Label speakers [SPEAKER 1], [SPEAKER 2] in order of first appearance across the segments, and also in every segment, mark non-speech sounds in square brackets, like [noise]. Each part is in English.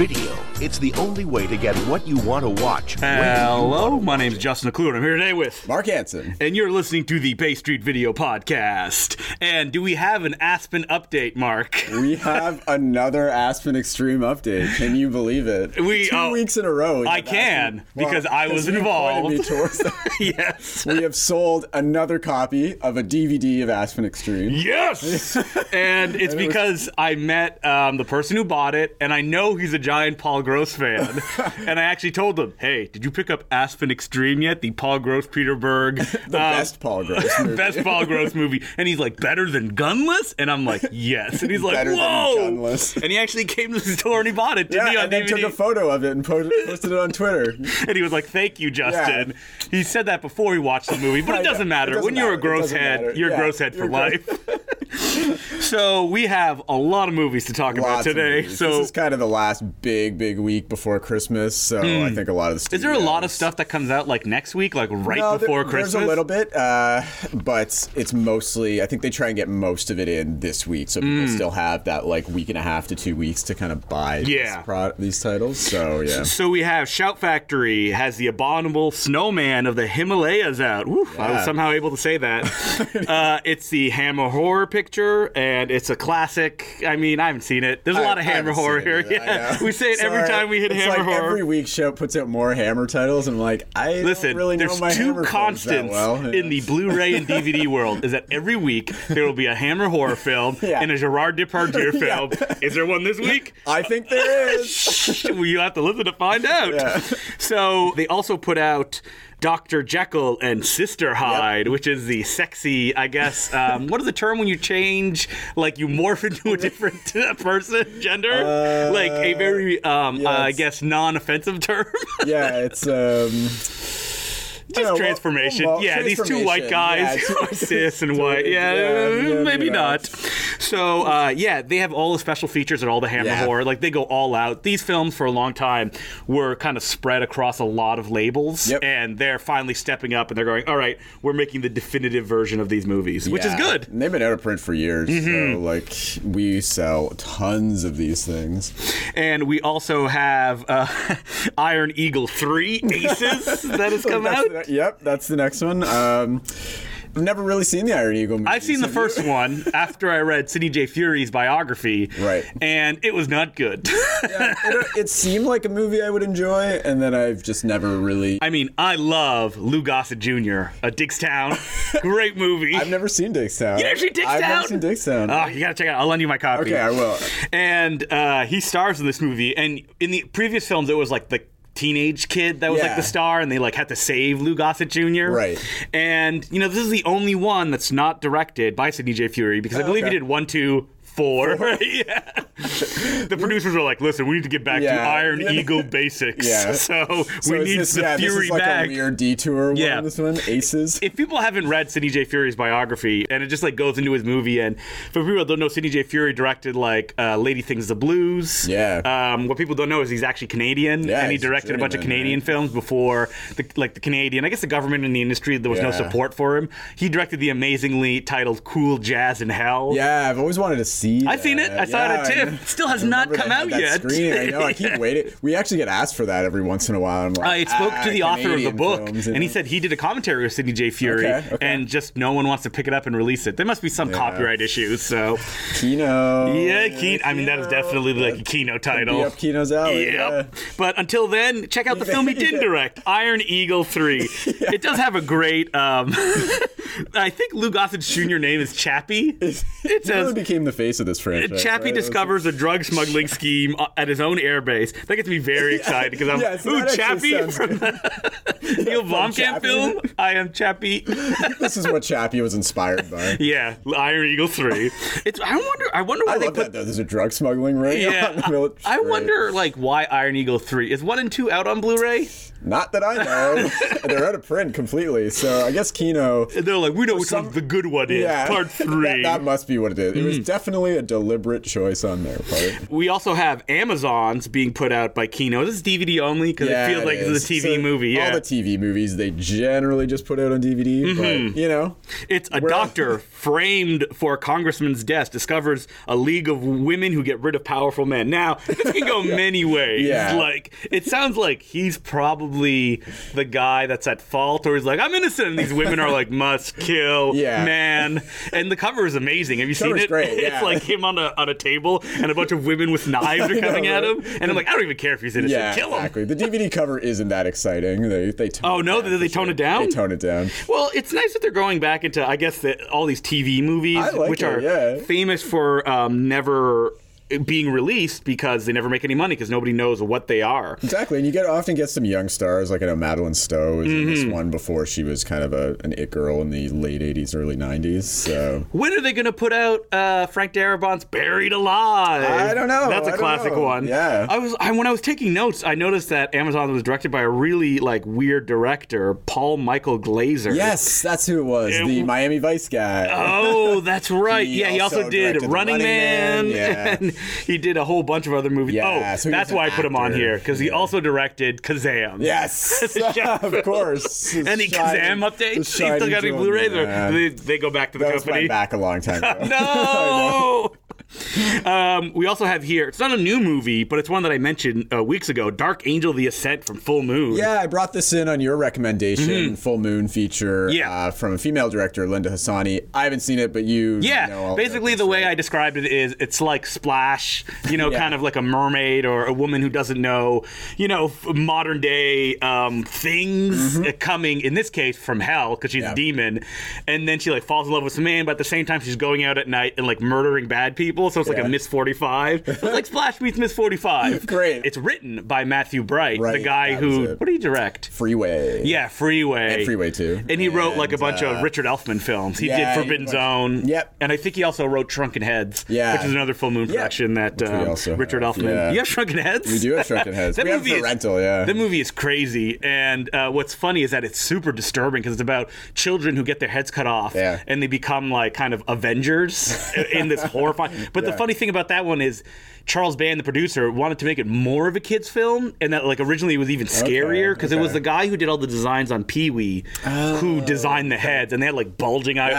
[SPEAKER 1] Video. It's the only way to get what you want to watch. when
[SPEAKER 2] Uh,
[SPEAKER 1] you
[SPEAKER 2] Hello, my name is Justin McClure, and I'm here today with,
[SPEAKER 3] Mark Hansen.
[SPEAKER 2] and you're listening to the Bay Street Video Podcast. And do we have an Aspen update, Mark? [laughs]
[SPEAKER 3] We have another Aspen Extreme update. Can you believe it?
[SPEAKER 2] We,
[SPEAKER 3] two
[SPEAKER 2] uh,
[SPEAKER 3] weeks in a row. we
[SPEAKER 2] I
[SPEAKER 3] have
[SPEAKER 2] can, because I was
[SPEAKER 3] you pointed me
[SPEAKER 2] involved. [laughs]
[SPEAKER 3] towards that.
[SPEAKER 2] yes.
[SPEAKER 3] we have sold another copy of a DVD of Aspen Extreme.
[SPEAKER 2] Yes! and it's because I met um, the person who bought it, and I know he's a giant Paul Gross fan. and I actually told him, hey, did you pick up Aspen Extreme yet? The Paul Gross, Peter Berg.
[SPEAKER 3] The best Paul Gross movie.
[SPEAKER 2] Um, [laughs] Best Paul Gross movie. And he's like, better than Gunless? And I'm like, yes. And he's like,
[SPEAKER 3] Better than
[SPEAKER 2] whoa.
[SPEAKER 3] Gunless.
[SPEAKER 2] And he actually came to the store and he bought it, didn't
[SPEAKER 3] Yeah,
[SPEAKER 2] he, on
[SPEAKER 3] and then
[SPEAKER 2] DVD?
[SPEAKER 3] took a photo of it and po- posted it
[SPEAKER 2] [laughs]
[SPEAKER 3] on Twitter.
[SPEAKER 2] and he was like, thank you, Justin. He said that before he watched the movie, but
[SPEAKER 3] [laughs] I
[SPEAKER 2] it
[SPEAKER 3] know.
[SPEAKER 2] doesn't
[SPEAKER 3] It
[SPEAKER 2] matter.
[SPEAKER 3] doesn't
[SPEAKER 2] when you're a
[SPEAKER 3] matter. It
[SPEAKER 2] gross
[SPEAKER 3] doesn't
[SPEAKER 2] head,
[SPEAKER 3] matter.
[SPEAKER 2] you're a
[SPEAKER 3] Yeah,
[SPEAKER 2] gross head
[SPEAKER 3] you're
[SPEAKER 2] for life. [laughs] so we have a lot of movies to talk about
[SPEAKER 3] Lots of
[SPEAKER 2] today.
[SPEAKER 3] movies.
[SPEAKER 2] So
[SPEAKER 3] this is kind of the last big, big week before Christmas, so I think a lot of the
[SPEAKER 2] Hmm. is there a lot of
[SPEAKER 3] studios-
[SPEAKER 2] stuff that comes out like next week, like right
[SPEAKER 3] No, there-
[SPEAKER 2] before Christmas?
[SPEAKER 3] There's a little bit, uh, but it's mostly. I think they try and get most of it in this week, so
[SPEAKER 2] Mm.
[SPEAKER 3] people still have that like week and a half to two weeks to kind of buy
[SPEAKER 2] Yeah.
[SPEAKER 3] these, pro- these titles. So yeah,
[SPEAKER 2] So we have Shout Factory has the abominable snowman of the Himalayas out. Woo, I was
[SPEAKER 3] Yeah.
[SPEAKER 2] somehow able to say that.
[SPEAKER 3] [laughs]
[SPEAKER 2] uh, it's the Hammer horror picture, and it's a classic. I mean, I haven't seen it. There's a lot of Hammer horror here. Yeah, [laughs] we say it every time we hit
[SPEAKER 3] it's
[SPEAKER 2] Hammer
[SPEAKER 3] like
[SPEAKER 2] horror.
[SPEAKER 3] Every week, show puts out more Hammer titles, and I'm like, I don't
[SPEAKER 2] Listen,
[SPEAKER 3] really know
[SPEAKER 2] there's
[SPEAKER 3] my
[SPEAKER 2] two
[SPEAKER 3] Hammer films that
[SPEAKER 2] constants
[SPEAKER 3] well.
[SPEAKER 2] in the
[SPEAKER 3] Yeah.
[SPEAKER 2] Blu-ray and DVD world: is that every week there will be a Hammer horror film
[SPEAKER 3] [laughs] Yeah.
[SPEAKER 2] and a Gerard Depardieu
[SPEAKER 3] [laughs] Yeah.
[SPEAKER 2] film. Is there one this week?
[SPEAKER 3] [laughs] I think there
[SPEAKER 2] [laughs]
[SPEAKER 3] is.
[SPEAKER 2] well, you have to listen to find out.
[SPEAKER 3] Yeah.
[SPEAKER 2] So they also put out Dr. Jekyll and Sister Hyde, which is the sexy, I guess. Um, what is the term when you change, like you morph [laughs] into a different person, gender? like a very, um,
[SPEAKER 3] yeah,
[SPEAKER 2] I
[SPEAKER 3] it's-
[SPEAKER 2] guess, non-offensive term.
[SPEAKER 3] yeah, it's um. I don't know,
[SPEAKER 2] Just transformation.
[SPEAKER 3] well,
[SPEAKER 2] yeah, these two white
[SPEAKER 3] transformation.
[SPEAKER 2] guys, [laughs]
[SPEAKER 3] Yeah,
[SPEAKER 2] who are cis and white. Yeah,
[SPEAKER 3] yeah,
[SPEAKER 2] uh,
[SPEAKER 3] yeah,
[SPEAKER 2] maybe
[SPEAKER 3] you know.
[SPEAKER 2] not. So uh, yeah, they have all the special features and all the Hammer
[SPEAKER 3] Yeah.
[SPEAKER 2] horror. Like they go all out. These films for a long time were kind of spread across a lot of labels,
[SPEAKER 3] Yep.
[SPEAKER 2] and they're finally stepping up and they're going, all right, we're making the definitive version of these movies, which is
[SPEAKER 3] Yeah.
[SPEAKER 2] good. Mm-hmm.
[SPEAKER 3] And they've been out of print for years, so like we sell tons of these things.
[SPEAKER 2] And we also have uh, [laughs] Iron Eagle Three Aces that has come
[SPEAKER 3] [laughs] That's
[SPEAKER 2] out.
[SPEAKER 3] the ne- yep, that's the next one. Um, I've never really seen the Iron Eagle. Movie.
[SPEAKER 2] I've seen the first one after I read Sidney J. Fury's biography,
[SPEAKER 3] Right.
[SPEAKER 2] And it was not good. [laughs]
[SPEAKER 3] it, uh, it seemed like a movie I would enjoy, and then I've just never really.
[SPEAKER 2] I mean, I love Lou Gossett Jr. A
[SPEAKER 3] [laughs]
[SPEAKER 2] Dickstown, great movie.
[SPEAKER 3] I've never seen Dickstown. You
[SPEAKER 2] never seen Dickstown?
[SPEAKER 3] I've never seen Dickstown.
[SPEAKER 2] Oh, you gotta check it out. I'll lend you my copy.
[SPEAKER 3] okay, I will.
[SPEAKER 2] And uh, he stars in this movie. And in the previous films, it was like the teenage kid that was like
[SPEAKER 3] Yeah.
[SPEAKER 2] the star, and they like had to save Lou Gossett Jr.
[SPEAKER 3] Right.
[SPEAKER 2] And you know, this is the only one that's not directed by Sidney J. Fury because I believe
[SPEAKER 3] okay.
[SPEAKER 2] he did one, two, four. [laughs] yeah. The producers were like, "Listen, we need to get back to
[SPEAKER 3] Yeah.
[SPEAKER 2] Iron Eagle basics. [laughs]
[SPEAKER 3] Yeah.
[SPEAKER 2] So,
[SPEAKER 3] So
[SPEAKER 2] we
[SPEAKER 3] is
[SPEAKER 2] need
[SPEAKER 3] this,
[SPEAKER 2] the
[SPEAKER 3] yeah,
[SPEAKER 2] Fury
[SPEAKER 3] this is like
[SPEAKER 2] back."
[SPEAKER 3] a weird detour.
[SPEAKER 2] Yeah.
[SPEAKER 3] one, this one Aces.
[SPEAKER 2] if people haven't read Sidney J. Fury's biography, and it just like goes into his movie, and for people that don't know, Sidney J. Fury directed like uh, Lady Things the Blues.
[SPEAKER 3] Yeah.
[SPEAKER 2] Um, what people don't know is he's actually Canadian,
[SPEAKER 3] Yeah,
[SPEAKER 2] and he
[SPEAKER 3] he's a
[SPEAKER 2] directed a bunch of
[SPEAKER 3] journeyman,
[SPEAKER 2] Canadian films before the like the Canadian. I guess the government and the industry there was no
[SPEAKER 3] Yeah.
[SPEAKER 2] support for him. He directed the amazingly titled Cool Jazz in Hell.
[SPEAKER 3] Yeah, I've always wanted to see.
[SPEAKER 2] I've seen it.
[SPEAKER 3] that.
[SPEAKER 2] I saw it at
[SPEAKER 3] Yeah, I
[SPEAKER 2] TIFF.
[SPEAKER 3] know.
[SPEAKER 2] Still has
[SPEAKER 3] I
[SPEAKER 2] not
[SPEAKER 3] remember
[SPEAKER 2] come
[SPEAKER 3] they
[SPEAKER 2] out
[SPEAKER 3] had that
[SPEAKER 2] yet.
[SPEAKER 3] Screen. I know.
[SPEAKER 2] [laughs]
[SPEAKER 3] I keep waiting. We actually get asked for that every once in a while. I'm like,
[SPEAKER 2] Uh, it spoke
[SPEAKER 3] "Ah,
[SPEAKER 2] to the author of the
[SPEAKER 3] Canadian
[SPEAKER 2] book,
[SPEAKER 3] films," you
[SPEAKER 2] and he
[SPEAKER 3] know?
[SPEAKER 2] said he did a commentary with Sidney J. Fury,
[SPEAKER 3] Okay, okay.
[SPEAKER 2] and just no one wants to pick it up and release it. There must be some copyright issues. So,
[SPEAKER 3] Kino.
[SPEAKER 2] yeah, Keen. I mean, that is definitely like a Kino
[SPEAKER 3] Be
[SPEAKER 2] title.
[SPEAKER 3] up Kino's alley.
[SPEAKER 2] Yep.
[SPEAKER 3] yeah.
[SPEAKER 2] But until then, check out the film
[SPEAKER 3] [laughs]
[SPEAKER 2] he did
[SPEAKER 3] Yeah.
[SPEAKER 2] direct, Iron Eagle
[SPEAKER 3] [laughs]
[SPEAKER 2] 3. It does have a great. Um, [laughs] I think Lou Gossett's junior name is Chappie. It
[SPEAKER 3] He really
[SPEAKER 2] says.
[SPEAKER 3] became the face of this franchise.
[SPEAKER 2] Chappie
[SPEAKER 3] right?
[SPEAKER 2] discovers a drug
[SPEAKER 3] [laughs]
[SPEAKER 2] smuggling scheme uh, at his own airbase. That gets me very excited because I'm,
[SPEAKER 3] Yeah, so
[SPEAKER 2] ooh,
[SPEAKER 3] that actually
[SPEAKER 2] Chappie
[SPEAKER 3] sounds
[SPEAKER 2] from [laughs] the Neil Blomkamp
[SPEAKER 3] Chappie.
[SPEAKER 2] film. I am Chappie.
[SPEAKER 3] this is what Chappie was inspired by.
[SPEAKER 2] [laughs] yeah, Iron Eagle three. It's. I wonder. I wonder why
[SPEAKER 3] I
[SPEAKER 2] they
[SPEAKER 3] love
[SPEAKER 2] put.
[SPEAKER 3] that though. There's a drug smuggling ring. [laughs]
[SPEAKER 2] Yeah, I, I wonder like why Iron Eagle three is one and two out on Blu-ray.
[SPEAKER 3] Not that
[SPEAKER 2] [laughs]
[SPEAKER 3] I know. They're out of print completely. So I guess Kino.
[SPEAKER 2] And they're like, we know which one's the good one is.
[SPEAKER 3] Yeah,
[SPEAKER 2] Part
[SPEAKER 3] [laughs] that,
[SPEAKER 2] three. Mm.
[SPEAKER 3] that must be what it is. It was definitely a deliberate choice on their part.
[SPEAKER 2] we also have Amazon's being put out by Kino. This is DVD only because
[SPEAKER 3] Yeah,
[SPEAKER 2] it feels like
[SPEAKER 3] it
[SPEAKER 2] this is a
[SPEAKER 3] is.
[SPEAKER 2] TV
[SPEAKER 3] So
[SPEAKER 2] movie.
[SPEAKER 3] All
[SPEAKER 2] Yeah,
[SPEAKER 3] the TV movies they generally just put out on DVD,
[SPEAKER 2] Mm-hmm.
[SPEAKER 3] but you know,
[SPEAKER 2] It's a
[SPEAKER 3] We're-
[SPEAKER 2] doctor framed for a congressman's desk discovers a league of women who get rid of powerful men. Now, this can
[SPEAKER 3] [laughs]
[SPEAKER 2] go many ways.
[SPEAKER 3] Yeah.
[SPEAKER 2] Like, it sounds like he's probably the guy that's at fault, or he's like, I'm innocent. And these women are like, must kill,
[SPEAKER 3] [laughs] Yeah.
[SPEAKER 2] man. And the cover is amazing. Have you
[SPEAKER 3] Cover's
[SPEAKER 2] seen it?
[SPEAKER 3] great,
[SPEAKER 2] It's
[SPEAKER 3] yeah.
[SPEAKER 2] like him on a, on a table, and a bunch of women
[SPEAKER 3] [laughs]
[SPEAKER 2] with knives are coming at him. And I'm like, I don't even care if he's innocent.
[SPEAKER 3] yeah,
[SPEAKER 2] kill him.
[SPEAKER 3] exactly. The DVD cover isn't that exciting. They they tone
[SPEAKER 2] Oh,
[SPEAKER 3] it
[SPEAKER 2] no?
[SPEAKER 3] down
[SPEAKER 2] Did they
[SPEAKER 3] for
[SPEAKER 2] tone
[SPEAKER 3] sure.
[SPEAKER 2] it down?
[SPEAKER 3] They tone it down.
[SPEAKER 2] Well, it's nice that they're going back into, I guess, that all these TV movies,
[SPEAKER 3] I like
[SPEAKER 2] which
[SPEAKER 3] it,
[SPEAKER 2] are
[SPEAKER 3] yeah.
[SPEAKER 2] famous for um, never being released because they never make any money because nobody knows what they are.
[SPEAKER 3] Exactly, and you get often get some young stars like I know Madeline Stowe is in this
[SPEAKER 2] Mm-hmm.
[SPEAKER 3] one before she was kind of a, an it girl in the late '80s, early '90s. So
[SPEAKER 2] When are they going to put out uh, Frank Darabont's Buried Alive?
[SPEAKER 3] I don't know.
[SPEAKER 2] That's
[SPEAKER 3] I
[SPEAKER 2] a
[SPEAKER 3] don't
[SPEAKER 2] classic
[SPEAKER 3] know.
[SPEAKER 2] one.
[SPEAKER 3] Yeah.
[SPEAKER 2] I was I, when I was taking notes, I noticed that Amazon was directed by a really like weird director, Paul Michael Glazer.
[SPEAKER 3] yes, that's who it was, the Miami Vice guy.
[SPEAKER 2] Oh, that's right.
[SPEAKER 3] [laughs] He
[SPEAKER 2] yeah, he also,
[SPEAKER 3] also
[SPEAKER 2] did
[SPEAKER 3] directed The
[SPEAKER 2] Running,
[SPEAKER 3] Running
[SPEAKER 2] Man,
[SPEAKER 3] Man, yeah.
[SPEAKER 2] [laughs] and he did a whole bunch of other movies.
[SPEAKER 3] Yeah,
[SPEAKER 2] oh,
[SPEAKER 3] so he
[SPEAKER 2] that's
[SPEAKER 3] was an
[SPEAKER 2] why I put him on
[SPEAKER 3] actor.
[SPEAKER 2] here because he
[SPEAKER 3] Yeah.
[SPEAKER 2] also directed Kazam.
[SPEAKER 3] Yes,
[SPEAKER 2] [laughs] Jeff
[SPEAKER 3] [laughs] of
[SPEAKER 2] [laughs]
[SPEAKER 3] course.
[SPEAKER 2] Any Kazam updates? He's still got any Blu-rays, or they, they go back to the
[SPEAKER 3] Those
[SPEAKER 2] company?
[SPEAKER 3] went [laughs] back a long time ago.
[SPEAKER 2] No. [laughs] um, we also have here. It's not a new movie, but it's one that I mentioned uh, weeks ago. Dark Angel: The Ascent from Full Moon.
[SPEAKER 3] Yeah, I brought this in on your recommendation, Full Moon feature
[SPEAKER 2] Mm-hmm. Yeah.
[SPEAKER 3] uh, from a female director, Linda Hassani. I haven't seen it, but you
[SPEAKER 2] Yeah,
[SPEAKER 3] know all about
[SPEAKER 2] basically
[SPEAKER 3] this,
[SPEAKER 2] the way
[SPEAKER 3] right?
[SPEAKER 2] I described it is it's like Splash, you know,
[SPEAKER 3] Yeah.
[SPEAKER 2] kind of like a mermaid or a woman who doesn't know, you know, f- modern day um, things uh coming, in this case, from hell because she's a
[SPEAKER 3] Mm-hmm. Yeah.
[SPEAKER 2] demon. And then she like falls in love with some man, but at the same time, she's going out at night and like murdering bad people. So it's like
[SPEAKER 3] Yeah.
[SPEAKER 2] a Miss
[SPEAKER 3] [laughs]
[SPEAKER 2] 45. It's like Splash meets Miss 45.
[SPEAKER 3] Great.
[SPEAKER 2] It's written by Matthew Bright, the
[SPEAKER 3] Right,
[SPEAKER 2] guy
[SPEAKER 3] that
[SPEAKER 2] who,
[SPEAKER 3] was it.
[SPEAKER 2] what did he direct?
[SPEAKER 3] Freeway.
[SPEAKER 2] Yeah, Freeway.
[SPEAKER 3] And Freeway 2.
[SPEAKER 2] And he wrote like a
[SPEAKER 3] And,
[SPEAKER 2] bunch of
[SPEAKER 3] uh,
[SPEAKER 2] Richard Elfman films. He
[SPEAKER 3] yeah,
[SPEAKER 2] did
[SPEAKER 3] he
[SPEAKER 2] Forbidden
[SPEAKER 3] wrote-
[SPEAKER 2] Zone.
[SPEAKER 3] Yep.
[SPEAKER 2] And I think he also wrote Shrunken Heads.
[SPEAKER 3] Yeah.
[SPEAKER 2] Which is another full moon
[SPEAKER 3] Yeah.
[SPEAKER 2] production that
[SPEAKER 3] we
[SPEAKER 2] um,
[SPEAKER 3] also
[SPEAKER 2] Richard
[SPEAKER 3] have,
[SPEAKER 2] Elfman.
[SPEAKER 3] yeah.
[SPEAKER 2] You have Shrunken Heads?
[SPEAKER 3] We do have Shrunken
[SPEAKER 2] [laughs]
[SPEAKER 3] Heads.
[SPEAKER 2] That
[SPEAKER 3] we have
[SPEAKER 2] movie
[SPEAKER 3] the
[SPEAKER 2] is-
[SPEAKER 3] rental, yeah.
[SPEAKER 2] That movie is crazy, and uh, what's funny is that it's super disturbing because it's about children who get their heads cut off,
[SPEAKER 3] Yeah.
[SPEAKER 2] and they become like kind of
[SPEAKER 3] [laughs]
[SPEAKER 2] Avengers in this horrifying. But the funny thing about that one is Charles Band, the producer, wanted to make it more of a kids' film, and that like originally it was even scarier because it was
[SPEAKER 3] okay. Oh,
[SPEAKER 2] the guy who did all the designs on Pee Wee who designed the heads, and they had like bulging eye
[SPEAKER 3] they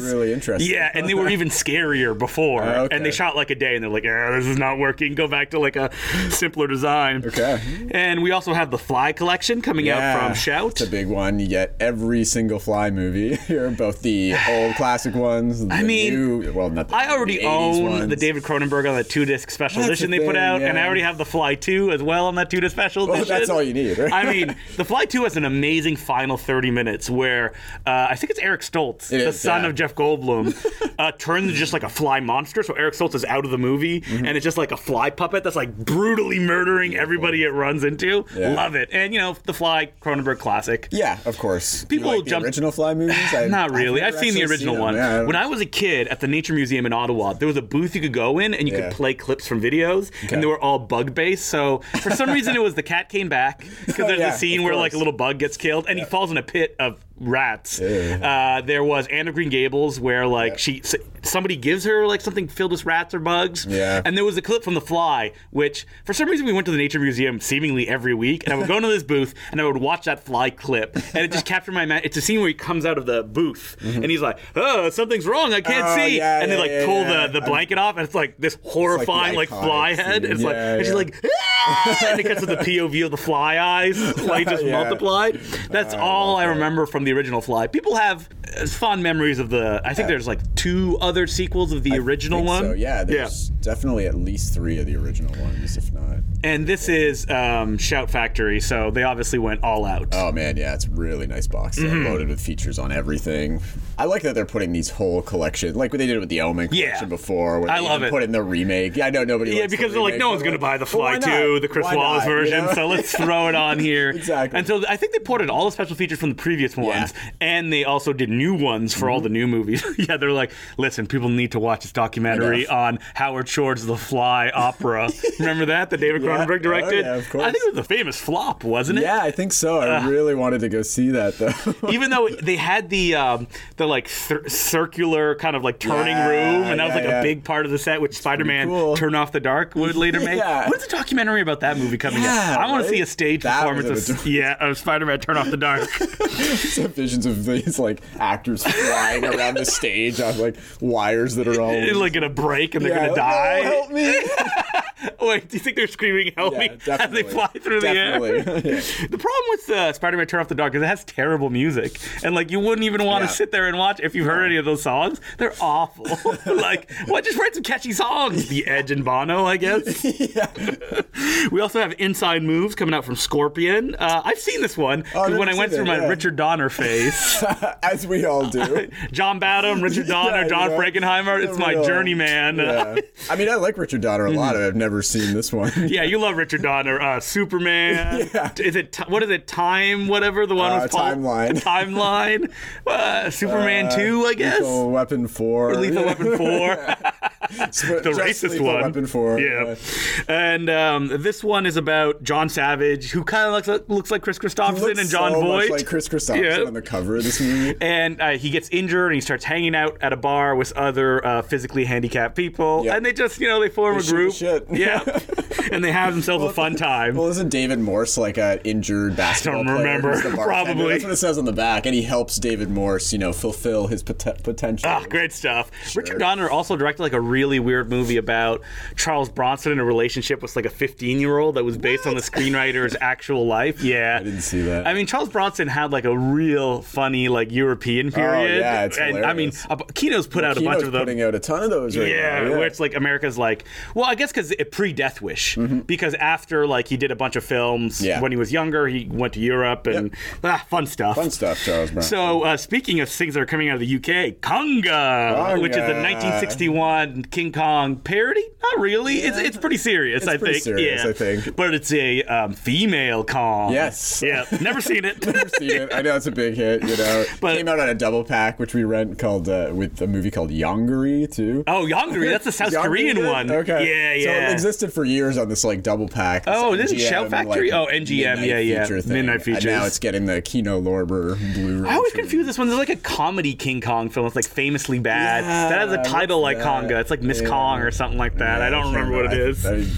[SPEAKER 2] eyes.
[SPEAKER 3] really interesting.
[SPEAKER 2] Yeah, and
[SPEAKER 3] [laughs]
[SPEAKER 2] they were even scarier before,
[SPEAKER 3] Okay.
[SPEAKER 2] and they shot like a day, and they're like, "Ah, this is not working. Go back to like a simpler design."
[SPEAKER 3] Okay.
[SPEAKER 2] And we also have the Fly collection coming out from Shout.
[SPEAKER 3] It's a big one. You get every single Fly movie [laughs] here, both the
[SPEAKER 2] [sighs]
[SPEAKER 3] old classic ones. The I
[SPEAKER 2] mean,
[SPEAKER 3] new, well, not the,
[SPEAKER 2] I already
[SPEAKER 3] the 80s
[SPEAKER 2] own
[SPEAKER 3] ones.
[SPEAKER 2] the David Cronenberg on that two disc special
[SPEAKER 3] That's
[SPEAKER 2] edition
[SPEAKER 3] the
[SPEAKER 2] they put
[SPEAKER 3] thing,
[SPEAKER 2] out, and I
[SPEAKER 3] yeah.
[SPEAKER 2] already have the Fly 2 as well on that two disc special
[SPEAKER 3] Well,
[SPEAKER 2] edition.
[SPEAKER 3] that's all you need, right?
[SPEAKER 2] I mean, the Fly 2 has an amazing final 30 minutes where uh, I think it's Eric Stoltz,
[SPEAKER 3] It
[SPEAKER 2] the
[SPEAKER 3] is,
[SPEAKER 2] son
[SPEAKER 3] yeah.
[SPEAKER 2] of Jeff Goldblum,
[SPEAKER 3] [laughs]
[SPEAKER 2] uh, turns into just like a fly monster. So Eric Stoltz is out of the movie,
[SPEAKER 3] Mm-hmm.
[SPEAKER 2] and it's just like a fly puppet that's like brutally murdering everybody it runs into.
[SPEAKER 3] Yeah.
[SPEAKER 2] Love it. And, you know, the Fly Cronenberg classic.
[SPEAKER 3] Yeah, of course. You
[SPEAKER 2] People
[SPEAKER 3] like the
[SPEAKER 2] jump-
[SPEAKER 3] original Fly
[SPEAKER 2] [sighs]
[SPEAKER 3] movies. I,
[SPEAKER 2] Not really. I've,
[SPEAKER 3] never
[SPEAKER 2] seen the
[SPEAKER 3] actually
[SPEAKER 2] original
[SPEAKER 3] them.
[SPEAKER 2] one.
[SPEAKER 3] Yeah, I don't-
[SPEAKER 2] when I was a kid at the Nature Museum in Ottawa, there was a booth you could go in and you
[SPEAKER 3] Yeah.
[SPEAKER 2] could play clips from videos,
[SPEAKER 3] Okay.
[SPEAKER 2] and they were all bug based. So for some reason, it was the cat came back because
[SPEAKER 3] [laughs] Oh,
[SPEAKER 2] there's
[SPEAKER 3] yeah,
[SPEAKER 2] a scene
[SPEAKER 3] of
[SPEAKER 2] where like a
[SPEAKER 3] course.
[SPEAKER 2] little bug gets killed and he falls in a pit of rats. Uh, there was Anne of Green Gables where like she s- somebody gives her like something filled with rats or bugs.
[SPEAKER 3] Yeah.
[SPEAKER 2] And there was a clip from The Fly, which for some reason we went to the Nature Museum seemingly every week, and I would go into this booth and I would watch that Fly clip, and it just captured my mind. It's a scene where he comes out of the booth and he's like, "Oh, something's wrong. I can't
[SPEAKER 3] Mm-hmm. Oh,
[SPEAKER 2] see,"
[SPEAKER 3] yeah,
[SPEAKER 2] and they
[SPEAKER 3] yeah,
[SPEAKER 2] like
[SPEAKER 3] yeah,
[SPEAKER 2] pull
[SPEAKER 3] yeah.
[SPEAKER 2] the, the blanket off, and it's like this horrifying like,
[SPEAKER 3] iconic
[SPEAKER 2] fly head.
[SPEAKER 3] scene.
[SPEAKER 2] It's like,
[SPEAKER 3] Yeah,
[SPEAKER 2] and she's
[SPEAKER 3] yeah.
[SPEAKER 2] like, "Ah!" and it cuts to the POV of the fly eyes, [laughs] like just
[SPEAKER 3] Yeah. Uh,
[SPEAKER 2] multiplied. That's all I remember from the original Fly. People have uh, fond memories of the. I think there's like two other sequels of the original
[SPEAKER 3] think
[SPEAKER 2] one.
[SPEAKER 3] So yeah, there's definitely at least three of the original ones, if not.
[SPEAKER 2] And this is um, Shout Factory, so they obviously went all out. Mm-hmm.
[SPEAKER 3] Oh man, yeah, it's a really nice box set, loaded with features on everything. I like that they're putting these whole collection, like what they did with the Omen
[SPEAKER 2] Yeah.
[SPEAKER 3] collection before. Where
[SPEAKER 2] I
[SPEAKER 3] they
[SPEAKER 2] love
[SPEAKER 3] even
[SPEAKER 2] it.
[SPEAKER 3] Put in the remake. Yeah, I know nobody.
[SPEAKER 2] Yeah,
[SPEAKER 3] likes the
[SPEAKER 2] because they're like,
[SPEAKER 3] remake,
[SPEAKER 2] no
[SPEAKER 3] but
[SPEAKER 2] one's going to
[SPEAKER 3] like,
[SPEAKER 2] buy the
[SPEAKER 3] well, why
[SPEAKER 2] Fly
[SPEAKER 3] not?
[SPEAKER 2] 2, the Chris
[SPEAKER 3] Why
[SPEAKER 2] Wallace
[SPEAKER 3] not, you
[SPEAKER 2] version,
[SPEAKER 3] know?
[SPEAKER 2] so let's throw it on here.
[SPEAKER 3] [laughs] Exactly.
[SPEAKER 2] And so I think they ported all the special features from the previous ones, and they also did new ones for all
[SPEAKER 3] Mm-hmm.
[SPEAKER 2] the new movies. [laughs] yeah, they're like, listen, people need to watch this documentary on Howard Shore's The Fly
[SPEAKER 3] [laughs]
[SPEAKER 2] opera. Remember that, that David
[SPEAKER 3] Yeah.
[SPEAKER 2] Cronenberg
[SPEAKER 3] Oh,
[SPEAKER 2] directed?
[SPEAKER 3] yeah, of course.
[SPEAKER 2] I think it was a famous flop, wasn't it?
[SPEAKER 3] [laughs] yeah, I think so.
[SPEAKER 2] [laughs]
[SPEAKER 3] I really wanted to go see that though. [laughs]
[SPEAKER 2] even though they had the um, the like cir- circular kind of like turning
[SPEAKER 3] Yeah,
[SPEAKER 2] room, and that was
[SPEAKER 3] yeah,
[SPEAKER 2] like
[SPEAKER 3] yeah.
[SPEAKER 2] a big part of the set, which Spider Man
[SPEAKER 3] cool.
[SPEAKER 2] Turn Off the Dark would later make.
[SPEAKER 3] Yeah.
[SPEAKER 2] When's a documentary about that movie coming
[SPEAKER 3] Yeah,
[SPEAKER 2] out? I want
[SPEAKER 3] right?
[SPEAKER 2] to see a stage
[SPEAKER 3] That was
[SPEAKER 2] performance of
[SPEAKER 3] [laughs] a doc-
[SPEAKER 2] yeah of Spider Man Turn Off the
[SPEAKER 3] [laughs]
[SPEAKER 2] Dark. [laughs]
[SPEAKER 3] Some visions of these like actors flying around the stage on like wires that are all
[SPEAKER 2] like gonna break and they're
[SPEAKER 3] Yeah,
[SPEAKER 2] gonna
[SPEAKER 3] no,
[SPEAKER 2] die.
[SPEAKER 3] help me!
[SPEAKER 2] [laughs] Wait, do you think they're screaming "Help
[SPEAKER 3] Yeah,
[SPEAKER 2] me" [laughs] as they
[SPEAKER 3] definitely.
[SPEAKER 2] fly through the air?
[SPEAKER 3] Definitely. [laughs] Yeah.
[SPEAKER 2] [laughs] The problem with uh, Spider-Man: Turn Off the Dark is it has terrible music, and like you wouldn't even want to
[SPEAKER 3] Yeah.
[SPEAKER 2] sit there and watch if you've heard any of those songs. They're awful. [laughs] like, why just write some catchy songs? The Edge and Bono, I guess. [laughs] we also have Inside Moves coming out from Scorpion. Uh, I've seen this one 'cause
[SPEAKER 3] I've
[SPEAKER 2] when
[SPEAKER 3] never
[SPEAKER 2] I went
[SPEAKER 3] seen
[SPEAKER 2] through
[SPEAKER 3] it,
[SPEAKER 2] my
[SPEAKER 3] yeah.
[SPEAKER 2] Richard Donner phase,
[SPEAKER 3] As we all do.
[SPEAKER 2] John Badham, Richard Donner,
[SPEAKER 3] [laughs] Yeah,
[SPEAKER 2] John
[SPEAKER 3] yeah.
[SPEAKER 2] Frankenheimer. It's my
[SPEAKER 3] Real.
[SPEAKER 2] journeyman. [laughs]
[SPEAKER 3] Yeah. I mean, I like Richard Donner a lot. I've never seen this one.
[SPEAKER 2] Yeah, you love Richard Donner. Uh, Superman.
[SPEAKER 3] [laughs] Yeah.
[SPEAKER 2] Is it ti- what is it? Time whatever the one
[SPEAKER 3] Uh,
[SPEAKER 2] with Paul-
[SPEAKER 3] Timeline.
[SPEAKER 2] [laughs] Timeline. Uh, Superman two, I guess.
[SPEAKER 3] Lethal Weapon 4.
[SPEAKER 2] Lethal
[SPEAKER 3] [laughs]
[SPEAKER 2] Weapon four. [laughs]
[SPEAKER 3] Sp-
[SPEAKER 2] the
[SPEAKER 3] just
[SPEAKER 2] racist
[SPEAKER 3] Lethal
[SPEAKER 2] one.
[SPEAKER 3] Weapon 4.
[SPEAKER 2] Yeah. And um, this one is about John Savage, who kind of looks like, looks like Chris
[SPEAKER 3] He
[SPEAKER 2] Christopherson
[SPEAKER 3] looks
[SPEAKER 2] and John
[SPEAKER 3] so
[SPEAKER 2] Voight.
[SPEAKER 3] much like Chris Christopherson
[SPEAKER 2] Yeah.
[SPEAKER 3] on the cover of this movie.
[SPEAKER 2] and uh, he gets injured and he starts hanging out at a bar with other uh, physically handicapped people
[SPEAKER 3] Yeah.
[SPEAKER 2] and they just you know they form
[SPEAKER 3] shoot
[SPEAKER 2] a
[SPEAKER 3] the
[SPEAKER 2] group
[SPEAKER 3] shit.
[SPEAKER 2] yeah
[SPEAKER 3] [laughs]
[SPEAKER 2] and they have themselves a fun time
[SPEAKER 3] Well, isn't David Morse like an injured basketball
[SPEAKER 2] remember.
[SPEAKER 3] player? who's the bartender?
[SPEAKER 2] Probably.
[SPEAKER 3] That's what it says on the back. And he helps David Morse, you know, fulfill his pot- potential.
[SPEAKER 2] [laughs] Ah, great stuff. Richard Donner also directed like a really weird movie about Charles Bronson in a relationship with like a 15 year old that was based on the
[SPEAKER 3] [laughs]
[SPEAKER 2] screenwriter's actual life. Yeah. I
[SPEAKER 3] didn't see that.
[SPEAKER 2] I mean, Charles Bronson had like a real funny like European period.
[SPEAKER 3] Oh, yeah, it's
[SPEAKER 2] and, I mean,
[SPEAKER 3] hilarious.
[SPEAKER 2] a, bu- Kino's put out a bunch
[SPEAKER 3] Kino's
[SPEAKER 2] of them.
[SPEAKER 3] putting out a ton of those right
[SPEAKER 2] Yeah,
[SPEAKER 3] now.
[SPEAKER 2] where it's like America's like, well, I guess because pre Death Wish, because after like he did a bunch of films
[SPEAKER 3] Mm-hmm. Yeah.
[SPEAKER 2] when he was younger, he went to Europe and ah, fun stuff.
[SPEAKER 3] Fun stuff, Charles Brown.
[SPEAKER 2] So, uh, speaking of things that are coming out of the UK, Conga, which is a
[SPEAKER 3] Conga.
[SPEAKER 2] 1961 King Kong parody. Not really. It's, it's pretty serious, I
[SPEAKER 3] pretty
[SPEAKER 2] think.
[SPEAKER 3] serious,
[SPEAKER 2] yeah.
[SPEAKER 3] I think.
[SPEAKER 2] But it's a um, female Kong.
[SPEAKER 3] Yes.
[SPEAKER 2] Yeah. Never seen
[SPEAKER 3] [laughs]
[SPEAKER 2] it.
[SPEAKER 3] seen it. I know it's a big hit, you know.
[SPEAKER 2] [laughs] But-
[SPEAKER 3] Came out on a double pack, which we rent called uh, with a movie called Yongari too.
[SPEAKER 2] oh, Yongri. That's the South
[SPEAKER 3] Yongari
[SPEAKER 2] Korean
[SPEAKER 3] did?
[SPEAKER 2] one.
[SPEAKER 3] Okay.
[SPEAKER 2] Yeah, yeah.
[SPEAKER 3] So it existed for years on this like double pack.
[SPEAKER 2] Oh, this is
[SPEAKER 3] NGM,
[SPEAKER 2] Shout Factory? Oh, NGM,
[SPEAKER 3] midnight
[SPEAKER 2] yeah, yeah.
[SPEAKER 3] feature thing.
[SPEAKER 2] Midnight
[SPEAKER 3] And
[SPEAKER 2] features.
[SPEAKER 3] now it's getting the Kino Lorber Blu-ray.
[SPEAKER 2] I always
[SPEAKER 3] treatment.
[SPEAKER 2] confuse this one. There's like a comedy King Kong film. It's like famously bad.
[SPEAKER 3] Yeah,
[SPEAKER 2] that has a title like
[SPEAKER 3] what's that?
[SPEAKER 2] Conga. It's like Miss
[SPEAKER 3] Yeah.
[SPEAKER 2] Kong or something like that. I don't
[SPEAKER 3] can't
[SPEAKER 2] remember what it
[SPEAKER 3] I-
[SPEAKER 2] is.
[SPEAKER 3] I-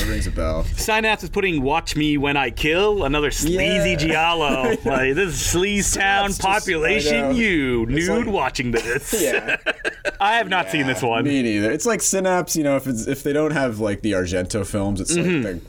[SPEAKER 3] That rings
[SPEAKER 2] [laughs]
[SPEAKER 3] a bell.
[SPEAKER 2] Synapse is putting "Watch Me When I Kill," another sleazy
[SPEAKER 3] [laughs] Yeah.
[SPEAKER 2] Giallo. Like this is sleaze town
[SPEAKER 3] Synapse just- I know.
[SPEAKER 2] population. You nude
[SPEAKER 3] like-
[SPEAKER 2] watching this.
[SPEAKER 3] [laughs] Yeah.
[SPEAKER 2] I have not seen this one.
[SPEAKER 3] Me neither. It's like Synapse, you know, if it's if they don't have like the Argento films, it's like they,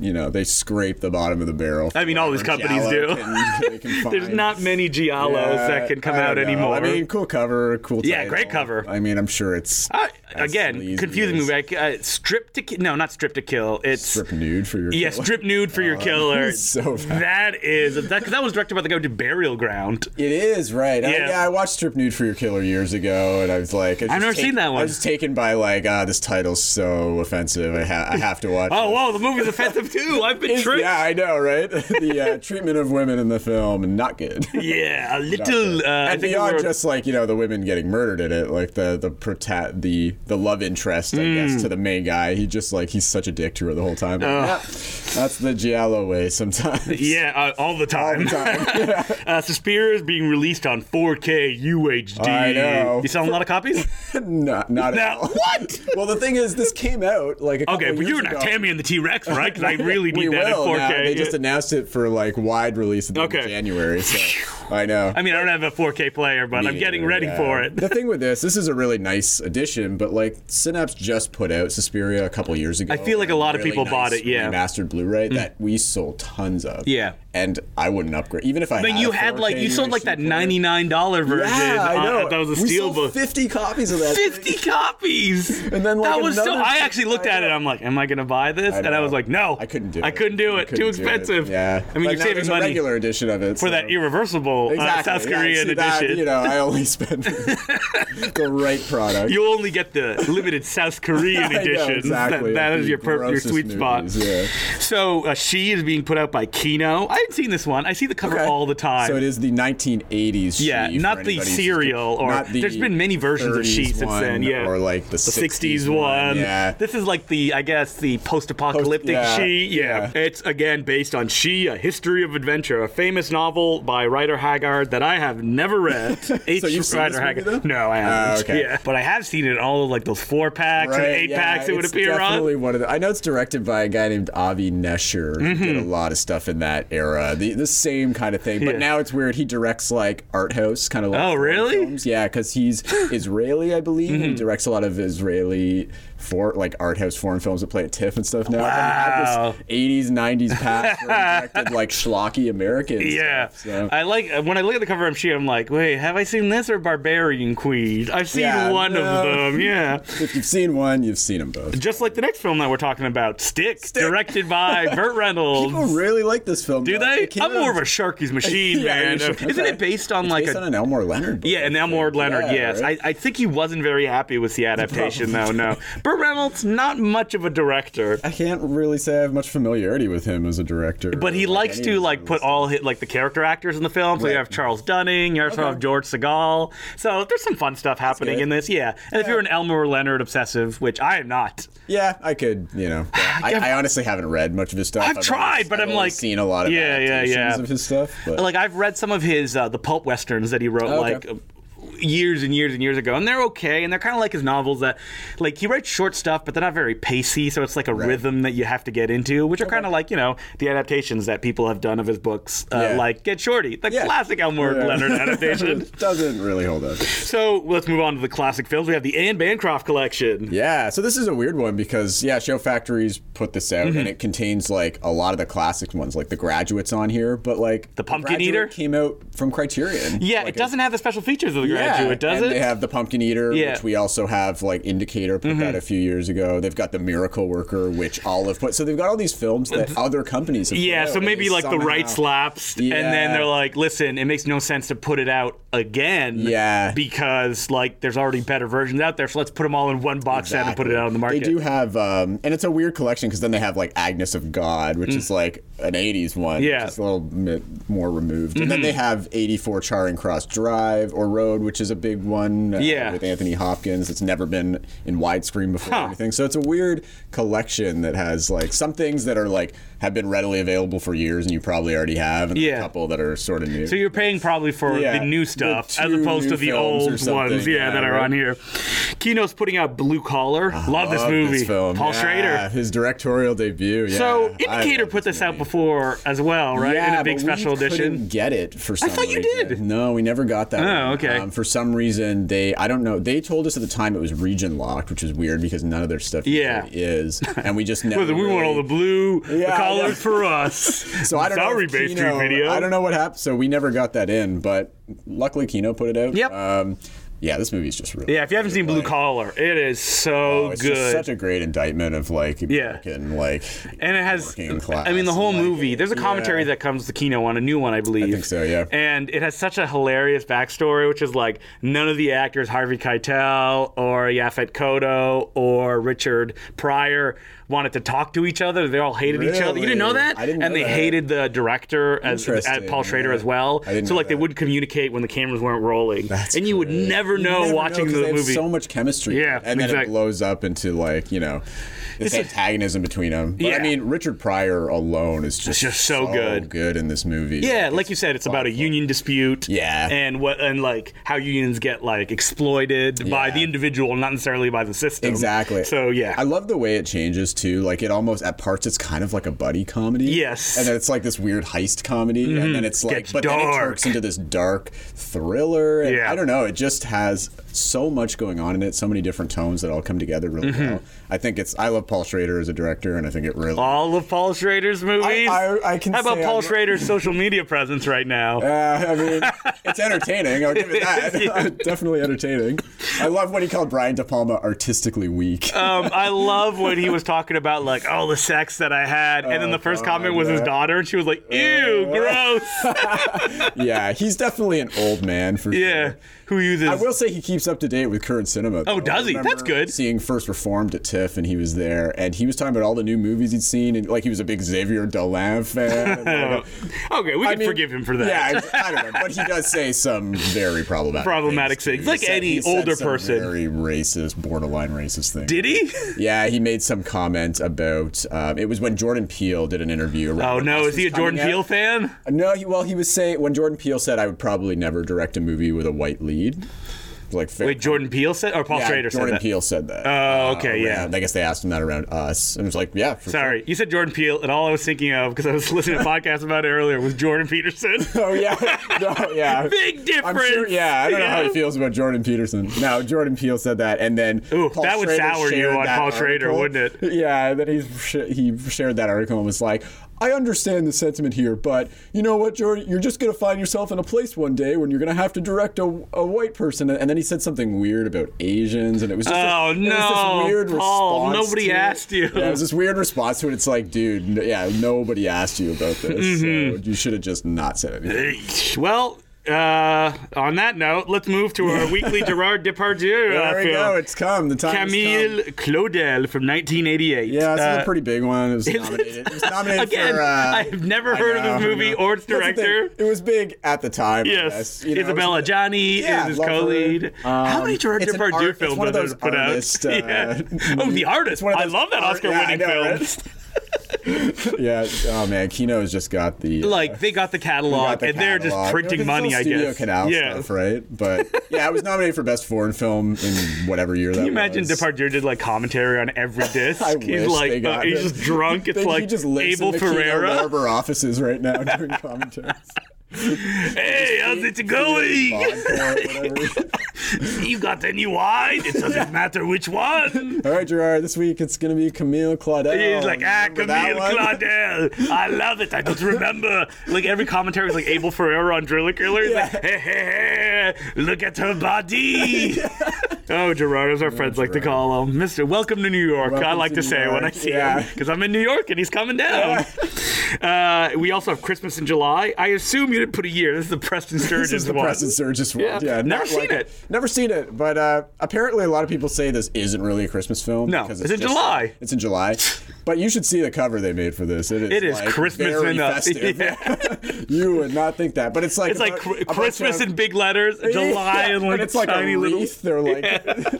[SPEAKER 3] you know, they scrape the bottom of the barrel.
[SPEAKER 2] Mm-hmm. I mean, all these
[SPEAKER 3] Whatever
[SPEAKER 2] companies
[SPEAKER 3] giallo
[SPEAKER 2] do.
[SPEAKER 3] can- they
[SPEAKER 2] [laughs]
[SPEAKER 3] can
[SPEAKER 2] There's
[SPEAKER 3] find.
[SPEAKER 2] not many Giallos
[SPEAKER 3] Yeah,
[SPEAKER 2] that can come
[SPEAKER 3] I
[SPEAKER 2] out
[SPEAKER 3] don't know.
[SPEAKER 2] anymore.
[SPEAKER 3] I mean, cool cover, cool.
[SPEAKER 2] Yeah,
[SPEAKER 3] title.
[SPEAKER 2] great cover. Ah.
[SPEAKER 3] I mean, I'm sure it's
[SPEAKER 2] I-
[SPEAKER 3] That's
[SPEAKER 2] again,
[SPEAKER 3] sleazy
[SPEAKER 2] confusing
[SPEAKER 3] as-
[SPEAKER 2] movie. Like, uh, strip to kill. No, not strip to kill. It's
[SPEAKER 3] strip nude for your.
[SPEAKER 2] Yeah,
[SPEAKER 3] killer.
[SPEAKER 2] strip nude for
[SPEAKER 3] [laughs]
[SPEAKER 2] your killer.
[SPEAKER 3] so bad.
[SPEAKER 2] that is that because that was directed by the guy who did Burial Ground.
[SPEAKER 3] It is right. Yeah.
[SPEAKER 2] Yeah.
[SPEAKER 3] I, yeah, I watched Strip Nude for Your Killer years ago, and I was like, I just
[SPEAKER 2] never
[SPEAKER 3] take-
[SPEAKER 2] seen that one.
[SPEAKER 3] I was taken by like, ah, this title's so offensive. I, ha- I have to watch.
[SPEAKER 2] Oh,
[SPEAKER 3] it.
[SPEAKER 2] whoa, the movie's offensive too. I've been
[SPEAKER 3] It's-
[SPEAKER 2] tricked.
[SPEAKER 3] Yeah, I know, right? [laughs] the uh, treatment of women in the film not good.
[SPEAKER 2] Yeah, a little. Uh, I
[SPEAKER 3] and
[SPEAKER 2] think we
[SPEAKER 3] beyond
[SPEAKER 2] were-
[SPEAKER 3] just like you know the women getting murdered in it, like the the prota- the the love interest, I guess,
[SPEAKER 2] Hmm.
[SPEAKER 3] to the main guy. He just like he's such a dick to her the whole time. Like, "Yep, that's the Giallo way sometimes.
[SPEAKER 2] Oh. [laughs] yeah, uh, all the time.
[SPEAKER 3] All the time. Yeah.
[SPEAKER 2] [laughs] uh, Suspiria is being released on 4K UHD.
[SPEAKER 3] I know.
[SPEAKER 2] You selling a lot of
[SPEAKER 3] [laughs]
[SPEAKER 2] copies?
[SPEAKER 3] [laughs] not not at
[SPEAKER 2] Now,
[SPEAKER 3] all.
[SPEAKER 2] what?
[SPEAKER 3] [laughs] Well, the thing is, this came out like a couple
[SPEAKER 2] Okay, but
[SPEAKER 3] years
[SPEAKER 2] you're not
[SPEAKER 3] ago.
[SPEAKER 2] Tammy and the T Rex, right? Because I really
[SPEAKER 3] [laughs] We
[SPEAKER 2] need that in
[SPEAKER 3] will
[SPEAKER 2] 4K.
[SPEAKER 3] now. They just
[SPEAKER 2] Yeah.
[SPEAKER 3] announced it for like wide release at the end
[SPEAKER 2] Okay.
[SPEAKER 3] of January.
[SPEAKER 2] [laughs]
[SPEAKER 3] So I know.
[SPEAKER 2] I mean, I don't have a 4K player, but I'm getting ready
[SPEAKER 3] Yeah.
[SPEAKER 2] for it. [laughs]
[SPEAKER 3] the thing with this, this is a really nice addition, but like Synapse just put out Suspiria a couple years ago.
[SPEAKER 2] I feel like a lot of
[SPEAKER 3] Really
[SPEAKER 2] people bought
[SPEAKER 3] nice
[SPEAKER 2] it, yeah. Mm.
[SPEAKER 3] remastered Blu-ray that we sold tons of.
[SPEAKER 2] Yeah.
[SPEAKER 3] and I wouldn't upgrade even if I.
[SPEAKER 2] I mean,
[SPEAKER 3] had
[SPEAKER 2] you
[SPEAKER 3] a
[SPEAKER 2] had like
[SPEAKER 3] 4K
[SPEAKER 2] you sold like
[SPEAKER 3] UHD
[SPEAKER 2] that
[SPEAKER 3] player.
[SPEAKER 2] ninety nine dollar version.
[SPEAKER 3] Yeah, I
[SPEAKER 2] on-
[SPEAKER 3] know.
[SPEAKER 2] that was a
[SPEAKER 3] we
[SPEAKER 2] steal
[SPEAKER 3] sold
[SPEAKER 2] book.
[SPEAKER 3] fifty copies of that. thing.
[SPEAKER 2] 50 copies.
[SPEAKER 3] And then, like,
[SPEAKER 2] that was so.
[SPEAKER 3] another
[SPEAKER 2] I actually looked at it.
[SPEAKER 3] 65.
[SPEAKER 2] I'm like, am I gonna buy this?
[SPEAKER 3] I
[SPEAKER 2] and I
[SPEAKER 3] know.
[SPEAKER 2] was like, no,
[SPEAKER 3] I couldn't do. it.
[SPEAKER 2] I couldn't do
[SPEAKER 3] I
[SPEAKER 2] it.
[SPEAKER 3] couldn't
[SPEAKER 2] Too
[SPEAKER 3] do
[SPEAKER 2] expensive.
[SPEAKER 3] Yeah.
[SPEAKER 2] I mean, you're
[SPEAKER 3] But now
[SPEAKER 2] saving
[SPEAKER 3] there's
[SPEAKER 2] money
[SPEAKER 3] A regular edition of it
[SPEAKER 2] for that
[SPEAKER 3] so-
[SPEAKER 2] irreversible uh,
[SPEAKER 3] Exactly.
[SPEAKER 2] South
[SPEAKER 3] Yeah,
[SPEAKER 2] Korean
[SPEAKER 3] see that,
[SPEAKER 2] edition.
[SPEAKER 3] you
[SPEAKER 2] [laughs]
[SPEAKER 3] know, I only spend [laughs] the right product.
[SPEAKER 2] You'll only get the limited South Korean
[SPEAKER 3] [laughs] I know,
[SPEAKER 2] editions.
[SPEAKER 3] exactly.
[SPEAKER 2] That, that
[SPEAKER 3] The
[SPEAKER 2] is your per- your
[SPEAKER 3] grossest
[SPEAKER 2] sweet spot.
[SPEAKER 3] movies, yeah.
[SPEAKER 2] So uh, she is being put out by Kino. I haven't seen this one. I see the cover
[SPEAKER 3] Okay.
[SPEAKER 2] all the time.
[SPEAKER 3] So it is the 1980s.
[SPEAKER 2] Yeah,
[SPEAKER 3] She for
[SPEAKER 2] not the
[SPEAKER 3] anybody who's-
[SPEAKER 2] cereal or-
[SPEAKER 3] not the
[SPEAKER 2] there's been many versions of She
[SPEAKER 3] 30s
[SPEAKER 2] since then,
[SPEAKER 3] one
[SPEAKER 2] yeah.
[SPEAKER 3] or like the,
[SPEAKER 2] the
[SPEAKER 3] 60s,
[SPEAKER 2] 60s
[SPEAKER 3] one.
[SPEAKER 2] one.
[SPEAKER 3] Yeah,
[SPEAKER 2] This is like the, I guess, the post apocalyptic
[SPEAKER 3] Post- yeah,
[SPEAKER 2] She. Yeah. It's again based on She, A History of Adventure, a famous novel by Ryder Haggard that I have never
[SPEAKER 3] [laughs]
[SPEAKER 2] read. H.
[SPEAKER 3] you've seen
[SPEAKER 2] Rider
[SPEAKER 3] this movie,
[SPEAKER 2] Haggard.
[SPEAKER 3] though?
[SPEAKER 2] No, I haven't.
[SPEAKER 3] Ah, okay.
[SPEAKER 2] Yeah. But I have seen it in all of like those four packs
[SPEAKER 3] right.
[SPEAKER 2] and eight
[SPEAKER 3] yeah,
[SPEAKER 2] packs it would
[SPEAKER 3] it's
[SPEAKER 2] appear on.
[SPEAKER 3] definitely one of the. I know it's directed by a guy named Avi Nesher. Who did a lot of stuff in that era. The the same kind of thing, but
[SPEAKER 2] Mm-hmm. Yeah.
[SPEAKER 3] now it's weird. He directs like art house kind of. Like
[SPEAKER 2] Oh,
[SPEAKER 3] foreign
[SPEAKER 2] really? Mm-hmm.
[SPEAKER 3] Films. Yeah, because
[SPEAKER 2] [gasps]
[SPEAKER 3] he's Israeli, I believe. and He directs a lot of Israeli. For like art house foreign films that play at TIFF and stuff now.
[SPEAKER 2] Wow.
[SPEAKER 3] And he had this 80s, 90s past where
[SPEAKER 2] [laughs]
[SPEAKER 3] he directed like schlocky Americans.
[SPEAKER 2] Yeah,
[SPEAKER 3] Stuff, so.
[SPEAKER 2] I like uh, when I look at the cover of She. I'm like, wait, have I seen this or Barbarian Queen? I've seen
[SPEAKER 3] Yeah,
[SPEAKER 2] one
[SPEAKER 3] no.
[SPEAKER 2] of them.
[SPEAKER 3] [laughs]
[SPEAKER 2] Yeah,
[SPEAKER 3] If you've seen one, you've seen them both.
[SPEAKER 2] just like the next film that we're talking about, Stick, directed
[SPEAKER 3] [laughs]
[SPEAKER 2] by Burt Reynolds.
[SPEAKER 3] People really like this film.
[SPEAKER 2] Do
[SPEAKER 3] though.
[SPEAKER 2] they?
[SPEAKER 3] It came
[SPEAKER 2] I'm more
[SPEAKER 3] out-
[SPEAKER 2] of a Sharky's machine,
[SPEAKER 3] [laughs] Yeah,
[SPEAKER 2] man.
[SPEAKER 3] you should-
[SPEAKER 2] Isn't it based on
[SPEAKER 3] It's
[SPEAKER 2] like
[SPEAKER 3] based
[SPEAKER 2] a?
[SPEAKER 3] on an Elmore Leonard book.
[SPEAKER 2] yeah, and now Mord Leonard,
[SPEAKER 3] Yeah,
[SPEAKER 2] yes.
[SPEAKER 3] right?
[SPEAKER 2] I, I think he wasn't very happy with
[SPEAKER 3] [laughs]
[SPEAKER 2] the adaptation, though, no. Burt Reynolds, not much of a
[SPEAKER 3] [laughs]
[SPEAKER 2] director,
[SPEAKER 3] I can't really say I have much familiarity with him as a director.
[SPEAKER 2] but he
[SPEAKER 3] or, like,
[SPEAKER 2] likes
[SPEAKER 3] any
[SPEAKER 2] to,
[SPEAKER 3] of
[SPEAKER 2] like,
[SPEAKER 3] his
[SPEAKER 2] put
[SPEAKER 3] movies.
[SPEAKER 2] all hit, like, the character actors in the film. So you
[SPEAKER 3] Right.
[SPEAKER 2] have Charles Dunning, you also have George Segal. So there's some fun stuff happening
[SPEAKER 3] good.
[SPEAKER 2] in this, yeah. And if you're an Elmore Leonard obsessive, which I am not,
[SPEAKER 3] Yeah, I could,
[SPEAKER 2] [sighs]
[SPEAKER 3] you know. I, I honestly haven't read much of his stuff.
[SPEAKER 2] I've tried, but
[SPEAKER 3] I've
[SPEAKER 2] I'm
[SPEAKER 3] only
[SPEAKER 2] like-
[SPEAKER 3] seen a lot of
[SPEAKER 2] Yeah, yeah,
[SPEAKER 3] adaptations
[SPEAKER 2] yeah.
[SPEAKER 3] of his stuff. But [laughs]
[SPEAKER 2] like I've read some of his uh, the pulp westerns that he wrote
[SPEAKER 3] Oh, Okay.
[SPEAKER 2] like uh, years and years and years ago, and they're okay, and they're kind of like his novels that like he writes short stuff, but they're not very pacey, so it's like a rhythm that you have to get into, which are kind of like you know the adaptations that people have done of his books, uh,
[SPEAKER 3] Yeah.
[SPEAKER 2] like Get Shorty, the
[SPEAKER 3] Yeah.
[SPEAKER 2] classic Elmore
[SPEAKER 3] Yeah.
[SPEAKER 2] Leonard
[SPEAKER 3] [laughs]
[SPEAKER 2] adaptation.
[SPEAKER 3] doesn't really hold up.
[SPEAKER 2] so let's move on to the classic films. We have the Anne Bancroft collection.
[SPEAKER 3] Yeah, so this is a weird one because yeah, Show Factories put this out
[SPEAKER 2] Mm-hmm.
[SPEAKER 3] and it contains like a lot of the classic ones, like The Graduates on here, but like The
[SPEAKER 2] Pumpkin
[SPEAKER 3] Graduate
[SPEAKER 2] Eater?
[SPEAKER 3] came out from Criterion.
[SPEAKER 2] Yeah,
[SPEAKER 3] Like,
[SPEAKER 2] it doesn't have the special features of the graduate, does
[SPEAKER 3] and
[SPEAKER 2] it?
[SPEAKER 3] They have the Pumpkin Eater,
[SPEAKER 2] Yeah. Mm-hmm.
[SPEAKER 3] which we also have like Indicator put that a few years ago. They've got the Miracle Worker, which Olive put. So they've got all these films that other companies have put
[SPEAKER 2] Yeah,
[SPEAKER 3] out,
[SPEAKER 2] so
[SPEAKER 3] and
[SPEAKER 2] maybe
[SPEAKER 3] they
[SPEAKER 2] like the
[SPEAKER 3] somehow-
[SPEAKER 2] rights lapsed, and then
[SPEAKER 3] Yeah.
[SPEAKER 2] they're like, "Listen, it makes no sense to put it out again,
[SPEAKER 3] Yeah.
[SPEAKER 2] because like there's already better versions out there, so let's put them all in one box set and put it out on the market."
[SPEAKER 3] They do have, um, and it's a weird collection because then they have like Agnes of God, which is like an '80s one,
[SPEAKER 2] Mm. Yeah. Mm-hmm.
[SPEAKER 3] which is a little bit more removed. And then they have '84 Charing Cross Drive or Road, which is a big one, uh,
[SPEAKER 2] Yeah.
[SPEAKER 3] with Anthony Hopkins. It's never been in widescreen before
[SPEAKER 2] Huh.
[SPEAKER 3] or anything, so it's a weird collection that has like some things that are like have been readily available for years, and you probably already have, and
[SPEAKER 2] Yeah.
[SPEAKER 3] a couple that are sort of new.
[SPEAKER 2] So you're paying probably for
[SPEAKER 3] Yeah,
[SPEAKER 2] the new
[SPEAKER 3] the
[SPEAKER 2] stuff as
[SPEAKER 3] two
[SPEAKER 2] opposed to
[SPEAKER 3] new
[SPEAKER 2] the
[SPEAKER 3] films or
[SPEAKER 2] old
[SPEAKER 3] something,
[SPEAKER 2] ones, yeah,
[SPEAKER 3] yeah,
[SPEAKER 2] that are
[SPEAKER 3] right.
[SPEAKER 2] on here. Kino's putting out Blue Collar. love this
[SPEAKER 3] Love
[SPEAKER 2] movie.
[SPEAKER 3] film.
[SPEAKER 2] Paul
[SPEAKER 3] Yeah,
[SPEAKER 2] Schrader.
[SPEAKER 3] his directorial debut. Yeah,
[SPEAKER 2] So
[SPEAKER 3] I
[SPEAKER 2] Indicator
[SPEAKER 3] love
[SPEAKER 2] put this out
[SPEAKER 3] movie.
[SPEAKER 2] before as well, right? In
[SPEAKER 3] Yeah,
[SPEAKER 2] a big
[SPEAKER 3] but
[SPEAKER 2] special
[SPEAKER 3] we
[SPEAKER 2] edition.
[SPEAKER 3] Couldn't get it for some.
[SPEAKER 2] thought you
[SPEAKER 3] reason.
[SPEAKER 2] did.
[SPEAKER 3] No, we never got that.
[SPEAKER 2] Oh,
[SPEAKER 3] one.
[SPEAKER 2] okay.
[SPEAKER 3] Um, for some reason, they I don't know. They told us at the time it was region locked, which is weird because none of their stuff
[SPEAKER 2] Yeah.
[SPEAKER 3] usually is, and
[SPEAKER 2] [laughs]
[SPEAKER 3] we just never.
[SPEAKER 2] Listen, we want
[SPEAKER 3] really-
[SPEAKER 2] all the blue the
[SPEAKER 3] Yeah,
[SPEAKER 2] collars
[SPEAKER 3] yeah.
[SPEAKER 2] for us.
[SPEAKER 3] [laughs] So I don't know.
[SPEAKER 2] Bowery
[SPEAKER 3] if
[SPEAKER 2] Bay Street
[SPEAKER 3] Kino-
[SPEAKER 2] video.
[SPEAKER 3] I don't know what happened. So we never got that in, but luckily Kino put it out.
[SPEAKER 2] Yep.
[SPEAKER 3] Um, yeah, this movie is just really.
[SPEAKER 2] Yeah, if you haven't seen Blue Collar, it is so
[SPEAKER 3] Oh, it's
[SPEAKER 2] good.
[SPEAKER 3] just such a great indictment of like American like.
[SPEAKER 2] and it has,
[SPEAKER 3] working class
[SPEAKER 2] I mean, the whole
[SPEAKER 3] and, like,
[SPEAKER 2] movie. There's a commentary
[SPEAKER 3] yeah.
[SPEAKER 2] that comes to Kino on a new one, I believe. I
[SPEAKER 3] think so, yeah.
[SPEAKER 2] And it has such a hilarious backstory, which is like none of the actors, Harvey Keitel or Yaphet Kotto or Richard Pryor, wanted to talk to each other. They all hated each other. You didn't know
[SPEAKER 3] Really?
[SPEAKER 2] that?
[SPEAKER 3] I didn't
[SPEAKER 2] and
[SPEAKER 3] know
[SPEAKER 2] they
[SPEAKER 3] that.
[SPEAKER 2] hated the director as at
[SPEAKER 3] Interesting,
[SPEAKER 2] Paul Schrader
[SPEAKER 3] yeah.
[SPEAKER 2] as well.
[SPEAKER 3] I didn't
[SPEAKER 2] so
[SPEAKER 3] know
[SPEAKER 2] like they
[SPEAKER 3] that.
[SPEAKER 2] wouldn't communicate when the cameras weren't rolling.
[SPEAKER 3] That's
[SPEAKER 2] and you would
[SPEAKER 3] great.
[SPEAKER 2] never
[SPEAKER 3] You
[SPEAKER 2] know
[SPEAKER 3] never
[SPEAKER 2] watching
[SPEAKER 3] 'cause
[SPEAKER 2] the
[SPEAKER 3] they have
[SPEAKER 2] movie.
[SPEAKER 3] so much chemistry.
[SPEAKER 2] Yeah,
[SPEAKER 3] and then
[SPEAKER 2] exact-
[SPEAKER 3] it blows up into like you know this antagonism between them. But
[SPEAKER 2] Yeah.
[SPEAKER 3] I mean, Richard Pryor alone is just,
[SPEAKER 2] just so good.
[SPEAKER 3] good in this movie.
[SPEAKER 2] Yeah, like you said, it's about a union dispute.
[SPEAKER 3] Yeah.
[SPEAKER 2] and what and like how unions get like exploited by
[SPEAKER 3] Yeah.
[SPEAKER 2] the individual, not necessarily by the system.
[SPEAKER 3] Exactly.
[SPEAKER 2] So yeah,
[SPEAKER 3] I love the way it changes too. Like it almost at parts it's kind of like a buddy comedy.
[SPEAKER 2] Yes. Mm-hmm.
[SPEAKER 3] And then it's like this weird heist comedy. And then it's like
[SPEAKER 2] Gets
[SPEAKER 3] but then it
[SPEAKER 2] dark.
[SPEAKER 3] turns into this dark thriller. And
[SPEAKER 2] Yeah.
[SPEAKER 3] I don't know, it just has so much going on in it, so many different tones that all come together really
[SPEAKER 2] Mm-hmm.
[SPEAKER 3] well. I think it's I love Paul Schrader as a director, and I think it really [laughs]
[SPEAKER 2] All of Paul Schrader's movies.
[SPEAKER 3] I- I can
[SPEAKER 2] How about
[SPEAKER 3] say
[SPEAKER 2] Paul
[SPEAKER 3] I'm-
[SPEAKER 2] Schrader's social media presence right now?
[SPEAKER 3] [laughs] Uh, I mean, it's entertaining. I'll give
[SPEAKER 2] [laughs]
[SPEAKER 3] it that. [laughs] Definitely entertaining. I love when he called Brian De Palma artistically weak.
[SPEAKER 2] Um, I love when he was talking about like all the sex that I had, and then the first comment was his
[SPEAKER 3] Oh, yeah.
[SPEAKER 2] daughter, and she was like, "Ew,
[SPEAKER 3] [laughs]
[SPEAKER 2] gross."
[SPEAKER 3] yeah, he's definitely an old man for
[SPEAKER 2] yeah,
[SPEAKER 3] sure.
[SPEAKER 2] who uses?
[SPEAKER 3] I will say he keeps up to date with current cinema. though.
[SPEAKER 2] Oh, does
[SPEAKER 3] I
[SPEAKER 2] he? That's
[SPEAKER 3] remember
[SPEAKER 2] good.
[SPEAKER 3] Seeing First Reformed at TIFF, and he was there, and he was talking about all the new movies he'd seen, and like he was a big Xavier Dolan
[SPEAKER 2] [laughs]
[SPEAKER 3] fan. and all that.
[SPEAKER 2] okay, we
[SPEAKER 3] I
[SPEAKER 2] can
[SPEAKER 3] mean,
[SPEAKER 2] forgive him for that.
[SPEAKER 3] Yeah, I, I don't know, but he does say some very problematic,
[SPEAKER 2] Problematic
[SPEAKER 3] too.
[SPEAKER 2] things,
[SPEAKER 3] He
[SPEAKER 2] like
[SPEAKER 3] said-
[SPEAKER 2] any
[SPEAKER 3] he said
[SPEAKER 2] older
[SPEAKER 3] some
[SPEAKER 2] person.
[SPEAKER 3] Very racist, borderline racist thing.
[SPEAKER 2] Did
[SPEAKER 3] [laughs]
[SPEAKER 2] he?
[SPEAKER 3] Yeah, he made some comment about um, it was when Jordan Peele did an interview. around
[SPEAKER 2] Oh
[SPEAKER 3] when
[SPEAKER 2] no,
[SPEAKER 3] this
[SPEAKER 2] is he a
[SPEAKER 3] was
[SPEAKER 2] Jordan
[SPEAKER 3] coming
[SPEAKER 2] Peele
[SPEAKER 3] out.
[SPEAKER 2] fan?
[SPEAKER 3] No, he, well, he was saying when Jordan Peele said I would probably never direct a movie with a white lead. Like fair
[SPEAKER 2] Wait, Jordan Peele said, or Paul
[SPEAKER 3] yeah,
[SPEAKER 2] Schrader
[SPEAKER 3] Jordan
[SPEAKER 2] said that?
[SPEAKER 3] Peele said that.
[SPEAKER 2] Oh, okay, yeah.
[SPEAKER 3] I guess they asked him that around us, and it was like, yeah. for
[SPEAKER 2] Sorry, you said Jordan Peele, and all I was thinking of because I was [laughs] listening to podcasts about it earlier was Jordan
[SPEAKER 3] [laughs]
[SPEAKER 2] Peterson.
[SPEAKER 3] sure. Oh yeah,
[SPEAKER 2] [laughs]
[SPEAKER 3] no, yeah.
[SPEAKER 2] Big
[SPEAKER 3] I'm
[SPEAKER 2] difference.
[SPEAKER 3] sure, yeah, I don't know how he
[SPEAKER 2] Yeah.
[SPEAKER 3] feels about Jordan Peterson. No, Jordan Peele said that, and then
[SPEAKER 2] Ooh, that would
[SPEAKER 3] Schrader
[SPEAKER 2] sour you
[SPEAKER 3] shared
[SPEAKER 2] on
[SPEAKER 3] that
[SPEAKER 2] Paul Schrader,
[SPEAKER 3] article.
[SPEAKER 2] wouldn't
[SPEAKER 3] it? Yeah, and then he's sh- he shared that article and was like, "I understand the sentiment here, but you know what, Jordan, you're just gonna find yourself in a place one day when you're gonna have to direct a, a white person." And then he said something weird about Asians, and it was just this-
[SPEAKER 2] Oh,
[SPEAKER 3] it was this
[SPEAKER 2] no,
[SPEAKER 3] weird
[SPEAKER 2] Paul,
[SPEAKER 3] response
[SPEAKER 2] nobody
[SPEAKER 3] to it.
[SPEAKER 2] asked you.
[SPEAKER 3] Yeah, it was this weird response to it. It's like, dude, n- yeah, nobody asked you about this.
[SPEAKER 2] Mm-hmm.
[SPEAKER 3] So you should have just not said anything.
[SPEAKER 2] Well, uh, on that note, let's move to
[SPEAKER 3] [laughs]
[SPEAKER 2] our weekly Gerard Depardieu uh,
[SPEAKER 3] There we
[SPEAKER 2] film.
[SPEAKER 3] go. It's come. The time has come.
[SPEAKER 2] Camille Claudel from 1988.
[SPEAKER 3] Yeah, this is
[SPEAKER 2] Uh,
[SPEAKER 3] a pretty big one.
[SPEAKER 2] [laughs]
[SPEAKER 3] It was nominated. It was nominated
[SPEAKER 2] Again,
[SPEAKER 3] for. Uh,
[SPEAKER 2] I've never
[SPEAKER 3] I
[SPEAKER 2] heard
[SPEAKER 3] know,
[SPEAKER 2] of this movie
[SPEAKER 3] I know.
[SPEAKER 2] or its
[SPEAKER 3] That's the thing.
[SPEAKER 2] director.
[SPEAKER 3] It was big at the time. I
[SPEAKER 2] Yes,
[SPEAKER 3] guess. You know, it was-
[SPEAKER 2] Isabella Johnny
[SPEAKER 3] Yeah,
[SPEAKER 2] is his
[SPEAKER 3] love her.
[SPEAKER 2] co-lead. How many Gerard
[SPEAKER 3] it's an
[SPEAKER 2] Depardieu
[SPEAKER 3] art- it's
[SPEAKER 2] films
[SPEAKER 3] one
[SPEAKER 2] are
[SPEAKER 3] of
[SPEAKER 2] there
[SPEAKER 3] those
[SPEAKER 2] to put
[SPEAKER 3] artist,
[SPEAKER 2] out? [laughs]
[SPEAKER 3] uh,
[SPEAKER 2] yeah. Oh,
[SPEAKER 3] movies.
[SPEAKER 2] the artist!
[SPEAKER 3] It's one of
[SPEAKER 2] I
[SPEAKER 3] those
[SPEAKER 2] love that
[SPEAKER 3] art-
[SPEAKER 2] Oscar-winning
[SPEAKER 3] yeah, I know,
[SPEAKER 2] film.
[SPEAKER 3] right? Yeah. Oh man, Kino's just got the uh,
[SPEAKER 2] Like they got the catalog,
[SPEAKER 3] got the
[SPEAKER 2] and they're
[SPEAKER 3] catalog.
[SPEAKER 2] just printing
[SPEAKER 3] It's all
[SPEAKER 2] money. I
[SPEAKER 3] Studio
[SPEAKER 2] guess.
[SPEAKER 3] Canal
[SPEAKER 2] yeah.
[SPEAKER 3] stuff, right? But yeah, it was nominated for best foreign film in whatever year that
[SPEAKER 2] Can you imagine
[SPEAKER 3] was.
[SPEAKER 2] Depardieu did like commentary on
[SPEAKER 3] [laughs]
[SPEAKER 2] every disc?
[SPEAKER 3] I
[SPEAKER 2] he's
[SPEAKER 3] wish
[SPEAKER 2] like,
[SPEAKER 3] they
[SPEAKER 2] uh,
[SPEAKER 3] got
[SPEAKER 2] he's
[SPEAKER 3] it.
[SPEAKER 2] just
[SPEAKER 3] [laughs]
[SPEAKER 2] drunk. It's
[SPEAKER 3] They-
[SPEAKER 2] like
[SPEAKER 3] he just lives
[SPEAKER 2] Abel
[SPEAKER 3] in the Kino
[SPEAKER 2] Ferreira.
[SPEAKER 3] Lorber offices right now [laughs] doing
[SPEAKER 2] [laughs]
[SPEAKER 3] commentaries.
[SPEAKER 2] Hey, how's
[SPEAKER 3] [laughs]
[SPEAKER 2] it [laughs] going?
[SPEAKER 3] Vodka, whatever.
[SPEAKER 2] You got any wine? It
[SPEAKER 3] [laughs]
[SPEAKER 2] doesn't matter which one.
[SPEAKER 3] All right, Gerard. This week it's gonna be Camille Claudel.
[SPEAKER 2] He's like, ah,
[SPEAKER 3] Oh, Remember that
[SPEAKER 2] Camille
[SPEAKER 3] one?
[SPEAKER 2] Claudel. I love it. I just
[SPEAKER 3] [laughs]
[SPEAKER 2] remember. Like every commentary was like Abel Ferreira on Driller Killer. He's like, hey, hey, hey, look at her
[SPEAKER 3] [laughs]
[SPEAKER 2] body. Oh, Gerard, as our friends like to call him. Mister, welcome to New York. I
[SPEAKER 3] Welcome
[SPEAKER 2] like
[SPEAKER 3] to
[SPEAKER 2] to,
[SPEAKER 3] New
[SPEAKER 2] say it when I
[SPEAKER 3] York.
[SPEAKER 2] see
[SPEAKER 3] Yeah.
[SPEAKER 2] him. Because I'm in New York and he's coming down. [laughs] uh, we also have Christmas in July. I assume you didn't put a year. This is the Preston Sturges
[SPEAKER 3] [laughs] [laughs] This is the
[SPEAKER 2] one.
[SPEAKER 3] Preston Sturges one.
[SPEAKER 2] Yeah.
[SPEAKER 3] Yeah,
[SPEAKER 2] Never
[SPEAKER 3] not
[SPEAKER 2] seen
[SPEAKER 3] like-
[SPEAKER 2] it.
[SPEAKER 3] Never seen it. But uh, apparently, a lot of people say this isn't really a Christmas film.
[SPEAKER 2] No,
[SPEAKER 3] because
[SPEAKER 2] it's
[SPEAKER 3] it's,
[SPEAKER 2] in
[SPEAKER 3] just-
[SPEAKER 2] July.
[SPEAKER 3] It's
[SPEAKER 2] [laughs]
[SPEAKER 3] in July. But you should see the cover they made for this. It is.
[SPEAKER 2] It is
[SPEAKER 3] like,
[SPEAKER 2] Christmas
[SPEAKER 3] very
[SPEAKER 2] in a- [laughs]
[SPEAKER 3] festive.
[SPEAKER 2] yeah.
[SPEAKER 3] [laughs] you would not think that, but it's like
[SPEAKER 2] It's like
[SPEAKER 3] a bu-
[SPEAKER 2] cr-
[SPEAKER 3] a bunch
[SPEAKER 2] Christmas
[SPEAKER 3] of-
[SPEAKER 2] in big letters, July
[SPEAKER 3] [laughs] Yeah,
[SPEAKER 2] and like
[SPEAKER 3] and it's like
[SPEAKER 2] tiny
[SPEAKER 3] a
[SPEAKER 2] little.
[SPEAKER 3] wreath. They're like, [laughs]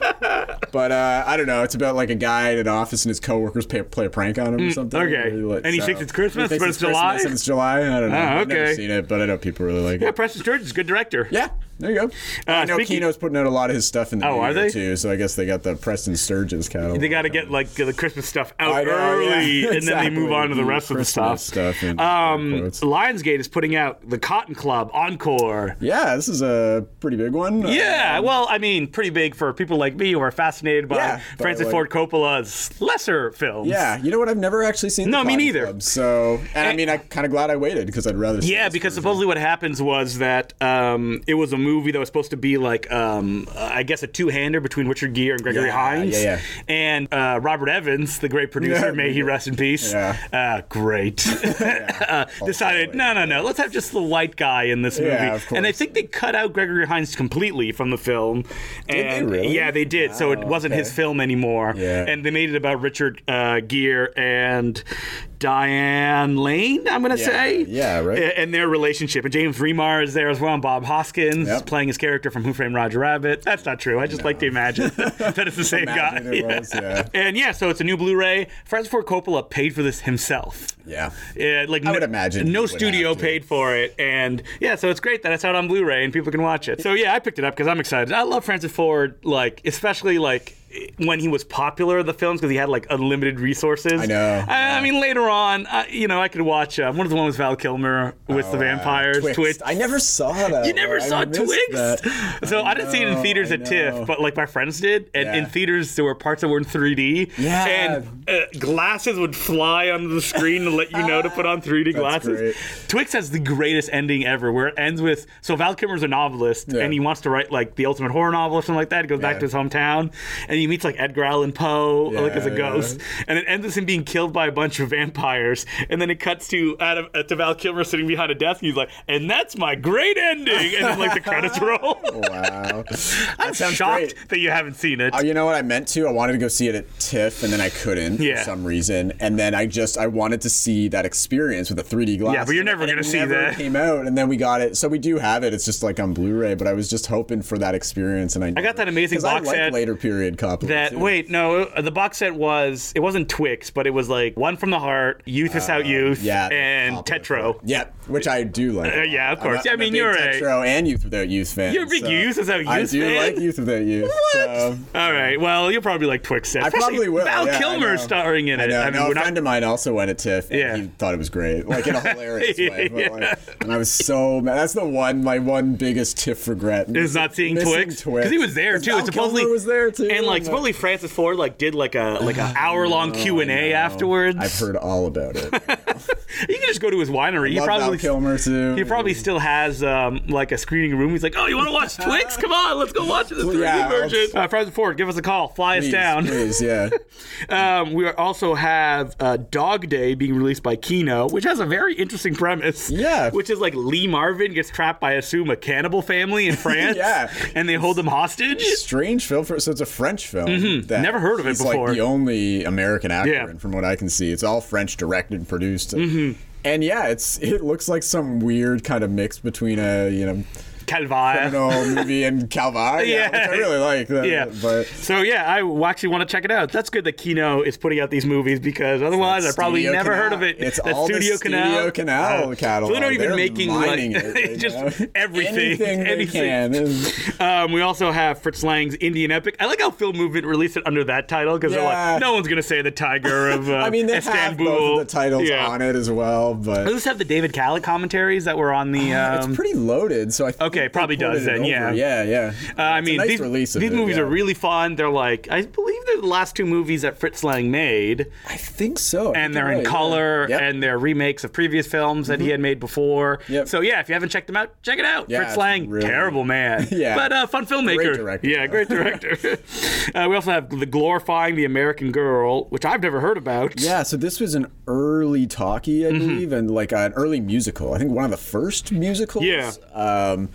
[SPEAKER 3] but uh, I don't know. It's about like a guy in an office and his coworkers pay, play a prank on him or something.
[SPEAKER 2] Mm, okay.
[SPEAKER 3] Or, like,
[SPEAKER 2] And he thinks it's Christmas,
[SPEAKER 3] he thinks
[SPEAKER 2] but it's July?
[SPEAKER 3] Christmas and it's July. I don't know.
[SPEAKER 2] Ah,
[SPEAKER 3] I've never
[SPEAKER 2] okay.
[SPEAKER 3] seen it, but I know people really like
[SPEAKER 2] Yeah,
[SPEAKER 3] it.
[SPEAKER 2] Preston Sturges, good director.
[SPEAKER 3] Yeah, there you go. I know
[SPEAKER 2] speaking-
[SPEAKER 3] Kino's putting out a lot of his stuff in the
[SPEAKER 2] Uh, Oh,
[SPEAKER 3] new
[SPEAKER 2] are
[SPEAKER 3] year,
[SPEAKER 2] they?
[SPEAKER 3] too, so I guess they got the Preston Sturges catalog.
[SPEAKER 2] They got to get like the Christmas stuff out
[SPEAKER 3] I know,
[SPEAKER 2] early,
[SPEAKER 3] yeah,
[SPEAKER 2] and then
[SPEAKER 3] [laughs]
[SPEAKER 2] they
[SPEAKER 3] exactly.
[SPEAKER 2] move on to the rest of the stuff.
[SPEAKER 3] Christmas stuff and-
[SPEAKER 2] um,
[SPEAKER 3] quotes.
[SPEAKER 2] Lionsgate is putting out the Cotton Club encore.
[SPEAKER 3] Yeah, this is a pretty big one.
[SPEAKER 2] Yeah, well, I mean, pretty big for people like me who are fascinated by
[SPEAKER 3] Um, Yeah, by,
[SPEAKER 2] Francis
[SPEAKER 3] like-
[SPEAKER 2] Ford Coppola's lesser films.
[SPEAKER 3] Yeah, you know what? I've never actually seen.
[SPEAKER 2] No,
[SPEAKER 3] the
[SPEAKER 2] me
[SPEAKER 3] Cotton
[SPEAKER 2] neither. Eh,
[SPEAKER 3] Club, so, and I mean, I'm kind of glad I waited because I'd rather. see
[SPEAKER 2] Yeah,
[SPEAKER 3] this
[SPEAKER 2] because
[SPEAKER 3] version.
[SPEAKER 2] supposedly what happens was that um, it was a movie that was supposed to be like, um, I guess, a two-hander between Richard Gere and Gregory
[SPEAKER 3] Yeah,
[SPEAKER 2] Hines.
[SPEAKER 3] yeah, yeah.
[SPEAKER 2] And uh, Robert Evans, the great producer,
[SPEAKER 3] [laughs] Yeah,
[SPEAKER 2] may he rest in peace.
[SPEAKER 3] Yeah.
[SPEAKER 2] Uh, great. [laughs] uh, decided, no, no, no, let's have just the white guy in this movie.
[SPEAKER 3] Yeah, of course.
[SPEAKER 2] And I think they cut out Gregory Hines completely from the film.
[SPEAKER 3] Did they
[SPEAKER 2] and
[SPEAKER 3] really?
[SPEAKER 2] Yeah, they did. so it
[SPEAKER 3] Wow,
[SPEAKER 2] wasn't his
[SPEAKER 3] okay.
[SPEAKER 2] film anymore.
[SPEAKER 3] Yeah.
[SPEAKER 2] And they made it about Richard uh, Gere and Diane Lane, I'm going to
[SPEAKER 3] Yeah,
[SPEAKER 2] say.
[SPEAKER 3] yeah, right.
[SPEAKER 2] A- and their relationship. And James Remar is there as well, and Bob Hoskins
[SPEAKER 3] Yep.
[SPEAKER 2] playing his character from Who Framed Roger Rabbit. That's not true. I just like to
[SPEAKER 3] [laughs]
[SPEAKER 2] imagine that it's the same [laughs]
[SPEAKER 3] Imagine
[SPEAKER 2] guy.
[SPEAKER 3] it was, yeah.
[SPEAKER 2] And yeah, so it's a new Blu-ray. Francis Ford Coppola paid for this himself.
[SPEAKER 3] Yeah.
[SPEAKER 2] Yeah, like I
[SPEAKER 3] would imagine he
[SPEAKER 2] no
[SPEAKER 3] would
[SPEAKER 2] studio
[SPEAKER 3] have to.
[SPEAKER 2] paid for it, and yeah, so it's great that it's out on Blu-ray and people can watch it. So yeah, I picked it up because I'm excited. I love Francis Ford, like especially like when he was popular the films because he had like unlimited resources.
[SPEAKER 3] I know.
[SPEAKER 2] I, I mean, later on, I, you know, I could watch um, one of the ones with Val Kilmer
[SPEAKER 3] Oh,
[SPEAKER 2] with
[SPEAKER 3] uh,
[SPEAKER 2] the vampires.
[SPEAKER 3] Twixt.
[SPEAKER 2] Twitch.
[SPEAKER 3] I never saw that.
[SPEAKER 2] You never
[SPEAKER 3] one.
[SPEAKER 2] saw
[SPEAKER 3] I missed
[SPEAKER 2] Twixt.
[SPEAKER 3] that.
[SPEAKER 2] [laughs] So I, didn't see it in
[SPEAKER 3] know,
[SPEAKER 2] theaters
[SPEAKER 3] I
[SPEAKER 2] at TIFF,
[SPEAKER 3] know.
[SPEAKER 2] but like my friends did. And
[SPEAKER 3] Yeah.
[SPEAKER 2] in theaters, there were parts that were in 3D.
[SPEAKER 3] Yeah.
[SPEAKER 2] And uh, glasses would fly onto the screen to let you know to put on
[SPEAKER 3] [laughs]
[SPEAKER 2] 3D glasses.
[SPEAKER 3] great.
[SPEAKER 2] Twix has the greatest ending ever where it ends with so Val Kilmer's a novelist
[SPEAKER 3] Yeah.
[SPEAKER 2] and he wants to write like the ultimate horror novel or something like that. He goes back
[SPEAKER 3] Yeah.
[SPEAKER 2] to his hometown and he meets like Edgar Allan Poe, like as a
[SPEAKER 3] Yeah,
[SPEAKER 2] ghost. And it ends with him being killed by a bunch of vampires. And then it cuts to Adam uh, to Val Kilmer sitting behind a desk. And he's like, and that's my great ending. And then like the
[SPEAKER 3] [laughs]
[SPEAKER 2] credits roll.
[SPEAKER 3] Oh, Wow.
[SPEAKER 2] [laughs] I'm
[SPEAKER 3] sounds
[SPEAKER 2] shocked
[SPEAKER 3] great.
[SPEAKER 2] that you haven't seen it.
[SPEAKER 3] Oh, you know what I meant to? I wanted to go see it at TIFF, and then I couldn't
[SPEAKER 2] Yeah.
[SPEAKER 3] for some reason. And then I just I wanted to see that experience with the 3D glass.
[SPEAKER 2] Yeah, but you're never
[SPEAKER 3] And it
[SPEAKER 2] gonna see
[SPEAKER 3] never
[SPEAKER 2] that.
[SPEAKER 3] Came out, and then we got it. So we do have it. It's just like on Blu-ray. But I was just hoping for that experience, and I I
[SPEAKER 2] got that amazing box
[SPEAKER 3] I like
[SPEAKER 2] set
[SPEAKER 3] later period copy.
[SPEAKER 2] that wait no uh, the box set was it wasn't twix but it was like one from the heart youth is out youth
[SPEAKER 3] Uh, yeah,
[SPEAKER 2] and
[SPEAKER 3] popular
[SPEAKER 2] tetro
[SPEAKER 3] Yeah, which I do like. a
[SPEAKER 2] Uh, yeah,
[SPEAKER 3] lot.
[SPEAKER 2] of course.
[SPEAKER 3] I'm a-
[SPEAKER 2] Yeah, I
[SPEAKER 3] I'm
[SPEAKER 2] mean,
[SPEAKER 3] a
[SPEAKER 2] you're a-
[SPEAKER 3] big Tetro and Youth Without Youth fan.
[SPEAKER 2] You're a big
[SPEAKER 3] so
[SPEAKER 2] Youth Without
[SPEAKER 3] I
[SPEAKER 2] Youth
[SPEAKER 3] do
[SPEAKER 2] fan?
[SPEAKER 3] like Youth Without Youth. So.
[SPEAKER 2] all right well you'll probably like twix set
[SPEAKER 3] I
[SPEAKER 2] especially
[SPEAKER 3] probably will.
[SPEAKER 2] val
[SPEAKER 3] yeah, I know.
[SPEAKER 2] kilmer starring in
[SPEAKER 3] I
[SPEAKER 2] it
[SPEAKER 3] know.
[SPEAKER 2] i mean
[SPEAKER 3] no,
[SPEAKER 2] we're
[SPEAKER 3] a
[SPEAKER 2] not
[SPEAKER 3] friend of mine also went at TIFF. and
[SPEAKER 2] Yeah.
[SPEAKER 3] he thought it was great,
[SPEAKER 2] [laughs]
[SPEAKER 3] like in a hilarious way. But
[SPEAKER 2] Yeah.
[SPEAKER 3] like, and I was so mad. That's the one, my one biggest TIFF regret
[SPEAKER 2] is not seeing Twix because he was there too.
[SPEAKER 3] Val
[SPEAKER 2] It's supposedly
[SPEAKER 3] Kilmer was there too.
[SPEAKER 2] and like
[SPEAKER 3] I'm
[SPEAKER 2] supposedly Francis Ford like did like a like
[SPEAKER 3] [sighs]
[SPEAKER 2] an hour long Q and A afterwards.
[SPEAKER 3] I've heard all about it.
[SPEAKER 2] [laughs] You can just go to his winery. He
[SPEAKER 3] Love Val
[SPEAKER 2] probably
[SPEAKER 3] Kilmer too.
[SPEAKER 2] he probably still has um, like a screening room. He's like, oh, you want to
[SPEAKER 3] [laughs]
[SPEAKER 2] watch Twix? Come on, let's go watch this 3D
[SPEAKER 3] Yeah,
[SPEAKER 2] version. Uh, Francis Ford, give us a call. Fly us
[SPEAKER 3] Please,
[SPEAKER 2] down. [laughs]
[SPEAKER 3] Please, yeah.
[SPEAKER 2] Um, we are- also have uh, Dog Day being released by Kino, which has a very interesting premise.
[SPEAKER 3] [laughs] Yeah.
[SPEAKER 2] Which is like Lee Marvin gets trapped by, I assume, a cannibal family
[SPEAKER 3] [laughs]
[SPEAKER 2] in France.
[SPEAKER 3] Yeah.
[SPEAKER 2] And they hold him hostage.
[SPEAKER 3] strange film. For, so it's a French film. that
[SPEAKER 2] Mm-hmm. Never heard of it
[SPEAKER 3] he's
[SPEAKER 2] before.
[SPEAKER 3] Like the only American actor,
[SPEAKER 2] Yeah. Mm-hmm.
[SPEAKER 3] in, from what I can see, it's all French directed and produced. And yeah, it's it looks like some weird kind of mix between a you know
[SPEAKER 2] Calvaire.
[SPEAKER 3] criminal movie
[SPEAKER 2] [laughs]
[SPEAKER 3] and Calvary. Yeah,
[SPEAKER 2] Yeah.
[SPEAKER 3] which I really like. That,
[SPEAKER 2] Yeah.
[SPEAKER 3] but
[SPEAKER 2] So yeah, I w- actually want to check it out. That's good that Kino is putting out these movies because otherwise I probably
[SPEAKER 3] Studio
[SPEAKER 2] never
[SPEAKER 3] Canal.
[SPEAKER 2] heard of it.
[SPEAKER 3] It's
[SPEAKER 2] That's
[SPEAKER 3] all the
[SPEAKER 2] Studio Canal. Uh,
[SPEAKER 3] Studio Canal catalog.
[SPEAKER 2] So they're not even
[SPEAKER 3] They're
[SPEAKER 2] making [laughs]
[SPEAKER 3] mining
[SPEAKER 2] like
[SPEAKER 3] it right
[SPEAKER 2] just
[SPEAKER 3] now.
[SPEAKER 2] everything.
[SPEAKER 3] Anything they can.
[SPEAKER 2] [laughs] Um, we also have Fritz Lang's Indian Epic. I like how Film Movement released it under that title because they're
[SPEAKER 3] Yeah.
[SPEAKER 2] like, no one's gonna say the
[SPEAKER 3] [laughs]
[SPEAKER 2] Tiger of uh,
[SPEAKER 3] I mean, they
[SPEAKER 2] Istanbul.
[SPEAKER 3] have both of the titles
[SPEAKER 2] yeah.
[SPEAKER 3] on it as well, but
[SPEAKER 2] Does this have the David Callick commentaries that were on the? Um,
[SPEAKER 3] Uh, it's pretty loaded. So I think
[SPEAKER 2] okay,
[SPEAKER 3] they
[SPEAKER 2] probably
[SPEAKER 3] ported
[SPEAKER 2] does
[SPEAKER 3] it
[SPEAKER 2] then,
[SPEAKER 3] over.
[SPEAKER 2] yeah.
[SPEAKER 3] yeah, yeah.
[SPEAKER 2] Uh, I
[SPEAKER 3] It's a
[SPEAKER 2] mean,
[SPEAKER 3] nice
[SPEAKER 2] these,
[SPEAKER 3] release of
[SPEAKER 2] these
[SPEAKER 3] it,
[SPEAKER 2] movies
[SPEAKER 3] yeah.
[SPEAKER 2] are really fun. They're like, I believe they're the last two movies that Fritz Lang made,
[SPEAKER 3] I think so. I think
[SPEAKER 2] and they're
[SPEAKER 3] you're
[SPEAKER 2] in
[SPEAKER 3] right, yeah.
[SPEAKER 2] color,
[SPEAKER 3] Yep. Mm-hmm.
[SPEAKER 2] and they're remakes of previous films that he had made before.
[SPEAKER 3] Yep.
[SPEAKER 2] So yeah, if you haven't checked them out, check it out.
[SPEAKER 3] Yeah,
[SPEAKER 2] Fritz
[SPEAKER 3] it's
[SPEAKER 2] Lang,
[SPEAKER 3] really-
[SPEAKER 2] terrible man,
[SPEAKER 3] [laughs] Yeah.
[SPEAKER 2] but uh, fun filmmaker.
[SPEAKER 3] director,
[SPEAKER 2] yeah,
[SPEAKER 3] though.
[SPEAKER 2] great director.
[SPEAKER 3] [laughs]
[SPEAKER 2] uh, we also have the glorifying the American Girl, which I've never heard about.
[SPEAKER 3] Yeah, so this was an early talkie, I
[SPEAKER 2] Mm-hmm.
[SPEAKER 3] believe, and like an early musical. I think one of the first musicals.
[SPEAKER 2] Yeah.
[SPEAKER 3] Um,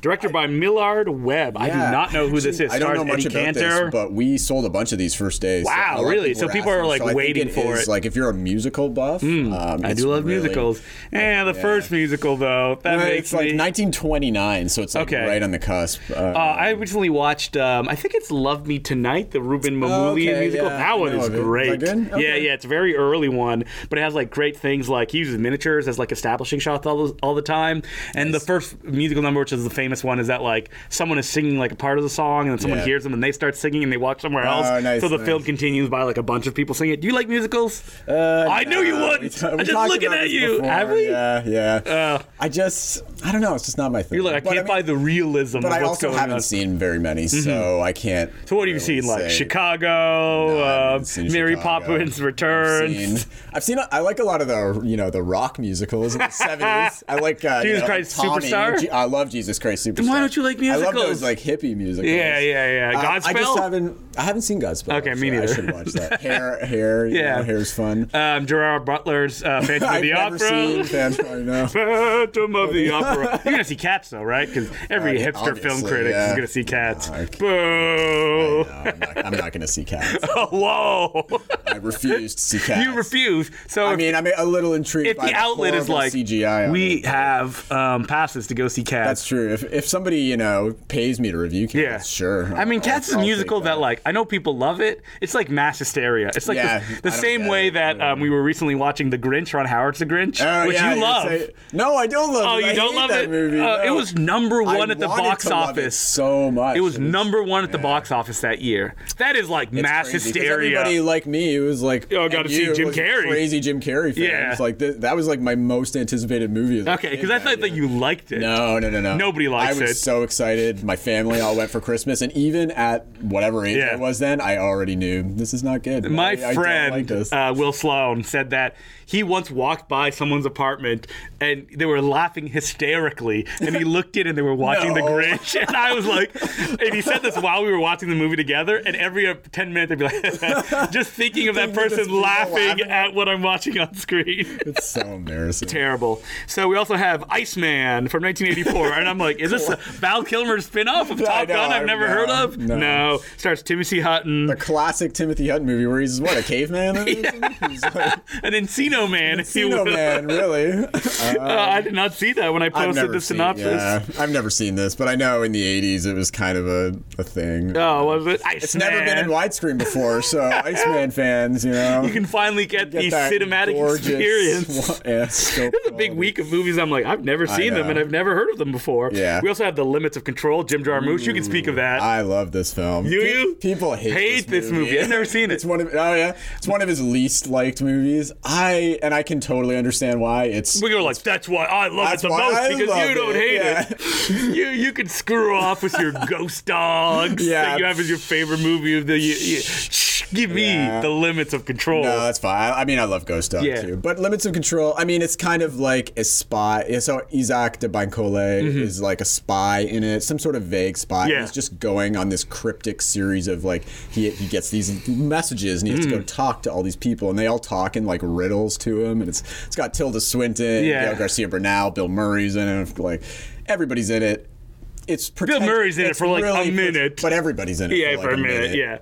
[SPEAKER 2] Directed by Millard Webb. I do
[SPEAKER 3] yeah.
[SPEAKER 2] not know who this is.
[SPEAKER 3] I don't
[SPEAKER 2] Stars
[SPEAKER 3] know much
[SPEAKER 2] Eddie
[SPEAKER 3] about
[SPEAKER 2] Cantor.
[SPEAKER 3] this, but we sold a bunch of these first days.
[SPEAKER 2] Wow,
[SPEAKER 3] a lot of
[SPEAKER 2] really? So
[SPEAKER 3] were
[SPEAKER 2] people are,
[SPEAKER 3] asking.
[SPEAKER 2] like,
[SPEAKER 3] I think
[SPEAKER 2] waiting for
[SPEAKER 3] is,
[SPEAKER 2] it. Hmm,
[SPEAKER 3] Like if you're a musical buff, um,
[SPEAKER 2] I do love musicals. Yeah, the first musical though. That makes
[SPEAKER 3] It's like
[SPEAKER 2] me.
[SPEAKER 3] 1929, so it's like
[SPEAKER 2] Okay.
[SPEAKER 3] right on the cusp. Uh,
[SPEAKER 2] Uh, I recently watched, um, I think it's "Love Me Tonight," the Ruben Mamoulian
[SPEAKER 3] Oh, okay,
[SPEAKER 2] musical.
[SPEAKER 3] yeah, I
[SPEAKER 2] that one
[SPEAKER 3] know
[SPEAKER 2] is
[SPEAKER 3] of it. Is that
[SPEAKER 2] great.
[SPEAKER 3] good?
[SPEAKER 2] Yeah,
[SPEAKER 3] Okay.
[SPEAKER 2] yeah, it's a very early one, but it has like great things. Like he uses miniatures as like establishing shots all the, all the time. And the first musical number, which is the famous one, is that like someone is singing like a part of the song, and then someone
[SPEAKER 3] Yeah. Oh,
[SPEAKER 2] hears them, and they start singing, and they walk somewhere else.
[SPEAKER 3] nice,
[SPEAKER 2] so the
[SPEAKER 3] nice.
[SPEAKER 2] film continues by like a bunch of people singing it. Do you like musicals?
[SPEAKER 3] Uh,
[SPEAKER 2] I knew you
[SPEAKER 3] no,
[SPEAKER 2] wouldn't.
[SPEAKER 3] we ta-
[SPEAKER 2] I'm
[SPEAKER 3] we
[SPEAKER 2] just
[SPEAKER 3] talked
[SPEAKER 2] looking
[SPEAKER 3] about
[SPEAKER 2] at
[SPEAKER 3] this
[SPEAKER 2] you.
[SPEAKER 3] before.
[SPEAKER 2] Have we? Uh.
[SPEAKER 3] Yeah, yeah. I just, I don't know. It's just not my thing.
[SPEAKER 2] You're like, I
[SPEAKER 3] But
[SPEAKER 2] can't
[SPEAKER 3] mean-
[SPEAKER 2] buy the realism
[SPEAKER 3] But
[SPEAKER 2] of
[SPEAKER 3] I
[SPEAKER 2] what's
[SPEAKER 3] also
[SPEAKER 2] going
[SPEAKER 3] haven't
[SPEAKER 2] on. Mm-hmm.
[SPEAKER 3] seen very many, so I can't.
[SPEAKER 2] So what have you seen? Like Chicago,
[SPEAKER 3] No, I haven't
[SPEAKER 2] uh,
[SPEAKER 3] seen
[SPEAKER 2] Mary
[SPEAKER 3] Chicago.
[SPEAKER 2] Poppins
[SPEAKER 3] I've
[SPEAKER 2] Returns.
[SPEAKER 3] seen, I've seen. I like a lot of the you know the rock
[SPEAKER 2] [laughs]
[SPEAKER 3] musicals in the seventies. I like uh,
[SPEAKER 2] Jesus
[SPEAKER 3] you know,
[SPEAKER 2] Christ
[SPEAKER 3] like Tommy.
[SPEAKER 2] Superstar?
[SPEAKER 3] Je- I love Jesus Christ Superstar.
[SPEAKER 2] why don't you like
[SPEAKER 3] I love
[SPEAKER 2] musicals?
[SPEAKER 3] those like hippie musicals.
[SPEAKER 2] [laughs] Yeah, yeah, yeah.
[SPEAKER 3] Uh, I
[SPEAKER 2] Godspell?
[SPEAKER 3] just haven't. I haven't seen Godspell.
[SPEAKER 2] Okay, me
[SPEAKER 3] actually.
[SPEAKER 2] neither.
[SPEAKER 3] I should watch that. Hair,
[SPEAKER 2] [laughs]
[SPEAKER 3] hair.
[SPEAKER 2] Yeah.
[SPEAKER 3] yeah, hair's fun.
[SPEAKER 2] Um, Gerard Butler's
[SPEAKER 3] [laughs]
[SPEAKER 2] uh, Phantom of
[SPEAKER 3] I've
[SPEAKER 2] the
[SPEAKER 3] never
[SPEAKER 2] Opera.
[SPEAKER 3] seen Phantom. No.
[SPEAKER 2] Phantom of the
[SPEAKER 3] [laughs]
[SPEAKER 2] Opera. You're gonna see Cats though, right? Because every
[SPEAKER 3] Uh,
[SPEAKER 2] hipster film
[SPEAKER 3] obviously,
[SPEAKER 2] critic is
[SPEAKER 3] yeah.
[SPEAKER 2] gonna see Cats.
[SPEAKER 3] Fuck.
[SPEAKER 2] Boo!
[SPEAKER 3] No, I'm not, I'm not going to see cats.
[SPEAKER 2] [laughs] Whoa! [laughs]
[SPEAKER 3] I refuse to see cats.
[SPEAKER 2] you refuse. So
[SPEAKER 3] I
[SPEAKER 2] if-
[SPEAKER 3] mean, I'm a little intrigued
[SPEAKER 2] if
[SPEAKER 3] by
[SPEAKER 2] the outlet is
[SPEAKER 3] horrible
[SPEAKER 2] like,
[SPEAKER 3] CGI. on
[SPEAKER 2] we
[SPEAKER 3] it.
[SPEAKER 2] have um, passes to go see Cats.
[SPEAKER 3] That's true. If, if somebody you know pays me to review cats,
[SPEAKER 2] Yeah.
[SPEAKER 3] sure.
[SPEAKER 2] I mean,
[SPEAKER 3] I'll-
[SPEAKER 2] Cats is
[SPEAKER 3] I'll
[SPEAKER 2] a
[SPEAKER 3] take
[SPEAKER 2] musical that. like I I know people love it. It's like mass hysteria. It's like
[SPEAKER 3] Yeah,
[SPEAKER 2] the, the
[SPEAKER 3] I don't
[SPEAKER 2] same
[SPEAKER 3] get
[SPEAKER 2] way
[SPEAKER 3] it.
[SPEAKER 2] that um, we were recently watching The Grinch, Ron Howard's The Grinch,
[SPEAKER 3] Oh,
[SPEAKER 2] which
[SPEAKER 3] yeah,
[SPEAKER 2] you love.
[SPEAKER 3] say- no, I don't love.
[SPEAKER 2] Oh,
[SPEAKER 3] it.
[SPEAKER 2] you
[SPEAKER 3] I
[SPEAKER 2] don't
[SPEAKER 3] hate
[SPEAKER 2] love
[SPEAKER 3] that
[SPEAKER 2] it?
[SPEAKER 3] Movie.
[SPEAKER 2] Uh,
[SPEAKER 3] no.
[SPEAKER 2] it was number
[SPEAKER 3] I
[SPEAKER 2] one at the
[SPEAKER 3] wanted
[SPEAKER 2] box
[SPEAKER 3] to love it
[SPEAKER 2] office.
[SPEAKER 3] so much.
[SPEAKER 2] It was number one at the box office that year. That is like mass
[SPEAKER 3] crazy, 'cause
[SPEAKER 2] hysteria.
[SPEAKER 3] Everybody like me, it was like,
[SPEAKER 2] Oh,
[SPEAKER 3] and
[SPEAKER 2] gotta
[SPEAKER 3] you,
[SPEAKER 2] see Jim
[SPEAKER 3] was
[SPEAKER 2] Carrey.
[SPEAKER 3] Crazy Jim Carrey fan.
[SPEAKER 2] Yeah.
[SPEAKER 3] It's like th- that was like my most anticipated movie. as a
[SPEAKER 2] okay,
[SPEAKER 3] kid
[SPEAKER 2] because I
[SPEAKER 3] that
[SPEAKER 2] thought that
[SPEAKER 3] year.
[SPEAKER 2] you liked it.
[SPEAKER 3] No, no, no, no.
[SPEAKER 2] Nobody likes
[SPEAKER 3] I was
[SPEAKER 2] it.
[SPEAKER 3] so excited. My family all went for Christmas, and even at whatever age
[SPEAKER 2] Yeah.
[SPEAKER 3] I was then, I already knew this is not good. I-
[SPEAKER 2] My
[SPEAKER 3] I don't
[SPEAKER 2] friend [laughs]
[SPEAKER 3] like this.
[SPEAKER 2] uh, Will Sloan said that he once walked by someone's apartment and they were laughing hysterically, and he looked in and they were watching The
[SPEAKER 3] No.
[SPEAKER 2] Grinch, and I was like, and he said this while we were watching the movie together, and every uh, ten minutes I'd be like, [laughs] just thinking of that
[SPEAKER 3] Thinking of this
[SPEAKER 2] person
[SPEAKER 3] people
[SPEAKER 2] laughing,
[SPEAKER 3] laughing.
[SPEAKER 2] at what I'm watching on screen. [laughs]
[SPEAKER 3] it's so embarrassing.
[SPEAKER 2] Terrible. So we also have Iceman from 1984, and I'm like, is
[SPEAKER 3] [laughs]
[SPEAKER 2] this a Val Kilmer spin-off of Top
[SPEAKER 3] know,
[SPEAKER 2] Gun
[SPEAKER 3] I-
[SPEAKER 2] I've never
[SPEAKER 3] no,
[SPEAKER 2] heard of?
[SPEAKER 3] no.
[SPEAKER 2] Starts Timothy Hutton.
[SPEAKER 3] The classic Timothy Hutton movie where he's what a
[SPEAKER 2] [laughs]
[SPEAKER 3] caveman. or something? He's like,
[SPEAKER 2] an Encino Man, if you
[SPEAKER 3] Encino
[SPEAKER 2] will.
[SPEAKER 3] man, really.
[SPEAKER 2] Uh, I did not see that when I
[SPEAKER 3] [laughs] Um, I've
[SPEAKER 2] posted
[SPEAKER 3] never
[SPEAKER 2] the
[SPEAKER 3] seen-
[SPEAKER 2] synopsis.
[SPEAKER 3] yeah, I've never seen this, but I know in the '80s it was kind of a, a thing.
[SPEAKER 2] Oh, was it? Iceman.
[SPEAKER 3] It's never been in widescreen before,
[SPEAKER 2] [laughs]
[SPEAKER 3] so Iceman fans, you know,
[SPEAKER 2] You can finally get,
[SPEAKER 3] get
[SPEAKER 2] the
[SPEAKER 3] that
[SPEAKER 2] cinematic
[SPEAKER 3] gorgeous,
[SPEAKER 2] experience. [laughs]
[SPEAKER 3] [laughs] wa- Yeah, scope
[SPEAKER 2] It's a big week of movies. I'm like, I've never seen them
[SPEAKER 3] know.
[SPEAKER 2] and I've never heard of them before.
[SPEAKER 3] Yeah.
[SPEAKER 2] We also have The Limits of Control, Jim Jarmusch. You can speak of that.
[SPEAKER 3] I love this film.
[SPEAKER 2] Do you?
[SPEAKER 3] People hate,
[SPEAKER 2] Hate
[SPEAKER 3] this,
[SPEAKER 2] this movie. I've never seen it.
[SPEAKER 3] [laughs] It's one of oh yeah, it's one of his least liked movies. I and I can totally understand why. It's
[SPEAKER 2] we were like, that's why I love it
[SPEAKER 3] That's
[SPEAKER 2] the
[SPEAKER 3] why
[SPEAKER 2] most
[SPEAKER 3] I
[SPEAKER 2] because
[SPEAKER 3] love
[SPEAKER 2] you don't
[SPEAKER 3] it,
[SPEAKER 2] hate
[SPEAKER 3] yeah.
[SPEAKER 2] it. you you can screw off with
[SPEAKER 3] [laughs]
[SPEAKER 2] your ghost dogs
[SPEAKER 3] Yeah.
[SPEAKER 2] that you have as your favorite movie of the year. Yeah. Shh, Give me
[SPEAKER 3] Yeah.
[SPEAKER 2] the limits of control.
[SPEAKER 3] No, that's fine. I, I mean, I love Ghost Dog
[SPEAKER 2] Yeah.
[SPEAKER 3] too. But Limits of Control, I mean, it's kind of like a spy. yeah, So Isaac de Bancole is like a spy in it, some sort of vague spy.
[SPEAKER 2] Mm-hmm. Yeah.
[SPEAKER 3] He's just going on this cryptic series of like, he, he gets these messages and he has
[SPEAKER 2] Mm.
[SPEAKER 3] to go talk to all these people, and they all talk in like riddles to him. And it's it's got Tilda Swinton,
[SPEAKER 2] Yeah.
[SPEAKER 3] Gael Garcia Bernal, Bill Murray's in it. Like, everybody's in it. It's pretend-
[SPEAKER 2] Murray's in it
[SPEAKER 3] it's
[SPEAKER 2] for, like, a
[SPEAKER 3] really pre-
[SPEAKER 2] minute.
[SPEAKER 3] but everybody's in it.
[SPEAKER 2] Yeah,
[SPEAKER 3] for, like,
[SPEAKER 2] for a minute. Yeah.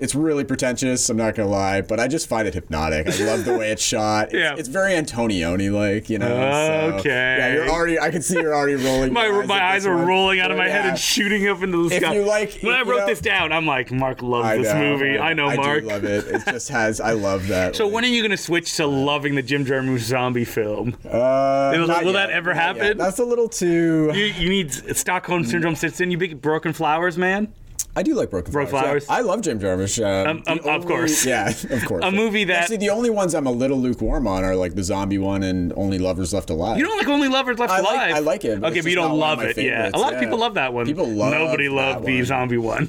[SPEAKER 3] it's really pretentious. I'm not gonna lie, but I just find it hypnotic. I love the way it's shot. It's,
[SPEAKER 2] Yeah.
[SPEAKER 3] it's very Antonioni like, you know. so-
[SPEAKER 2] Okay.
[SPEAKER 3] yeah, you're already. I can see you're already
[SPEAKER 2] [laughs]
[SPEAKER 3] rolling.
[SPEAKER 2] My,
[SPEAKER 3] your
[SPEAKER 2] my
[SPEAKER 3] at
[SPEAKER 2] eyes
[SPEAKER 3] this
[SPEAKER 2] are
[SPEAKER 3] one.
[SPEAKER 2] rolling out of
[SPEAKER 3] But
[SPEAKER 2] my head
[SPEAKER 3] yeah,
[SPEAKER 2] and shooting up into the
[SPEAKER 3] If
[SPEAKER 2] sky.
[SPEAKER 3] you like-
[SPEAKER 2] when I
[SPEAKER 3] you
[SPEAKER 2] wrote
[SPEAKER 3] know-
[SPEAKER 2] this down, I'm like, Mark loves
[SPEAKER 3] I
[SPEAKER 2] this
[SPEAKER 3] know,
[SPEAKER 2] movie. I know,
[SPEAKER 3] I
[SPEAKER 2] Mark.
[SPEAKER 3] do love it. It just has. I love
[SPEAKER 2] [laughs]
[SPEAKER 3] that.
[SPEAKER 2] So when are you going to switch to loving the Jim Jarmusch zombie
[SPEAKER 3] [laughs]
[SPEAKER 2] film?
[SPEAKER 3] Uh,
[SPEAKER 2] It was like,
[SPEAKER 3] not
[SPEAKER 2] will
[SPEAKER 3] yet,
[SPEAKER 2] that ever
[SPEAKER 3] not yet.
[SPEAKER 2] happen?
[SPEAKER 3] That's a little too.
[SPEAKER 2] You, you need Stockholm syndrome sits in you. Big broken flowers, man.
[SPEAKER 3] I do like Broken,
[SPEAKER 2] Broken
[SPEAKER 3] Flowers. yeah.
[SPEAKER 2] Flowers.
[SPEAKER 3] I love Jim Jarmusch. Um,
[SPEAKER 2] Um, um,
[SPEAKER 3] the
[SPEAKER 2] of course.
[SPEAKER 3] [laughs] Yeah, of course.
[SPEAKER 2] A movie that-
[SPEAKER 3] actually the only ones I'm a little lukewarm on are like the zombie one and Only Lovers Left Alive.
[SPEAKER 2] You don't like Only Lovers Left
[SPEAKER 3] I like-
[SPEAKER 2] Alive.
[SPEAKER 3] I like it, but
[SPEAKER 2] okay,
[SPEAKER 3] it's
[SPEAKER 2] but you
[SPEAKER 3] just
[SPEAKER 2] don't
[SPEAKER 3] not one
[SPEAKER 2] love
[SPEAKER 3] of my
[SPEAKER 2] it. Yeah, a
[SPEAKER 3] favorites,
[SPEAKER 2] lot of
[SPEAKER 3] yeah.
[SPEAKER 2] people love that one.
[SPEAKER 3] People love
[SPEAKER 2] Nobody
[SPEAKER 3] that
[SPEAKER 2] loved the
[SPEAKER 3] one.
[SPEAKER 2] zombie one.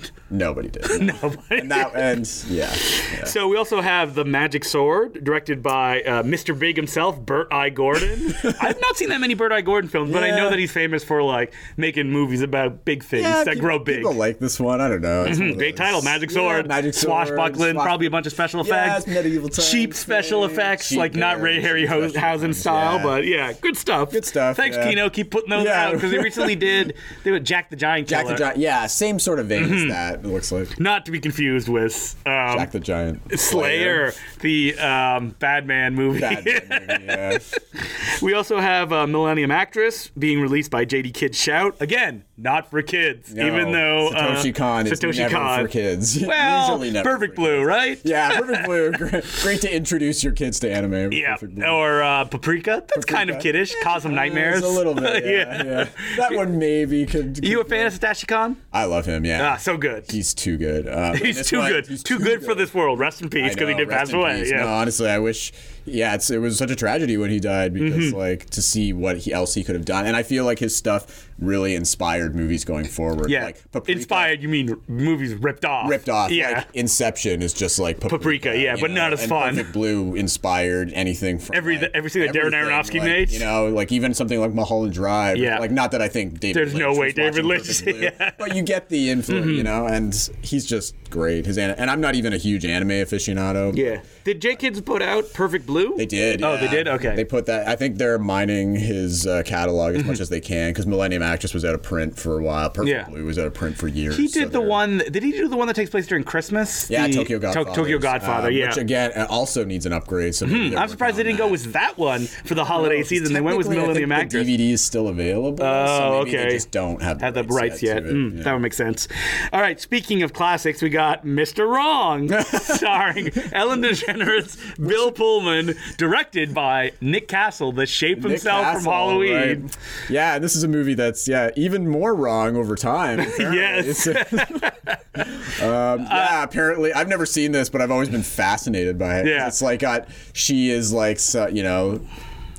[SPEAKER 2] [laughs]
[SPEAKER 3] Nobody did. no.
[SPEAKER 2] Nobody.
[SPEAKER 3] And that and
[SPEAKER 2] [laughs]
[SPEAKER 3] yeah. yeah.
[SPEAKER 2] So we also have The Magic Sword, directed by uh, Mr. Big himself, Burt I.
[SPEAKER 3] [laughs]
[SPEAKER 2] Gordon. I've not seen that many Burt I. Gordon films, but I know
[SPEAKER 3] Yeah.
[SPEAKER 2] that he's famous for like making movies about big things
[SPEAKER 3] Yeah,
[SPEAKER 2] that
[SPEAKER 3] peop-
[SPEAKER 2] grow big. Mhm,
[SPEAKER 3] People like this one. I don't know. It's one of
[SPEAKER 2] Big
[SPEAKER 3] those-
[SPEAKER 2] title, Magic
[SPEAKER 3] Yeah,
[SPEAKER 2] Sword,
[SPEAKER 3] Magic Sword,
[SPEAKER 2] swashbuckling,
[SPEAKER 3] swash-
[SPEAKER 2] probably a bunch of special
[SPEAKER 3] Yeah,
[SPEAKER 2] effects,
[SPEAKER 3] it's medieval times,
[SPEAKER 2] cheap special
[SPEAKER 3] yeah.
[SPEAKER 2] effects,
[SPEAKER 3] Cheap,
[SPEAKER 2] like not
[SPEAKER 3] yeah,
[SPEAKER 2] Ray
[SPEAKER 3] cheap special
[SPEAKER 2] Harryhausen
[SPEAKER 3] effects,
[SPEAKER 2] style,
[SPEAKER 3] yeah.
[SPEAKER 2] but yeah, good stuff.
[SPEAKER 3] Good stuff,
[SPEAKER 2] Thanks,
[SPEAKER 3] yeah.
[SPEAKER 2] Kino. Keep putting those
[SPEAKER 3] Yeah.
[SPEAKER 2] out because they recently did. They were Jack the Giant
[SPEAKER 3] Jack the
[SPEAKER 2] Killer.
[SPEAKER 3] Giant. Yeah, same sort of vein
[SPEAKER 2] Mm-hmm.
[SPEAKER 3] as that. It looks like
[SPEAKER 2] Not to be confused with um,
[SPEAKER 3] Jack the Giant.
[SPEAKER 2] Slayer, the um, bad man movie. [laughs]
[SPEAKER 3] Bad movie, yeah.
[SPEAKER 2] we also have uh, Millennium Actress being released by JD Kid Shout. Again, not for kids,
[SPEAKER 3] No,
[SPEAKER 2] even though uh,
[SPEAKER 3] Satoshi Khan is
[SPEAKER 2] Satoshi
[SPEAKER 3] never
[SPEAKER 2] Kon.
[SPEAKER 3] for kids. [laughs]
[SPEAKER 2] Well,
[SPEAKER 3] Usually never
[SPEAKER 2] Perfect
[SPEAKER 3] for
[SPEAKER 2] Blue,
[SPEAKER 3] kids.
[SPEAKER 2] right?
[SPEAKER 3] Yeah, Perfect
[SPEAKER 2] [laughs]
[SPEAKER 3] Blue. Great, great to introduce your kids to anime. with
[SPEAKER 2] Yeah,
[SPEAKER 3] Perfect Blue.
[SPEAKER 2] or uh, Paprika. That's kind of
[SPEAKER 3] Paprika. uh,
[SPEAKER 2] kiddish. Cause them nightmares.
[SPEAKER 3] It's a
[SPEAKER 2] [laughs]
[SPEAKER 3] little bit. Yeah, yeah. That one maybe could.
[SPEAKER 2] You a fan of Satoshi Kon?
[SPEAKER 3] I love him. Yeah.
[SPEAKER 2] Ah, so good. He's,
[SPEAKER 3] He's too good. Um, this
[SPEAKER 2] too
[SPEAKER 3] one-
[SPEAKER 2] good.
[SPEAKER 3] he's
[SPEAKER 2] too, good, for this world. Rest in peace,
[SPEAKER 3] I
[SPEAKER 2] because he
[SPEAKER 3] know,
[SPEAKER 2] did
[SPEAKER 3] rest
[SPEAKER 2] pass
[SPEAKER 3] in
[SPEAKER 2] away.
[SPEAKER 3] peace.
[SPEAKER 2] Yeah.
[SPEAKER 3] No, honestly, I wish. Yeah, it's, it was such a tragedy when he died
[SPEAKER 2] Mm-hmm.
[SPEAKER 3] because, like, to see what he, else he could have done, and I feel like his stuff really inspired movies going forward.
[SPEAKER 2] yeah.
[SPEAKER 3] like, Paprika
[SPEAKER 2] Inspired, you mean movies ripped off?
[SPEAKER 3] ripped off.
[SPEAKER 2] Yeah.
[SPEAKER 3] like, Inception is just like Paprika.
[SPEAKER 2] Paprika, yeah,
[SPEAKER 3] you
[SPEAKER 2] but not as
[SPEAKER 3] and
[SPEAKER 2] fun.
[SPEAKER 3] Perfect Blue inspired anything from
[SPEAKER 2] Every-
[SPEAKER 3] like,
[SPEAKER 2] everything that Darren Aronofsky
[SPEAKER 3] everything, like,
[SPEAKER 2] made.
[SPEAKER 3] You know, like even something like Mulholland Drive.
[SPEAKER 2] Yeah.
[SPEAKER 3] like not that I think David.
[SPEAKER 2] There's no
[SPEAKER 3] Lynch
[SPEAKER 2] way
[SPEAKER 3] was
[SPEAKER 2] David
[SPEAKER 3] watching
[SPEAKER 2] Lynch-
[SPEAKER 3] Perfect
[SPEAKER 2] [laughs]
[SPEAKER 3] Blue,
[SPEAKER 2] yeah. Mm-hmm.
[SPEAKER 3] but you get the influence, you know, and he's just great. His an- and I'm not even a huge anime aficionado. but
[SPEAKER 2] yeah. Did J Kids put out Perfect blue?
[SPEAKER 3] They did.
[SPEAKER 2] Oh, they
[SPEAKER 3] yeah.
[SPEAKER 2] did? Okay.
[SPEAKER 3] They put that. I think they're mining his uh, catalog as much as they can because Millennium Actress was out of print for a while. Purple
[SPEAKER 2] Mm-hmm. Yeah.
[SPEAKER 3] Blue was out of print for years.
[SPEAKER 2] He
[SPEAKER 3] so
[SPEAKER 2] did the
[SPEAKER 3] they're-
[SPEAKER 2] one. Did he do the one that takes place during Christmas?
[SPEAKER 3] Yeah,
[SPEAKER 2] The
[SPEAKER 3] Tokyo Um,
[SPEAKER 2] To-
[SPEAKER 3] Godfather.
[SPEAKER 2] Tokyo Godfather. yeah. Hmm,
[SPEAKER 3] Which again uh, also needs an upgrade. So maybe they're
[SPEAKER 2] I'm surprised they
[SPEAKER 3] working
[SPEAKER 2] didn't
[SPEAKER 3] on
[SPEAKER 2] go
[SPEAKER 3] that.
[SPEAKER 2] with that one for the holiday season. They went with
[SPEAKER 3] Technically, I
[SPEAKER 2] Millennium
[SPEAKER 3] think
[SPEAKER 2] Actress.
[SPEAKER 3] The DVD is still available. so
[SPEAKER 2] Oh,
[SPEAKER 3] maybe They
[SPEAKER 2] okay.
[SPEAKER 3] just don't have the
[SPEAKER 2] Had the rights yet.
[SPEAKER 3] to it,
[SPEAKER 2] Mm,
[SPEAKER 3] yeah.
[SPEAKER 2] That would make sense. All right. Speaking of classics, we got Mr.
[SPEAKER 3] [laughs]
[SPEAKER 2] Wrong, starring Ellen DeGeneres, Bill Pullman, directed by Nick Castle, the shape
[SPEAKER 3] Nick
[SPEAKER 2] himself
[SPEAKER 3] Castle,
[SPEAKER 2] from Halloween.
[SPEAKER 3] right. Yeah, this is a movie that's yeah even more wrong
[SPEAKER 2] [laughs]
[SPEAKER 3] over time. apparently.
[SPEAKER 2] Yes.
[SPEAKER 3] It's- um,
[SPEAKER 2] Uh,
[SPEAKER 3] yeah, apparently I've never seen this, but I've always been fascinated by it.
[SPEAKER 2] Yeah.
[SPEAKER 3] it's like got she is like so, you know.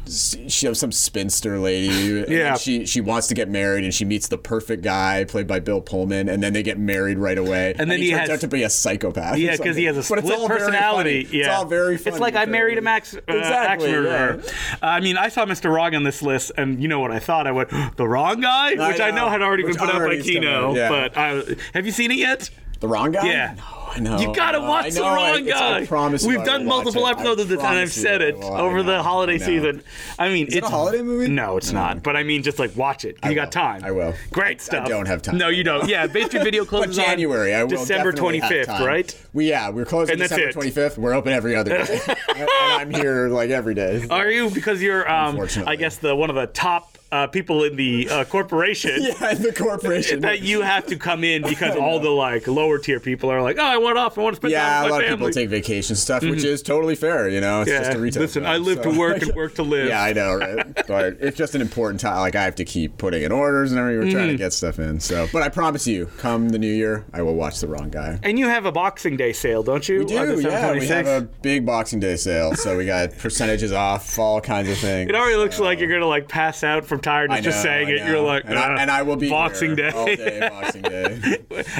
[SPEAKER 3] s- She has some spinster lady. and
[SPEAKER 2] Yeah.
[SPEAKER 3] she she wants to get married, and she meets the perfect guy played by Bill Pullman, and then they get married right away. And
[SPEAKER 2] then
[SPEAKER 3] he,
[SPEAKER 2] he
[SPEAKER 3] turns
[SPEAKER 2] has-
[SPEAKER 3] out to be a psychopath. or
[SPEAKER 2] Yeah, because he
[SPEAKER 3] something.
[SPEAKER 2] has a
[SPEAKER 3] But
[SPEAKER 2] split
[SPEAKER 3] it's all very funny.
[SPEAKER 2] personality. Yeah,
[SPEAKER 3] it's all very. Funny
[SPEAKER 2] It's like I married a max, uh, axe
[SPEAKER 3] Exactly,
[SPEAKER 2] murderer. I mean, I saw Mr. Wrong on this list, and you know what I thought? I went the wrong guy,
[SPEAKER 3] I
[SPEAKER 2] which I know,
[SPEAKER 3] know.
[SPEAKER 2] had already
[SPEAKER 3] Which
[SPEAKER 2] been put out by
[SPEAKER 3] already's come
[SPEAKER 2] Kino.
[SPEAKER 3] out, yeah.
[SPEAKER 2] But I, have you seen it yet?
[SPEAKER 3] The wrong guy?
[SPEAKER 2] Yeah.
[SPEAKER 3] No, I know.
[SPEAKER 2] You gotta
[SPEAKER 3] I know,
[SPEAKER 2] watch
[SPEAKER 3] I
[SPEAKER 2] the
[SPEAKER 3] know, I-
[SPEAKER 2] wrong
[SPEAKER 3] it's-
[SPEAKER 2] guy.
[SPEAKER 3] I promise you
[SPEAKER 2] We've
[SPEAKER 3] I
[SPEAKER 2] done
[SPEAKER 3] will watch
[SPEAKER 2] multiple
[SPEAKER 3] it. I
[SPEAKER 2] episodes of this, and I've
[SPEAKER 3] promise you
[SPEAKER 2] said
[SPEAKER 3] I
[SPEAKER 2] it
[SPEAKER 3] will. I
[SPEAKER 2] over
[SPEAKER 3] know,
[SPEAKER 2] the holiday
[SPEAKER 3] I know.
[SPEAKER 2] season. I mean,
[SPEAKER 3] it
[SPEAKER 2] it's
[SPEAKER 3] a holiday movie?
[SPEAKER 2] No, it's not. But I mean, just like watch it. You got
[SPEAKER 3] will.
[SPEAKER 2] time.
[SPEAKER 3] I will.
[SPEAKER 2] Great stuff.
[SPEAKER 3] don't have time
[SPEAKER 2] No, you
[SPEAKER 3] right
[SPEAKER 2] don't. Yeah, Bay Street Video
[SPEAKER 3] [laughs] But
[SPEAKER 2] closes
[SPEAKER 3] January, I
[SPEAKER 2] on
[SPEAKER 3] will
[SPEAKER 2] December
[SPEAKER 3] definitely have
[SPEAKER 2] 25th,
[SPEAKER 3] time.
[SPEAKER 2] right?
[SPEAKER 3] We yeah, we're closing
[SPEAKER 2] And that's
[SPEAKER 3] December
[SPEAKER 2] it.
[SPEAKER 3] twenty fifth. We're open every other
[SPEAKER 2] [laughs]
[SPEAKER 3] day, and, and I'm here like every day.
[SPEAKER 2] Are you because you're, um,
[SPEAKER 3] Unfortunately.
[SPEAKER 2] I guess, the one of the top uh, people in the uh, corporation
[SPEAKER 3] [laughs] yeah, the corporation.
[SPEAKER 2] that you have to come in
[SPEAKER 3] [laughs]
[SPEAKER 2] because all the like lower tier people are like, oh, I want off, I want to spend
[SPEAKER 3] yeah,
[SPEAKER 2] time
[SPEAKER 3] a
[SPEAKER 2] with my
[SPEAKER 3] lot
[SPEAKER 2] family. Mm-hmm.
[SPEAKER 3] of people take vacation stuff, which is totally fair. You know, it's
[SPEAKER 2] yeah,
[SPEAKER 3] just a retail.
[SPEAKER 2] listen,
[SPEAKER 3] job,
[SPEAKER 2] I live
[SPEAKER 3] so-
[SPEAKER 2] to work and work to live.
[SPEAKER 3] [laughs] Yeah, I know, right? but it's just an important time. Like I have to keep putting in orders and everything. We're trying
[SPEAKER 2] Mm.
[SPEAKER 3] to get stuff in. So, but I promise you, come the new year, I will watch the wrong guy.
[SPEAKER 2] And you have a Boxing Day sale, don't you?
[SPEAKER 3] We do,
[SPEAKER 2] On the
[SPEAKER 3] yeah. We have
[SPEAKER 2] 726?
[SPEAKER 3] a big Boxing Day sale, so we got percentages off, all kinds of things.
[SPEAKER 2] It already looks like you're gonna like pass out from tiredness
[SPEAKER 3] I
[SPEAKER 2] just
[SPEAKER 3] know,
[SPEAKER 2] saying
[SPEAKER 3] I
[SPEAKER 2] it. You're
[SPEAKER 3] know.
[SPEAKER 2] like,
[SPEAKER 3] and I,
[SPEAKER 2] "Ah,
[SPEAKER 3] and I will be
[SPEAKER 2] Boxing
[SPEAKER 3] here
[SPEAKER 2] Day.
[SPEAKER 3] all day.
[SPEAKER 2] [laughs]
[SPEAKER 3] Boxing Day.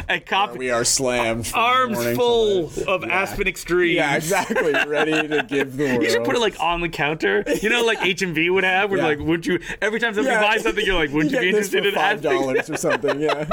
[SPEAKER 2] a cop,
[SPEAKER 3] we are slammed. from
[SPEAKER 2] arms
[SPEAKER 3] morning till
[SPEAKER 2] full
[SPEAKER 3] night.
[SPEAKER 2] of Aspen Extreme. [laughs]
[SPEAKER 3] Yeah, exactly. Ready to give the world.
[SPEAKER 2] You should put it like on the counter. You know,
[SPEAKER 3] [laughs]
[SPEAKER 2] like H and V would have, where
[SPEAKER 3] Yeah.
[SPEAKER 2] like, would you every time somebody
[SPEAKER 3] Yeah.
[SPEAKER 2] buys something, you're like, would you
[SPEAKER 3] Get
[SPEAKER 2] be
[SPEAKER 3] this
[SPEAKER 2] interested
[SPEAKER 3] for
[SPEAKER 2] in
[SPEAKER 3] five
[SPEAKER 2] asking?
[SPEAKER 3] dollars or something?
[SPEAKER 2] [laughs]
[SPEAKER 3] Yeah.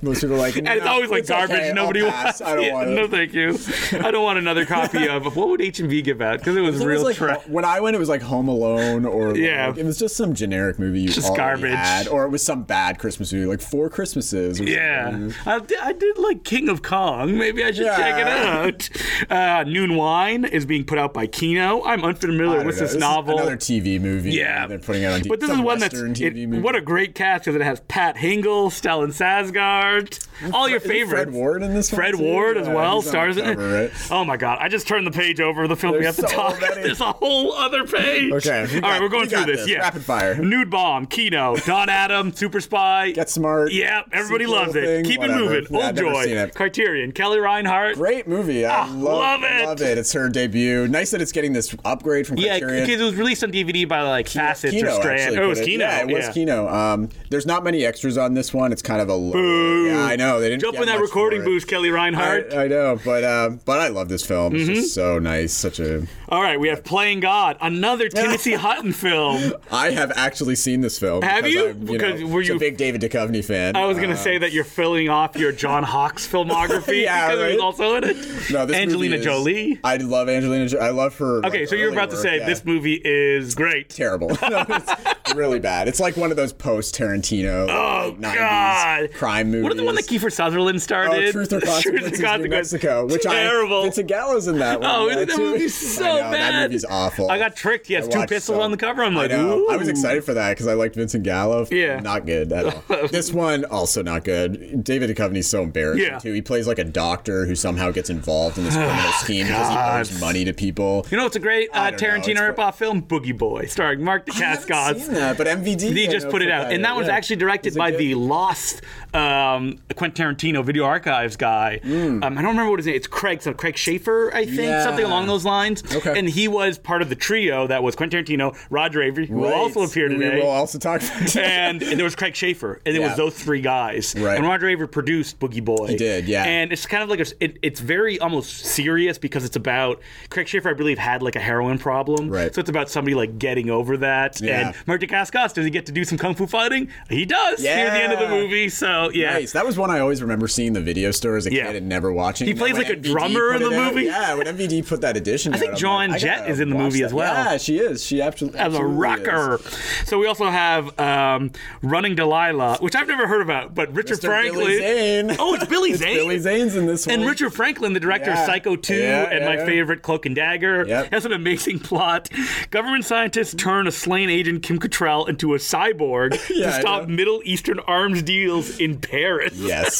[SPEAKER 3] Most people are like,
[SPEAKER 2] And it's
[SPEAKER 3] "No,
[SPEAKER 2] always like garbage.
[SPEAKER 3] okay, I'll
[SPEAKER 2] Nobody
[SPEAKER 3] pass.
[SPEAKER 2] wants. [laughs]
[SPEAKER 3] I don't
[SPEAKER 2] it.
[SPEAKER 3] want it.
[SPEAKER 2] No, thank you. I don't want another
[SPEAKER 3] [laughs]
[SPEAKER 2] copy of what would H and V give out because it was
[SPEAKER 3] It
[SPEAKER 2] real
[SPEAKER 3] was like,
[SPEAKER 2] trash.
[SPEAKER 3] When I went, it was like Home Alone, or like-
[SPEAKER 2] Yeah.
[SPEAKER 3] it was just some generic movie you
[SPEAKER 2] Just
[SPEAKER 3] already
[SPEAKER 2] garbage.
[SPEAKER 3] had, or it was some bad Christmas movie, like Four Christmases. Or
[SPEAKER 2] Yeah,
[SPEAKER 3] something.
[SPEAKER 2] I did, I did like King of Kong. Maybe I should check it out. Uh, Noon Wine is being put out by Kino. I'm
[SPEAKER 3] I
[SPEAKER 2] unfamiliar
[SPEAKER 3] don't
[SPEAKER 2] with
[SPEAKER 3] know.
[SPEAKER 2] this,
[SPEAKER 3] is
[SPEAKER 2] novel.
[SPEAKER 3] another TV movie.
[SPEAKER 2] Yeah.
[SPEAKER 3] they're putting out on.
[SPEAKER 2] but this
[SPEAKER 3] some
[SPEAKER 2] is one that's
[SPEAKER 3] Western TV
[SPEAKER 2] it-
[SPEAKER 3] movie.
[SPEAKER 2] what a great cast because it has Pat Hingle, Stellan Sasgard, all your
[SPEAKER 3] Isn't
[SPEAKER 2] favorites.
[SPEAKER 3] Fred Ward in this one
[SPEAKER 2] Fred
[SPEAKER 3] too?
[SPEAKER 2] Ward as
[SPEAKER 3] Yeah,
[SPEAKER 2] well
[SPEAKER 3] he's on
[SPEAKER 2] stars
[SPEAKER 3] the
[SPEAKER 2] in it.
[SPEAKER 3] cover, right?
[SPEAKER 2] Oh my god! I just turned the page over of the film we have
[SPEAKER 3] There's
[SPEAKER 2] to
[SPEAKER 3] so
[SPEAKER 2] talk.
[SPEAKER 3] many.
[SPEAKER 2] There's a whole other page.
[SPEAKER 3] Okay, we
[SPEAKER 2] all right,
[SPEAKER 3] got-
[SPEAKER 2] we're going
[SPEAKER 3] we
[SPEAKER 2] through
[SPEAKER 3] got
[SPEAKER 2] this.
[SPEAKER 3] this.
[SPEAKER 2] Yeah,
[SPEAKER 3] Rapid fire.
[SPEAKER 2] Nude Bomb, Kino,
[SPEAKER 3] [laughs]
[SPEAKER 2] Don Adam, Super Spy.
[SPEAKER 3] Get smart.
[SPEAKER 2] Yeah, everybody
[SPEAKER 3] sequel
[SPEAKER 2] loves
[SPEAKER 3] thing,
[SPEAKER 2] it. Keep
[SPEAKER 3] whatever.
[SPEAKER 2] it moving.
[SPEAKER 3] Yeah,
[SPEAKER 2] Old
[SPEAKER 3] I've never seen
[SPEAKER 2] Joy,
[SPEAKER 3] it.
[SPEAKER 2] Criterion, Kelly Reinhart.
[SPEAKER 3] Great movie. I
[SPEAKER 2] Ah,
[SPEAKER 3] love,
[SPEAKER 2] love it.
[SPEAKER 3] Love it. It's her debut. Nice that it's getting this upgrade from
[SPEAKER 2] Yeah,
[SPEAKER 3] Criterion.
[SPEAKER 2] because it was released on DVD by like Facets
[SPEAKER 3] Kino
[SPEAKER 2] or Strand.
[SPEAKER 3] actually
[SPEAKER 2] Oh, it
[SPEAKER 3] put
[SPEAKER 2] was Kino.
[SPEAKER 3] Yeah, it was Kino. Um, there's not many extras on this one. It's kind of a low. Yeah, I know they didn't
[SPEAKER 2] Jump
[SPEAKER 3] get
[SPEAKER 2] in that
[SPEAKER 3] much
[SPEAKER 2] recording
[SPEAKER 3] for it.
[SPEAKER 2] booth, Kelly Reinhart.
[SPEAKER 3] I, I know, but uh, but I love this film.
[SPEAKER 2] Mm-hmm.
[SPEAKER 3] It's just so nice. Such a.
[SPEAKER 2] All right, we have Playing God,
[SPEAKER 3] [laughs]
[SPEAKER 2] another Tennessee Hutton film.
[SPEAKER 3] I have actually seen this film.
[SPEAKER 2] Have
[SPEAKER 3] because
[SPEAKER 2] you?
[SPEAKER 3] I'm, you
[SPEAKER 2] Because
[SPEAKER 3] know,
[SPEAKER 2] were
[SPEAKER 3] such
[SPEAKER 2] you- Oh,
[SPEAKER 3] a big David Duchovny fan?
[SPEAKER 2] I was going to say that you're filling off your John Hawks filmography
[SPEAKER 3] [laughs] Yeah,
[SPEAKER 2] because it was
[SPEAKER 3] right?
[SPEAKER 2] also in it.
[SPEAKER 3] No, this movie
[SPEAKER 2] Angelina
[SPEAKER 3] is-
[SPEAKER 2] Jolie.
[SPEAKER 3] I love Angelina. Jo- I love her.
[SPEAKER 2] Okay,
[SPEAKER 3] like,
[SPEAKER 2] so you're
[SPEAKER 3] early
[SPEAKER 2] about to
[SPEAKER 3] work,
[SPEAKER 2] say
[SPEAKER 3] yeah.
[SPEAKER 2] this movie is great.
[SPEAKER 3] terrible. [laughs] No, it's really bad. It's like one of those post Tarantino oh,
[SPEAKER 2] God.
[SPEAKER 3] crime movies.
[SPEAKER 2] What is the one that Kiefer Sutherherland starred
[SPEAKER 3] Oh,
[SPEAKER 2] in? [laughs]
[SPEAKER 3] Truth or Consequences, New Mexico, which
[SPEAKER 2] Terrible.
[SPEAKER 3] I It's a gallows in that one.
[SPEAKER 2] [laughs] Oh,
[SPEAKER 3] yeah,
[SPEAKER 2] that
[SPEAKER 3] too.
[SPEAKER 2] movie's
[SPEAKER 3] I
[SPEAKER 2] so
[SPEAKER 3] know,
[SPEAKER 2] bad.
[SPEAKER 3] That movie's awful.
[SPEAKER 2] I got tricked. Yes,
[SPEAKER 3] I
[SPEAKER 2] two
[SPEAKER 3] watched
[SPEAKER 2] pistols
[SPEAKER 3] so-
[SPEAKER 2] on the cover. I'm
[SPEAKER 3] I
[SPEAKER 2] like,
[SPEAKER 3] know.
[SPEAKER 2] ooh.
[SPEAKER 3] I was excited for that because I liked Vincent Gallo.
[SPEAKER 2] [laughs] Yeah.
[SPEAKER 3] Not good
[SPEAKER 2] [laughs]
[SPEAKER 3] at all. this one, also not good. David Duchovny's so embarrassing,
[SPEAKER 2] Yeah. Oh,
[SPEAKER 3] too. He plays like a doctor who somehow gets involved
[SPEAKER 2] [sighs]
[SPEAKER 3] in this criminal scheme because he owes money to people.
[SPEAKER 2] You know, it's a great uh,
[SPEAKER 3] I don't know,
[SPEAKER 2] Tarantino
[SPEAKER 3] it's-
[SPEAKER 2] ripoff film, Boogie Boy, starring Mark
[SPEAKER 3] I haven't seen
[SPEAKER 2] DeCascos.
[SPEAKER 3] that, but MVD.
[SPEAKER 2] He
[SPEAKER 3] I
[SPEAKER 2] just
[SPEAKER 3] know,
[SPEAKER 2] put it
[SPEAKER 3] put
[SPEAKER 2] out,
[SPEAKER 3] that
[SPEAKER 2] and that
[SPEAKER 3] out,
[SPEAKER 2] was
[SPEAKER 3] yeah.
[SPEAKER 2] actually directed
[SPEAKER 3] Is it
[SPEAKER 2] by
[SPEAKER 3] good?
[SPEAKER 2] the lost um, Quentin Tarantino Video Archives guy. Um, I don't remember what his name. It's Craig, so Craig Schaefer, I think,
[SPEAKER 3] Hmm. Yeah.
[SPEAKER 2] something along those lines.
[SPEAKER 3] Okay.
[SPEAKER 2] And he was part of the trio that was Quentin Tarantino, Roger Avery, who will
[SPEAKER 3] Right.
[SPEAKER 2] also appear today.
[SPEAKER 3] We will also talk
[SPEAKER 2] [laughs]
[SPEAKER 3] about
[SPEAKER 2] and, and there was Craig Schaefer, and it was
[SPEAKER 3] Yeah.
[SPEAKER 2] those three guys.
[SPEAKER 3] Right.
[SPEAKER 2] And Roger Avery produced Boogie Boy. He
[SPEAKER 3] did, yeah.
[SPEAKER 2] And it's kind kind of like a, it, it's very almost serious because it's about Craig Schaefer, I believe, had like a heroin problem,
[SPEAKER 3] Right.
[SPEAKER 2] So it's about somebody like getting over that.
[SPEAKER 3] Yeah.
[SPEAKER 2] And Mark Dacascos, does he get to do some kung fu fighting? He does near the end of the
[SPEAKER 3] Yeah.
[SPEAKER 2] movie. So yeah,
[SPEAKER 3] Nice. That was one I always remember seeing the video store as a
[SPEAKER 2] Yeah.
[SPEAKER 3] kid and never watching.
[SPEAKER 2] He
[SPEAKER 3] And then
[SPEAKER 2] plays
[SPEAKER 3] when
[SPEAKER 2] like a
[SPEAKER 3] MVD
[SPEAKER 2] drummer
[SPEAKER 3] put
[SPEAKER 2] in
[SPEAKER 3] it
[SPEAKER 2] the
[SPEAKER 3] out-
[SPEAKER 2] movie.
[SPEAKER 3] Yeah, when MVD put that edition,
[SPEAKER 2] think
[SPEAKER 3] out,
[SPEAKER 2] Joan
[SPEAKER 3] I'm like, I
[SPEAKER 2] Jett
[SPEAKER 3] gotta
[SPEAKER 2] is in the
[SPEAKER 3] watch
[SPEAKER 2] movie
[SPEAKER 3] that.
[SPEAKER 2] as well.
[SPEAKER 3] Yeah, she is. She absolutely
[SPEAKER 2] as a rocker. So we also have um, Running Delilah, which I've never heard about, but Richard
[SPEAKER 3] Mr.
[SPEAKER 2] Franklin.
[SPEAKER 3] Billy Zane.
[SPEAKER 2] Oh, it's
[SPEAKER 3] [laughs]
[SPEAKER 2] Billy Zane.
[SPEAKER 3] Billy Zane's in this
[SPEAKER 2] And
[SPEAKER 3] one.
[SPEAKER 2] Richard Franklin, the director
[SPEAKER 3] Yeah.
[SPEAKER 2] of Psycho 2
[SPEAKER 3] Yeah,
[SPEAKER 2] and my
[SPEAKER 3] yeah.
[SPEAKER 2] favorite Cloak and Dagger,
[SPEAKER 3] Yep.
[SPEAKER 2] has an amazing [laughs] plot. Government scientists turn a slain agent Kim Cattrall into a
[SPEAKER 3] [laughs]
[SPEAKER 2] cyborg
[SPEAKER 3] Yeah,
[SPEAKER 2] to
[SPEAKER 3] I
[SPEAKER 2] stop
[SPEAKER 3] know.
[SPEAKER 2] Middle Eastern arms deals in Paris.
[SPEAKER 3] Yes.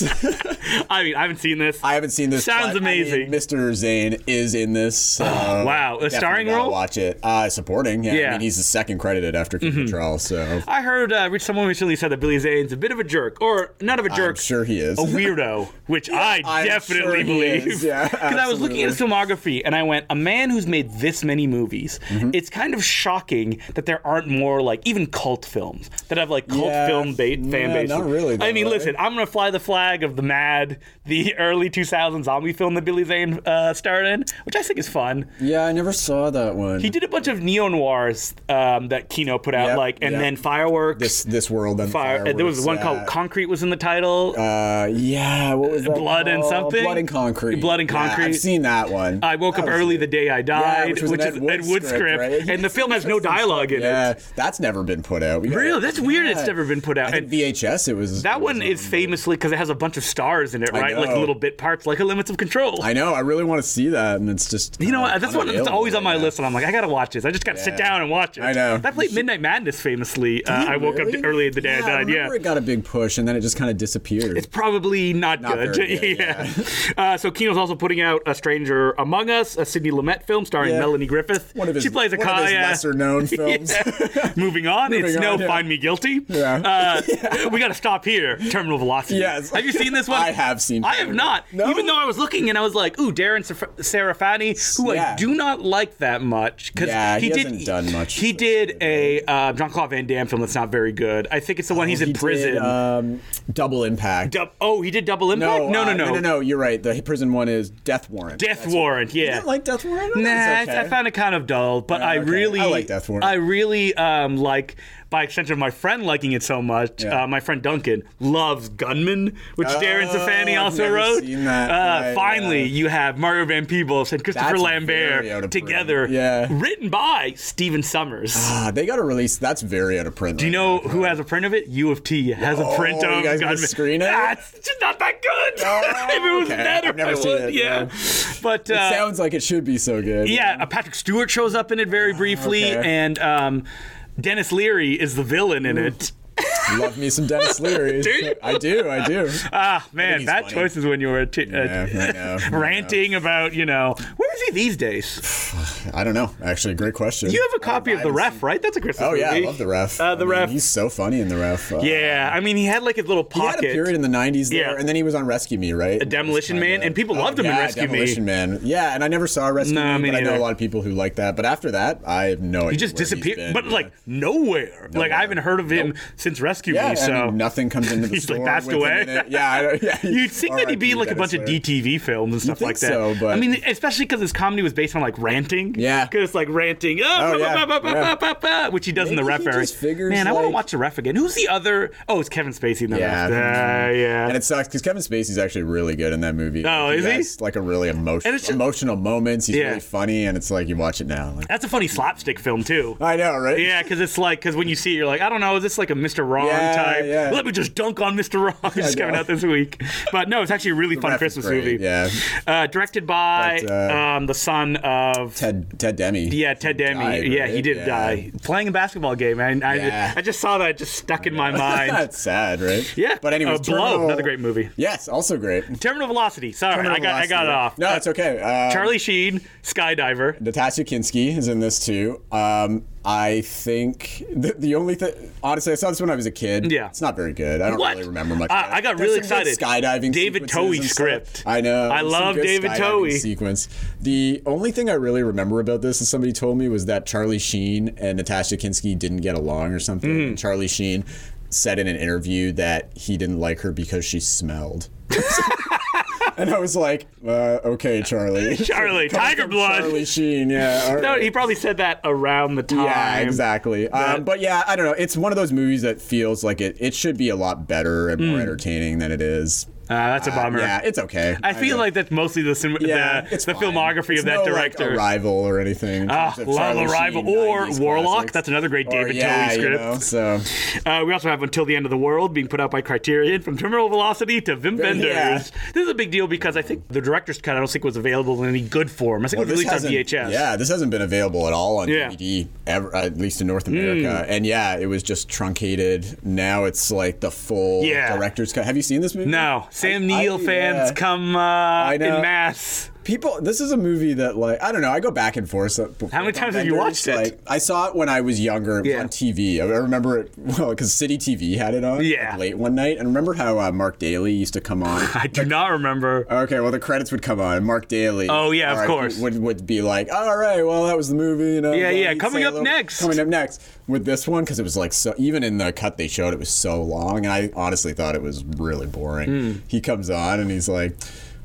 [SPEAKER 2] [laughs] I mean, I haven't seen this.
[SPEAKER 3] I haven't seen this.
[SPEAKER 2] Sounds
[SPEAKER 3] but, I mean,
[SPEAKER 2] amazing. Oh,
[SPEAKER 3] Mr. Zane is in this. So
[SPEAKER 2] wow. A
[SPEAKER 3] definitely
[SPEAKER 2] starring
[SPEAKER 3] gotta
[SPEAKER 2] role?
[SPEAKER 3] Watch it. Uh, supporting. Yeah.
[SPEAKER 2] Yeah. Mm-hmm.
[SPEAKER 3] I mean, he's the second credited after Kim Cattrall, so
[SPEAKER 2] I heard uh, someone recently said that Billy Zane's a bit of a jerk, or not of a jerk, Oh.
[SPEAKER 3] I'm sure he is.
[SPEAKER 2] a weirdo,
[SPEAKER 3] [laughs]
[SPEAKER 2] which I
[SPEAKER 3] I'm sure
[SPEAKER 2] definitely
[SPEAKER 3] he
[SPEAKER 2] believe.
[SPEAKER 3] is.
[SPEAKER 2] [laughs]
[SPEAKER 3] Yeah,
[SPEAKER 2] I was looking at his filmography and I went, a man who's made this many movies,
[SPEAKER 3] Mm-hmm.
[SPEAKER 2] it's kind of shocking that there aren't more like even cult films that have like cult
[SPEAKER 3] Yeah.
[SPEAKER 2] film bait
[SPEAKER 3] Yeah,
[SPEAKER 2] fan bases.
[SPEAKER 3] not really,
[SPEAKER 2] I mean,
[SPEAKER 3] though,
[SPEAKER 2] listen, I'm gonna fly the flag of the Mad, the [laughs] early 2000 zombie film that Billy Zane uh, starred in, which I think is fun.
[SPEAKER 3] yeah, I never saw that one.
[SPEAKER 2] He did a bunch of neo noirs um, that Kino put out,
[SPEAKER 3] Yep,
[SPEAKER 2] like, and
[SPEAKER 3] yep.
[SPEAKER 2] then fireworks.
[SPEAKER 3] this this world and
[SPEAKER 2] Fire,
[SPEAKER 3] Fireworks,
[SPEAKER 2] there was one
[SPEAKER 3] yeah.
[SPEAKER 2] called Concrete was in the title.
[SPEAKER 3] Uh, yeah, what was that?
[SPEAKER 2] Blood and
[SPEAKER 3] called?
[SPEAKER 2] something?
[SPEAKER 3] Blood and concrete.
[SPEAKER 2] Blood and
[SPEAKER 3] Yeah,
[SPEAKER 2] Concrete.
[SPEAKER 3] I've seen that one.
[SPEAKER 2] I woke
[SPEAKER 3] That
[SPEAKER 2] up
[SPEAKER 3] was
[SPEAKER 2] early
[SPEAKER 3] it.
[SPEAKER 2] the day I died,
[SPEAKER 3] which was
[SPEAKER 2] which,
[SPEAKER 3] an
[SPEAKER 2] is
[SPEAKER 3] Ed Wood
[SPEAKER 2] Ed Wood
[SPEAKER 3] script,
[SPEAKER 2] script,
[SPEAKER 3] right? He
[SPEAKER 2] and the
[SPEAKER 3] used
[SPEAKER 2] film has no
[SPEAKER 3] some stuff,
[SPEAKER 2] dialogue in
[SPEAKER 3] [laughs] Yeah,
[SPEAKER 2] it.
[SPEAKER 3] that's never been put out. We gotta-
[SPEAKER 2] Really? That's weird it's
[SPEAKER 3] Yeah.
[SPEAKER 2] never been put out.
[SPEAKER 3] I think
[SPEAKER 2] And
[SPEAKER 3] VHS. It was
[SPEAKER 2] That
[SPEAKER 3] it
[SPEAKER 2] one
[SPEAKER 3] was
[SPEAKER 2] is famously because it has a bunch of stars in it,
[SPEAKER 3] I
[SPEAKER 2] right? Like
[SPEAKER 3] know.
[SPEAKER 2] little bit parts, like a Limits of Control.
[SPEAKER 3] I know. I really want to see that, and it's just
[SPEAKER 2] you know what? That's one that's always on my list, and I'm like, I gotta watch this. I just gotta sit
[SPEAKER 3] Yeah.
[SPEAKER 2] down and watch it.
[SPEAKER 3] I know.
[SPEAKER 2] That played Midnight Madness famously. Uh, I woke up early in the day
[SPEAKER 3] yeah,
[SPEAKER 2] I
[SPEAKER 3] I
[SPEAKER 2] died. Yeah.
[SPEAKER 3] remember it got a big push, and then it just kind of disappeared.
[SPEAKER 2] It's probably not,
[SPEAKER 3] Not
[SPEAKER 2] good. [laughs]
[SPEAKER 3] very good,
[SPEAKER 2] uh, so Kino's also putting out A Stranger Among Us, a Sidney Lumet film starring
[SPEAKER 3] Yeah.
[SPEAKER 2] Melanie Griffith.
[SPEAKER 3] one of his
[SPEAKER 2] she plays a
[SPEAKER 3] one of his
[SPEAKER 2] Kaya.
[SPEAKER 3] lesser
[SPEAKER 2] [laughs]
[SPEAKER 3] known films.
[SPEAKER 2] Yeah. [laughs] Moving on, it's
[SPEAKER 3] Moving
[SPEAKER 2] no
[SPEAKER 3] on, yeah.
[SPEAKER 2] find me guilty.
[SPEAKER 3] Yeah.
[SPEAKER 2] Uh, [laughs] We got to stop here. Terminal Velocity.
[SPEAKER 3] Yes.
[SPEAKER 2] Have you seen this one?
[SPEAKER 3] [laughs] I have seen
[SPEAKER 2] I have
[SPEAKER 3] Terminal.
[SPEAKER 2] not.
[SPEAKER 3] No?
[SPEAKER 2] Even though I was looking and I was like, ooh, Darren Saf- Sarafani, who I
[SPEAKER 3] Yeah.
[SPEAKER 2] do not like that much because
[SPEAKER 3] Yeah,
[SPEAKER 2] he,
[SPEAKER 3] he
[SPEAKER 2] did,
[SPEAKER 3] hasn't done much
[SPEAKER 2] He
[SPEAKER 3] this
[SPEAKER 2] did a uh, Jean Claude Van Damme film that's not very good. I think it's the one he's in
[SPEAKER 3] Oh, He did,
[SPEAKER 2] prison.
[SPEAKER 3] um, double impact.
[SPEAKER 2] Dub- oh, he did Double Impact.
[SPEAKER 3] no,
[SPEAKER 2] no,
[SPEAKER 3] uh,
[SPEAKER 2] no,
[SPEAKER 3] no, no, no. You're right. The prison one is Death Warrant.
[SPEAKER 2] Death Warrant. Yeah.
[SPEAKER 3] I didn't like Death Warrant. Oh,
[SPEAKER 2] Nah, I-
[SPEAKER 3] That's
[SPEAKER 2] I,
[SPEAKER 3] okay. Ah,
[SPEAKER 2] found it kind of dull, but I
[SPEAKER 3] okay.
[SPEAKER 2] really
[SPEAKER 3] I like Death Warrant.
[SPEAKER 2] I really um, like, by extension of my friend liking it so much.
[SPEAKER 3] Yeah.
[SPEAKER 2] Uh, my friend Duncan loves Gunman, which Darren
[SPEAKER 3] Oh,
[SPEAKER 2] Zafani
[SPEAKER 3] I've
[SPEAKER 2] also
[SPEAKER 3] never
[SPEAKER 2] wrote.
[SPEAKER 3] seen that.
[SPEAKER 2] Uh,
[SPEAKER 3] Right,
[SPEAKER 2] finally,
[SPEAKER 3] yeah.
[SPEAKER 2] you have Mario Van Peebles and Christopher
[SPEAKER 3] That's very out
[SPEAKER 2] Lambert
[SPEAKER 3] of
[SPEAKER 2] together,
[SPEAKER 3] print. Yeah.
[SPEAKER 2] written by Stephen Summers.
[SPEAKER 3] Ah, they got to release. That's very out of print.
[SPEAKER 2] Do you know who has a print of it? U of T has a print
[SPEAKER 3] Oh, you
[SPEAKER 2] of
[SPEAKER 3] guys gonna
[SPEAKER 2] Gunman.
[SPEAKER 3] screen it?
[SPEAKER 2] That's just not that good. [laughs]
[SPEAKER 3] Oh,
[SPEAKER 2] if it was
[SPEAKER 3] okay.
[SPEAKER 2] better,
[SPEAKER 3] I've never
[SPEAKER 2] I
[SPEAKER 3] seen
[SPEAKER 2] would,
[SPEAKER 3] it,
[SPEAKER 2] Yeah,
[SPEAKER 3] no.
[SPEAKER 2] but
[SPEAKER 3] It
[SPEAKER 2] uh,
[SPEAKER 3] sounds like it should be so good.
[SPEAKER 2] yeah, uh, Patrick Stewart shows up in it very briefly,
[SPEAKER 3] Ah, okay.
[SPEAKER 2] and um, Dennis Leary is the villain in it.
[SPEAKER 3] love me
[SPEAKER 2] [laughs]
[SPEAKER 3] some Dennis Leary.
[SPEAKER 2] Do you?
[SPEAKER 3] I do. I do.
[SPEAKER 2] Ah, man,
[SPEAKER 3] he's
[SPEAKER 2] that
[SPEAKER 3] funny.
[SPEAKER 2] choice is when you were a t-
[SPEAKER 3] Yeah, I know, I
[SPEAKER 2] uh,
[SPEAKER 3] know.
[SPEAKER 2] ranting about, you know, where is he these days?
[SPEAKER 3] I don't know. Actually, great question.
[SPEAKER 2] You have a copy of The Ref, right? That's a Christmas
[SPEAKER 3] Oh yeah, I
[SPEAKER 2] movie.
[SPEAKER 3] love the ref.
[SPEAKER 2] Uh,
[SPEAKER 3] I
[SPEAKER 2] the
[SPEAKER 3] mean,
[SPEAKER 2] Ref.
[SPEAKER 3] He's so funny in the ref. Uh,
[SPEAKER 2] yeah, I mean, he had like his little
[SPEAKER 3] He had a
[SPEAKER 2] pocket.
[SPEAKER 3] period in the '90s there,
[SPEAKER 2] Yeah.
[SPEAKER 3] and then he was on Rescue Me, right? A
[SPEAKER 2] Demolition Man, and people loved him in Rescue Me.
[SPEAKER 3] Demolition Man. Yeah, and I never saw Rescue
[SPEAKER 2] No,
[SPEAKER 3] Me,
[SPEAKER 2] me
[SPEAKER 3] but I know
[SPEAKER 2] neither.
[SPEAKER 3] a lot of people who like that. But after that, I have no idea.
[SPEAKER 2] he just
[SPEAKER 3] where he's
[SPEAKER 2] disappeared,
[SPEAKER 3] been,
[SPEAKER 2] but
[SPEAKER 3] yeah.
[SPEAKER 2] like nowhere. Like I haven't heard of him since Rescue
[SPEAKER 3] yeah,
[SPEAKER 2] Me. So
[SPEAKER 3] I mean, nothing comes into
[SPEAKER 2] [laughs]
[SPEAKER 3] the
[SPEAKER 2] He's, like,
[SPEAKER 3] store.
[SPEAKER 2] passed
[SPEAKER 3] with him
[SPEAKER 2] away.
[SPEAKER 3] in it. Yeah, I don't, yeah.
[SPEAKER 2] [laughs] You'd think that he'd be
[SPEAKER 3] RIP
[SPEAKER 2] in like a bunch of
[SPEAKER 3] Dennis Leary.
[SPEAKER 2] DTV films and stuff
[SPEAKER 3] think
[SPEAKER 2] like that.
[SPEAKER 3] so, but-
[SPEAKER 2] I mean, especially because his comedy was based on like ranting.
[SPEAKER 3] Yeah.
[SPEAKER 2] because it's like ranting, "Ah, bah,
[SPEAKER 3] Oh, yeah,
[SPEAKER 2] bah, bah, bah,
[SPEAKER 3] yeah.
[SPEAKER 2] bah, bah," which he does in the
[SPEAKER 3] Maybe
[SPEAKER 2] ref.
[SPEAKER 3] he
[SPEAKER 2] era.
[SPEAKER 3] just figures,
[SPEAKER 2] Man, I want to
[SPEAKER 3] like-
[SPEAKER 2] watch the ref again. Who's the other? Oh, it's Kevin Spacey in the
[SPEAKER 3] Yeah.
[SPEAKER 2] ref. Ah, yeah.
[SPEAKER 3] And it sucks because Kevin Spacey's actually really good in that movie.
[SPEAKER 2] Oh,
[SPEAKER 3] Like,
[SPEAKER 2] is he?
[SPEAKER 3] has, Like a really emotional,
[SPEAKER 2] And it's just-
[SPEAKER 3] emotional moments. He's
[SPEAKER 2] Yeah.
[SPEAKER 3] really funny, and it's like you watch it now. Like,
[SPEAKER 2] That's a funny slapstick film too.
[SPEAKER 3] I know, right?
[SPEAKER 2] Yeah, because it's like, because when you see it, you're like, I don't know, is this like a Mr. Wrong
[SPEAKER 3] Yeah,
[SPEAKER 2] type?
[SPEAKER 3] yeah.
[SPEAKER 2] Let me just dunk on Mr.
[SPEAKER 3] [laughs]
[SPEAKER 2] Wrong. just coming
[SPEAKER 3] know.
[SPEAKER 2] out this week. But no, it's actually a really fun
[SPEAKER 3] Ref is
[SPEAKER 2] Christmas
[SPEAKER 3] great,
[SPEAKER 2] movie.
[SPEAKER 3] Yeah,
[SPEAKER 2] Uh, directed by
[SPEAKER 3] But, uh,
[SPEAKER 2] um, the son of
[SPEAKER 3] Ted Ted Demi. [laughs]
[SPEAKER 2] Yeah, Ted Demme.
[SPEAKER 3] died,
[SPEAKER 2] yeah,
[SPEAKER 3] right?
[SPEAKER 2] he did
[SPEAKER 3] Yeah.
[SPEAKER 2] die playing a basketball game. And I,
[SPEAKER 3] Yeah.
[SPEAKER 2] I just saw that; it just stuck in my
[SPEAKER 3] [laughs]
[SPEAKER 2] mind.
[SPEAKER 3] That's sad, right?
[SPEAKER 2] Yeah.
[SPEAKER 3] But anyways,
[SPEAKER 2] uh, Blow,
[SPEAKER 3] Terminal-
[SPEAKER 2] another great movie.
[SPEAKER 3] Yes, also great.
[SPEAKER 2] Terminal Velocity. Sorry, I got I got it off.
[SPEAKER 3] No, it's okay. Uh,
[SPEAKER 2] Charlie Sheen, Skydiver.
[SPEAKER 3] Natasha Kinsky is in this too. Um, I think the, the only thing, honestly, I saw this when I was a kid.
[SPEAKER 2] Yeah.
[SPEAKER 3] it's not very good. I don't
[SPEAKER 2] What?
[SPEAKER 3] really remember much.
[SPEAKER 2] I-
[SPEAKER 3] of it.
[SPEAKER 2] I got
[SPEAKER 3] There's
[SPEAKER 2] really
[SPEAKER 3] some good
[SPEAKER 2] excited.
[SPEAKER 3] Skydiving,
[SPEAKER 2] David
[SPEAKER 3] sequences
[SPEAKER 2] Towie
[SPEAKER 3] and stuff.
[SPEAKER 2] script.
[SPEAKER 3] I know.
[SPEAKER 2] I
[SPEAKER 3] Some
[SPEAKER 2] love
[SPEAKER 3] good
[SPEAKER 2] David
[SPEAKER 3] skydiving
[SPEAKER 2] Towie.
[SPEAKER 3] sequence. The only thing I really remember about this, is somebody told me, was that Charlie Sheen and Natasha Kinsky didn't get along or something.
[SPEAKER 2] Mm-hmm.
[SPEAKER 3] And Charlie Sheen
[SPEAKER 2] [laughs]
[SPEAKER 3] said in an interview that he didn't like her because she smelled. [laughs] And I was like, uh, okay, Charlie.
[SPEAKER 2] Charlie, Tiger Blood. [laughs]
[SPEAKER 3] Charlie Sheen, yeah. all
[SPEAKER 2] No,
[SPEAKER 3] right.
[SPEAKER 2] he probably said that around the time.
[SPEAKER 3] Yeah, exactly. Um, but yeah, I don't know. It's one of those movies that feels like it, it should be a lot better and
[SPEAKER 2] Hmm.
[SPEAKER 3] more entertaining than it is.
[SPEAKER 2] Uh, that's a bummer.
[SPEAKER 3] Yeah, it's okay.
[SPEAKER 2] I feel
[SPEAKER 3] don't-
[SPEAKER 2] like that's mostly the sim-
[SPEAKER 3] yeah,
[SPEAKER 2] the,
[SPEAKER 3] it's
[SPEAKER 2] the
[SPEAKER 3] fine.
[SPEAKER 2] filmography
[SPEAKER 3] It's
[SPEAKER 2] of that
[SPEAKER 3] no,
[SPEAKER 2] director.
[SPEAKER 3] Like, Arrival or anything. in
[SPEAKER 2] Ah,
[SPEAKER 3] terms of
[SPEAKER 2] love
[SPEAKER 3] Charlie
[SPEAKER 2] Arrival
[SPEAKER 3] Sheen,
[SPEAKER 2] or
[SPEAKER 3] 90s
[SPEAKER 2] Warlock.
[SPEAKER 3] classics.
[SPEAKER 2] That's another great David
[SPEAKER 3] yeah,
[SPEAKER 2] Towie
[SPEAKER 3] you
[SPEAKER 2] script.
[SPEAKER 3] know,
[SPEAKER 2] [laughs]
[SPEAKER 3] so
[SPEAKER 2] Uh, we also have Until the End of the World being put out by Criterion from Terminal Velocity to Vim Benders. This is a big deal because I think the director's cut I don't think was available in any good form. I think it was
[SPEAKER 3] Well, this
[SPEAKER 2] released on
[SPEAKER 3] hasn't-
[SPEAKER 2] VHS.
[SPEAKER 3] Yeah, this hasn't been available at all on
[SPEAKER 2] Yeah. Hmm.
[SPEAKER 3] DVD, ever, at least in North America. And yeah, it was just truncated. Now it's like the full
[SPEAKER 2] Yeah.
[SPEAKER 3] director's cut. Have you seen this movie?
[SPEAKER 2] No, Sam
[SPEAKER 3] I-
[SPEAKER 2] Neill
[SPEAKER 3] I-
[SPEAKER 2] fans
[SPEAKER 3] yeah.
[SPEAKER 2] come uh, in
[SPEAKER 3] know.
[SPEAKER 2] mass.
[SPEAKER 3] People, this is a movie that like I don't know. I go back and forth. so-
[SPEAKER 2] How many times have you watched it?
[SPEAKER 3] Like, I saw it when I was younger
[SPEAKER 2] Yeah.
[SPEAKER 3] on TV. I I remember it [laughs] well because City TV had it on
[SPEAKER 2] Yeah.
[SPEAKER 3] like, late one night. And remember how uh, Mark Daly used to
[SPEAKER 2] [laughs]
[SPEAKER 3] come on.
[SPEAKER 2] I do not remember.
[SPEAKER 3] Okay, well the credits would come on, and Mark Daly.
[SPEAKER 2] Oh, yeah, of
[SPEAKER 3] RIP,
[SPEAKER 2] course.
[SPEAKER 3] Would would be like, all right, well that was the movie, you know.
[SPEAKER 2] Yeah,
[SPEAKER 3] blah,
[SPEAKER 2] yeah,
[SPEAKER 3] he'd
[SPEAKER 2] coming
[SPEAKER 3] say a
[SPEAKER 2] up next."
[SPEAKER 3] Coming up next with this one because it was like so. Even in the cut they showed, it was so long, and I honestly thought it was really boring.
[SPEAKER 2] Hmm.
[SPEAKER 3] He comes on and he's like,